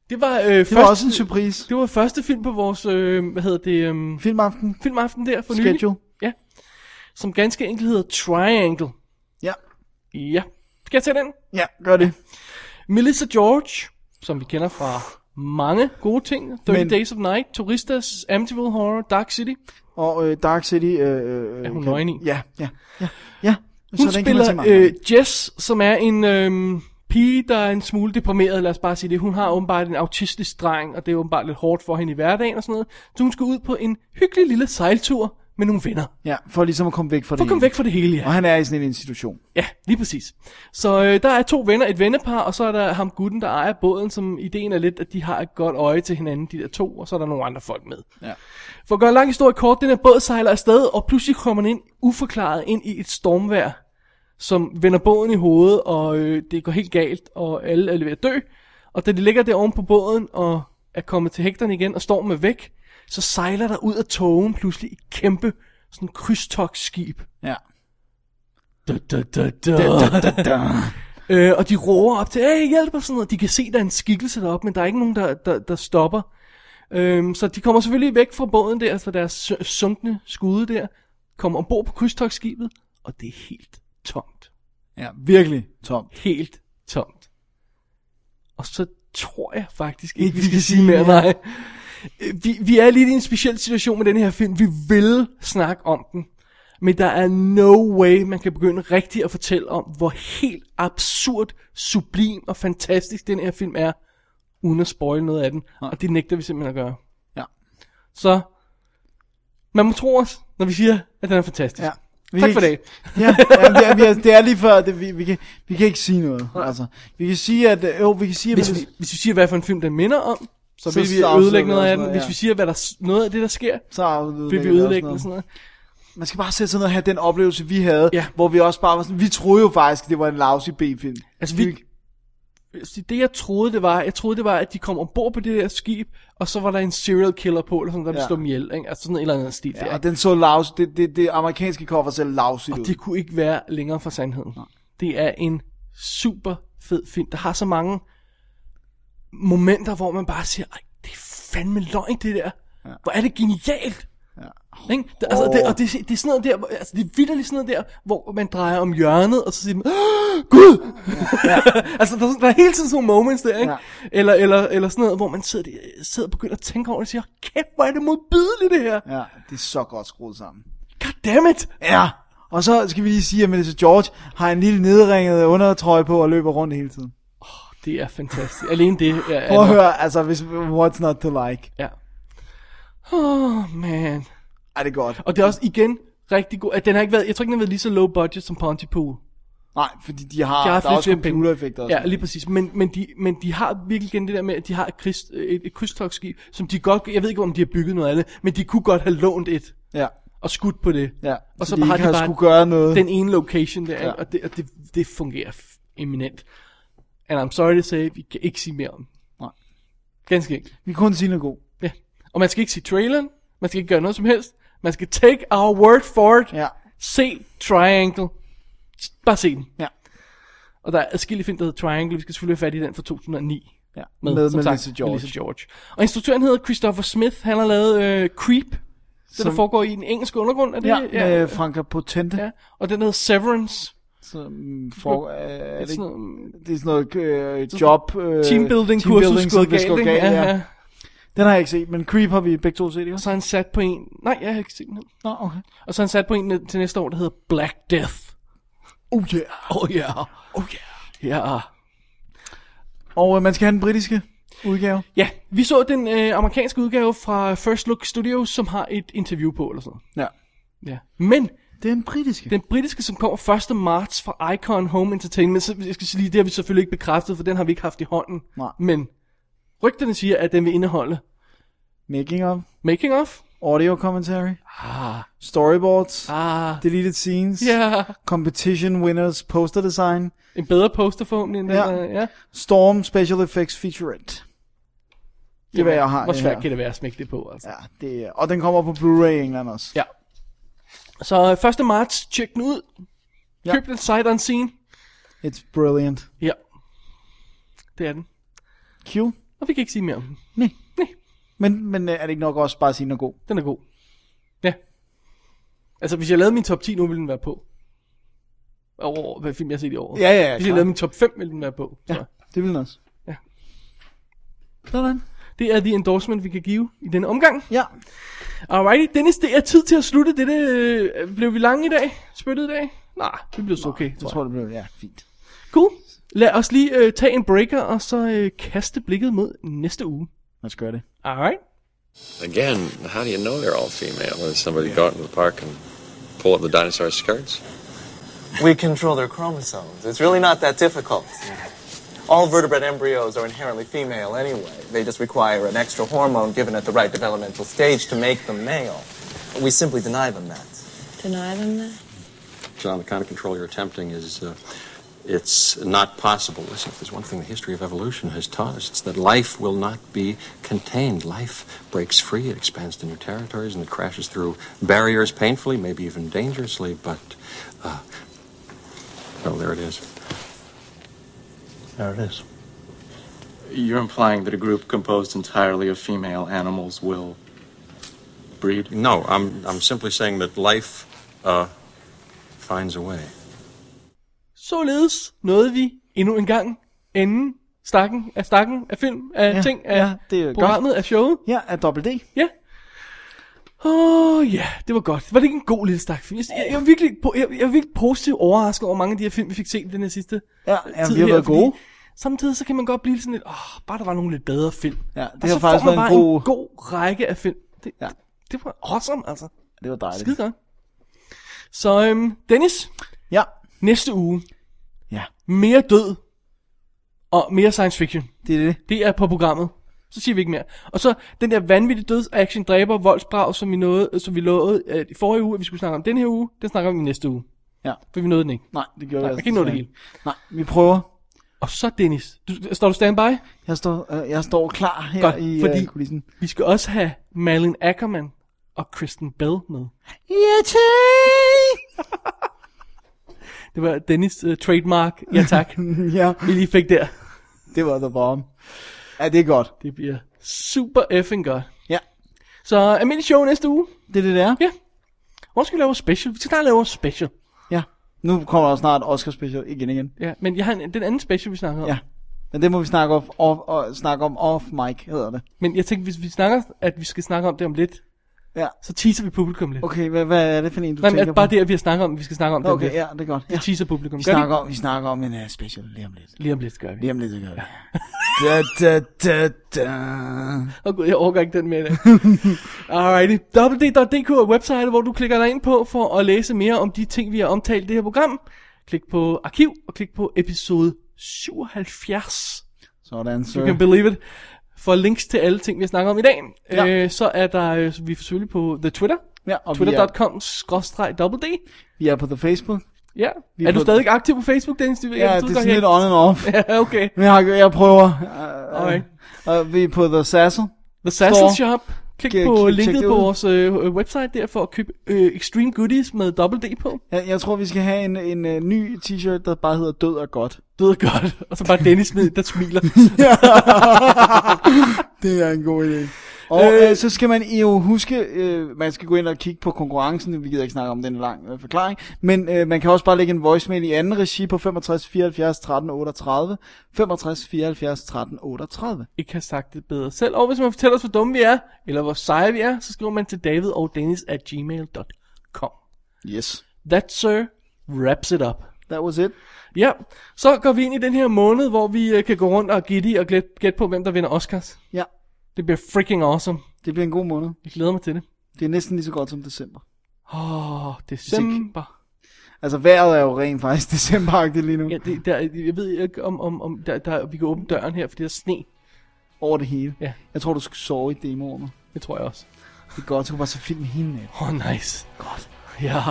S6: Det var, øh, første,
S5: Det var også en surprise.
S6: det var første film på vores, øh, hvad hedder det, øh,
S5: Filmaften.
S6: filmaften der for nylig.
S5: Schedule.
S6: Ja. Som ganske enkelt hedder Triangle.
S5: Ja.
S6: Ja. Skal jeg tage den?
S5: Ja, gør det.
S6: Melissa George, som vi kender fra mange gode ting. 30
S5: Men-
S6: Men... Days of Night, Turistas, Amityville Horror, Dark City.
S5: Og øh, Dark City... Øh, øh,
S6: Er hun
S5: kan-
S6: nøgen i?
S5: Ja, ja, ja. ja. den
S6: Hun
S5: kan man tage
S6: spiller
S5: mange
S6: øh,
S5: gange.
S6: Jess, som er en øh, pige, der er en smule deprimeret, lad os bare sige det. Hun har åbenbart en autistisk dreng, og det er åbenbart lidt hårdt for hende i hverdagen og sådan noget. Så hun skal ud på en hyggelig lille sejltur med nogle venner.
S5: Ja, for ligesom at komme væk fra
S6: For
S5: det.
S6: at komme
S5: hele.
S6: væk fra det hele, ja.
S5: Og han er i sådan en institution.
S6: Ja, lige præcis. Så øh, der er to venner, et vennepar, og så er der ham gutten, der ejer båden, som ideen er lidt, at de har et godt øje til hinanden, de der to, og så er der nogle andre folk med.
S5: Ja.
S6: For at gøre en lang historie kort, den her båd sejler afsted, og pludselig kommer den ind uforklaret ind i et stormvejr, som vender båden i hovedet, og øh, det går helt galt, og alle er ved at dø. Og da de ligger der oven på båden, og er kommet til hægterne igen, og stormen er væk, så sejler der ud af togen pludselig et kæmpe sådan krydstogsskib.
S5: Ja.
S6: Da, da, da, da. Øh, og de roer op til, hey, hjælp og sådan noget. De kan se, der er en skikkelse deroppe, men der er ikke nogen, der, der, der stopper. Øhm, så de kommer selvfølgelig væk fra båden der, fra deres su- sunkne skude der, kommer ombord på krydstogsskibet, og det er helt tomt.
S5: Ja, virkelig, Tom.
S6: Helt tomt. Og så tror jeg faktisk ikke,
S5: Ikke,
S6: vi
S5: vi
S6: skal
S5: skal
S6: sige mere,
S5: sige
S6: nej. Øh, Vi, vi er lidt i en speciel situation med den her film. Vi vil snakke om den. Men der er no way, man kan begynde rigtigt at fortælle om, hvor helt absurd, sublim og fantastisk den her film er, uden at spoil noget af den. Og det nægter vi simpelthen at gøre.
S5: Ja.
S6: Så man må tro os, når vi siger, at den er fantastisk.
S5: Ja.
S6: Vi tak for det.
S5: Ja, ja det, er, vi er, det er lige før, det, vi, vi, kan, vi kan ikke sige noget. Altså, vi kan sige, at... øh, Jo, vi kan sige, at...
S6: Hvis vi, hvis vi siger, hvad for en film den minder om, så,
S5: Så
S6: vil vi
S5: afslører
S6: ødelægge
S5: vi
S6: noget
S5: også
S6: af den.
S5: noget,
S6: Hvis
S5: ja.
S6: vi siger, hvad der s- noget af det, der sker,
S5: så
S6: vil vi ødelægge den og sådan noget.
S5: Man skal bare sætte sig ned og have den oplevelse, vi havde,
S6: Ja.
S5: ja. hvor vi også bare var sådan, vi troede jo faktisk, det var en lousy B-film.
S6: Altså vi, Altså, det jeg troede det var, jeg troede det var, at de kom ombord på det der skib, og så var der en serial killer på, eller sådan, der ja. blev
S5: Ja.
S6: slået dem ihjel, ikke? altså sådan en eller anden stil.
S5: Ja,
S6: der.
S5: og den så lousy, det, det, det amerikanske cover ser lousy ud.
S6: Og det kunne ikke være længere fra sandheden. Nej. Det er en super fed film, der har så mange momenter, hvor man bare siger, Ej, det er fandme løgn det der. Ja. Hvor er det genialt. Ja. Ikke? Det, altså, det, og det, det er sådan noget der, hvor- altså, det er vildt sådan noget der, hvor man drejer om hjørnet, og så siger man, "Åh, Gud! Ja. <laughs> altså, der, er sådan- der er hele tiden sådan nogle moments der, ikke? Ja.
S5: Ja.
S6: Eller, eller, eller sådan noget, hvor man sidder, sidder og begynder at tænke over det, og siger, kæft, hvor er det modbydeligt det her.
S5: Ja, det er så godt skruet sammen.
S6: Goddammit!
S5: Ja, og så skal vi lige sige, at Melissa George har en lille nedringet undertrøje på og løber rundt hele tiden.
S6: Det er fantastisk. Alene det er... er
S5: Prøv
S6: nok-
S5: at høre, altså, hvis, what's not to like?
S6: Ja. Oh, man.
S5: Ej, det er godt.
S6: Og det er også igen rigtig god. At den har ikke været, jeg tror ikke, den har været lige så low budget som Pontypool.
S5: Nej, fordi de har,
S6: De
S5: Ah, der
S6: haft
S5: er
S6: lidt
S5: også
S6: flere penge.
S5: computereffekter. og sådan
S6: Ja, lige præcis. Men, men, de, men de har virkelig igen det der med, at de har et, krist, et, et krydstogsskib, som de godt... Jeg ved ikke, om de har bygget noget af det, men de kunne godt have lånt et
S5: Ja,
S6: og skudt på det.
S5: ja.
S6: Og så,
S5: de
S6: har
S5: ikke
S6: de
S5: har
S6: bare
S5: skulle gøre noget.
S6: den ene location der,
S5: Ja.
S6: ja. og, det, og det, det fungerer f- eminent. And I'm sorry to say, vi kan ikke sige mere om den.
S5: Nej.
S6: Ganske enkelt.
S5: Vi kunne sige noget god.
S6: Ja. Og man skal ikke se traileren, man skal ikke gøre noget som helst. Man skal take our word for it.
S5: Ja.
S6: Se Triangle. S- Bare se den.
S5: Ja.
S6: Og der er adskillige film, der hedder Triangle. Vi skal selvfølgelig have fat i den fra 2009.
S5: Ja, med, med
S6: som
S5: Melissa
S6: sagt,
S5: George.
S6: Melissa George. Og instruktøren hedder Christopher Smith. Han har lavet øh, Creep. Det, som... der
S5: Som-
S6: foregår i den engelske undergrund. Er det?
S5: Ja, med Franka Potente.
S6: ja. Og den hedder Severance.
S5: Som for, øh, er det,
S6: Sådan
S5: ikke,
S6: noget,
S5: det er sådan noget øh, job... Øh,
S6: teambuilding-kursus
S5: som
S6: gået
S5: vist
S6: galt. ikke?
S5: ja. Den har jeg ikke set, men Creep har vi begge to set, ikke?
S6: Og så har han sat på en... Nej, jeg har ikke set den.
S5: Nå, okay.
S6: Og så har han sat på en til næste år, der hedder Black Death.
S5: Oh yeah.
S6: Oh yeah. Oh yeah. Ja.
S5: Og øh, man skal have den britiske udgave.
S6: Ja, vi så den øh, amerikanske udgave fra First Look Studios, som har et interview på eller sådan
S5: Ja.
S6: noget. Ja. Men
S5: Det er den britiske.
S6: den britiske, som kommer 1. marts fra Icon Home Entertainment, så jeg skal sige, det har vi selvfølgelig ikke bekræftet, for den har vi ikke haft i hånden.
S5: Nej.
S6: Men rygterne siger, at den vil indeholde
S5: Making of,
S6: making of.
S5: audio commentary, Ah. storyboards,
S6: Ah,
S5: deleted scenes,
S6: ja.
S5: competition winners, poster design,
S6: En bedre poster forhåbentlig end den,
S5: Ja.
S6: der- ja.
S5: storm special effects featurette. Det er, hvad jeg har.
S6: Hvor
S5: det her.
S6: svært kan det være at smække det på, altså.
S5: Ja, det er, og den kommer på Blu-ray i England også.
S6: Ja. Så 1. marts, tjek den ud.
S5: Ja.
S6: Køb den sight unseen.
S5: It's brilliant.
S6: Ja. Det er den.
S5: Q.
S6: Og vi kan ikke sige mere om den.
S5: Men, men øh, er det ikke nok også bare at sige noget god?
S6: Den er god. Ja. Altså, hvis jeg lavede min top 10 nu, ville den være på. Over, hvad film jeg har set i år.
S5: Ja, ja, ja,
S6: Hvis jeg
S5: klar.
S6: lavede min top 5, ville den være på. tror jeg.
S5: Det vil den også.
S6: Ja.
S5: Sådan.
S6: Det er de endorsement, vi kan give i denne omgang.
S5: Ja.
S6: Alrighty, Dennis, det er tid til at slutte dette. øh, Blev vi lange i dag? Spyttet i dag? Nej, det blev så okay,
S5: Jeg
S6: tror jeg.
S5: tror, det blev, ja, fint.
S6: Cool. Lad os lige øh, tage en breaker, og så øh, kaste blikket mod næste uge.
S5: Lad os gøre det.
S6: Alright.
S11: Again, how do you know they're all female? Has somebody go out in the park and pull up the dinosaur's skirts?
S12: We control their chromosomes. It's really not that difficult. All vertebrate embryos are inherently female anyway. They just require an extra hormone given at the right developmental stage to make them male. We simply deny them that.
S10: Deny them that?
S11: John, the kind of control you're attempting is. Uh, it's not possible. Listen, if there's one thing the history of evolution has taught us, it's that life will not be contained. Life breaks free, it expands to new territories, and it crashes through barriers painfully, maybe even dangerously, but. Uh, oh, there it is.
S12: There it is.
S13: You're implying that a group composed entirely of female animals will breed?
S11: No, I'm, I'm simply saying that life uh, finds a way.
S6: Således nåede vi endnu en gang enden stakken af stakken af film, af
S5: Ja,
S6: ting, af
S5: ja, det er godt.
S6: programmet, af showet.
S5: Her er dobbelt D.
S6: Ja. Åh oh, ja, yeah, det var godt. Var det ikke en god lille stak film? Jeg, jeg, jeg, var virkelig, po- jeg, jeg var virkelig positivt overrasket over mange af de her film, vi fik set i den her sidste
S5: ja, ja, vi har
S6: her,
S5: været
S6: fordi
S5: gode.
S6: Samtidig så kan man godt blive sådan lidt, åh, oh, bare der var nogle lidt bedre film.
S5: Ja, det
S6: og
S5: har
S6: så
S5: faktisk
S6: får
S5: været
S6: man bare
S5: en
S6: en
S5: god-
S6: god række af film. Det, ja. det, det var awesome, altså.
S5: Det var dejligt.
S6: Skide godt. Så øhm, Dennis,
S5: ja.
S6: næste uge,
S5: ja.
S6: mere død og mere science fiction.
S5: Det er det.
S6: Det er på programmet. Så siger vi ikke mere. Og så den der vanvittige døds action dræber voldsbrag, som vi, nåede, øh, som vi lovede øh, i forrige uge, at vi skulle snakke om den her uge. Den snakker vi om i næste uge.
S5: Ja.
S6: For vi nåede den ikke.
S5: Nej, det gjorde
S6: Nej,
S5: vi
S6: vi
S5: altså
S6: kan ikke nå det
S5: desværre
S6: hele.
S5: Nej, vi prøver.
S6: Og så Dennis, du, står du standby?
S5: Jeg står, øh, jeg står klar her
S6: Godt,
S5: i
S6: fordi
S5: øh, kulissen.
S6: vi skal også have Malin Ackerman og Kristen Bell med. Det var Dennis uh, trademark. Ja tak.
S5: <laughs> ja.
S6: Vi lige fik der.
S5: Det var the bomb. Ja, det er godt.
S6: Det bliver super effing godt.
S5: Ja.
S6: Så almindelig show næste uge.
S5: Det er det, der.
S6: Ja. Hvor skal vi lave special? Vi skal snart lave special.
S5: Ja. Nu kommer der snart Oscar special igen igen.
S6: Ja, men jeg har en, den anden special, vi snakker om.
S5: Ja. Men det må vi snakke om, off, og, snakke om off mic, hedder det.
S6: Men jeg tænkte, hvis vi snakker, at vi skal snakke om det om lidt,
S5: Ja.
S6: så teaser vi publikum lidt.
S5: Okay, hvad, hvad er det for en, du
S6: Nej, men
S5: tænker
S6: at bare
S5: på?
S6: det, at vi har snakket om, vi skal snakke om det om
S5: Okay,
S6: lidt.
S5: ja, det er godt.
S6: Vi teaser publikum.
S5: Vi
S6: Gør
S5: snakker, om, vi snakker om en uh, special lige om lidt.
S6: Lige om lidt gør vi.
S5: Lige om lidt, det gør vi. da, da, da, da.
S6: Åh oh, gud, jeg overgår ikke den med i dag. <laughs> Alrighty. www.dk er website, hvor du klikker dig ind på for at læse mere om de ting, vi har omtalt i det her program. Klik på arkiv og klik på episode 77.
S5: Sådan, så.
S6: You can believe it. For links til alle ting, vi snakker om i dag.
S5: Ja.
S6: Ja. Øh, så er der, øh, vi er selvfølgelig på the Twitter.
S5: Ja, og vi er-
S6: Twitter.com skråstreg dobbelt D.
S5: Vi er på the Facebook.
S6: Ja.
S5: Vi
S6: er du
S5: på-
S6: stadig aktiv på Facebook, Dennis? Du-
S5: Ja,
S6: jeg
S5: det
S6: troede
S5: er
S6: godt,
S5: sådan lidt
S6: jeg-
S5: on and off.
S6: <laughs> Ja, okay.
S5: Men jeg, jeg prøver. Uh,
S6: Alright.
S5: Uh, vi er på The Sassel.
S6: The Sassel Shop. Klik på linket på
S5: vores
S6: vores øh, øh, website der for at købe øh, Extreme Goodies med dobbelt D på. <laughs>
S5: Jeg, jeg tror, vi skal have en, en uh, ny t-shirt, der bare hedder Død er godt.
S6: Død er godt. Og så bare Dennis med, der smiler.
S5: <laughs> det er en god idé. Og øh, øh, så skal man jo huske, øh, man skal gå ind og kigge på konkurrencen. Vi gider ikke snakke om den lang øh, forklaring. Men øh, man kan også bare lægge en voicemail i anden regi på 65 74 13 38. 65 74 13 38.
S6: Ikke har sagt det bedre selv. Og hvis man fortæller os, hvor dumme vi er, eller hvor seje vi er, så skriver man til david og dennis at gmail.com.
S5: Yes.
S6: That, sir, wraps it up.
S5: That was it.
S6: Ja, så går vi ind i den her måned, hvor vi øh, kan gå rundt og gidde og glæt- gætte på, hvem der vinder Oscars.
S5: Ja.
S6: Det bliver freaking awesome.
S5: Det bliver en god måned.
S6: Jeg glæder mig til det.
S5: Det er næsten lige så godt som december.
S6: Åh, oh, december.
S5: Altså vejret er jo rent faktisk <laughs> decemberagtigt lige nu.
S6: Ja, det, der, jeg ved ikke, om, om, om der, der, vi kan åbne døren her, for det er sne.
S5: Over det hele.
S6: Ja.
S5: Jeg tror, du skal sove i demoerne.
S6: Det tror jeg også.
S5: Det er godt, så kan du bare så film hele nat.
S6: Åh, oh, nice.
S5: Godt.
S6: Ja.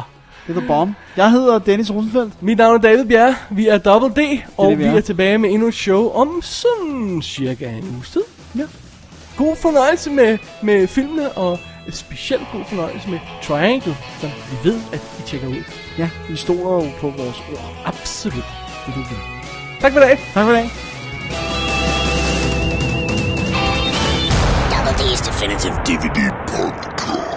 S5: Det er The Bomb. Jeg hedder Dennis Rosenfeldt.
S6: Mit navn er David Bjerre, vi er Double D, og
S5: det, vi
S6: vi
S5: er.
S6: er tilbage med endnu et show om sådan cirka en uges tid.
S5: Ja.
S6: God fornøjelse med, med filmene, og specielt god fornøjelse med Triangle, som vi ved, at I tjekker ud.
S5: Ja, vi stoler jo på vores ord.
S6: Absolut.
S5: Det er det, vi gør.
S6: Tak for i dag.
S5: Tak for i dag.
S4: Double D's Definitive DVD Podcast.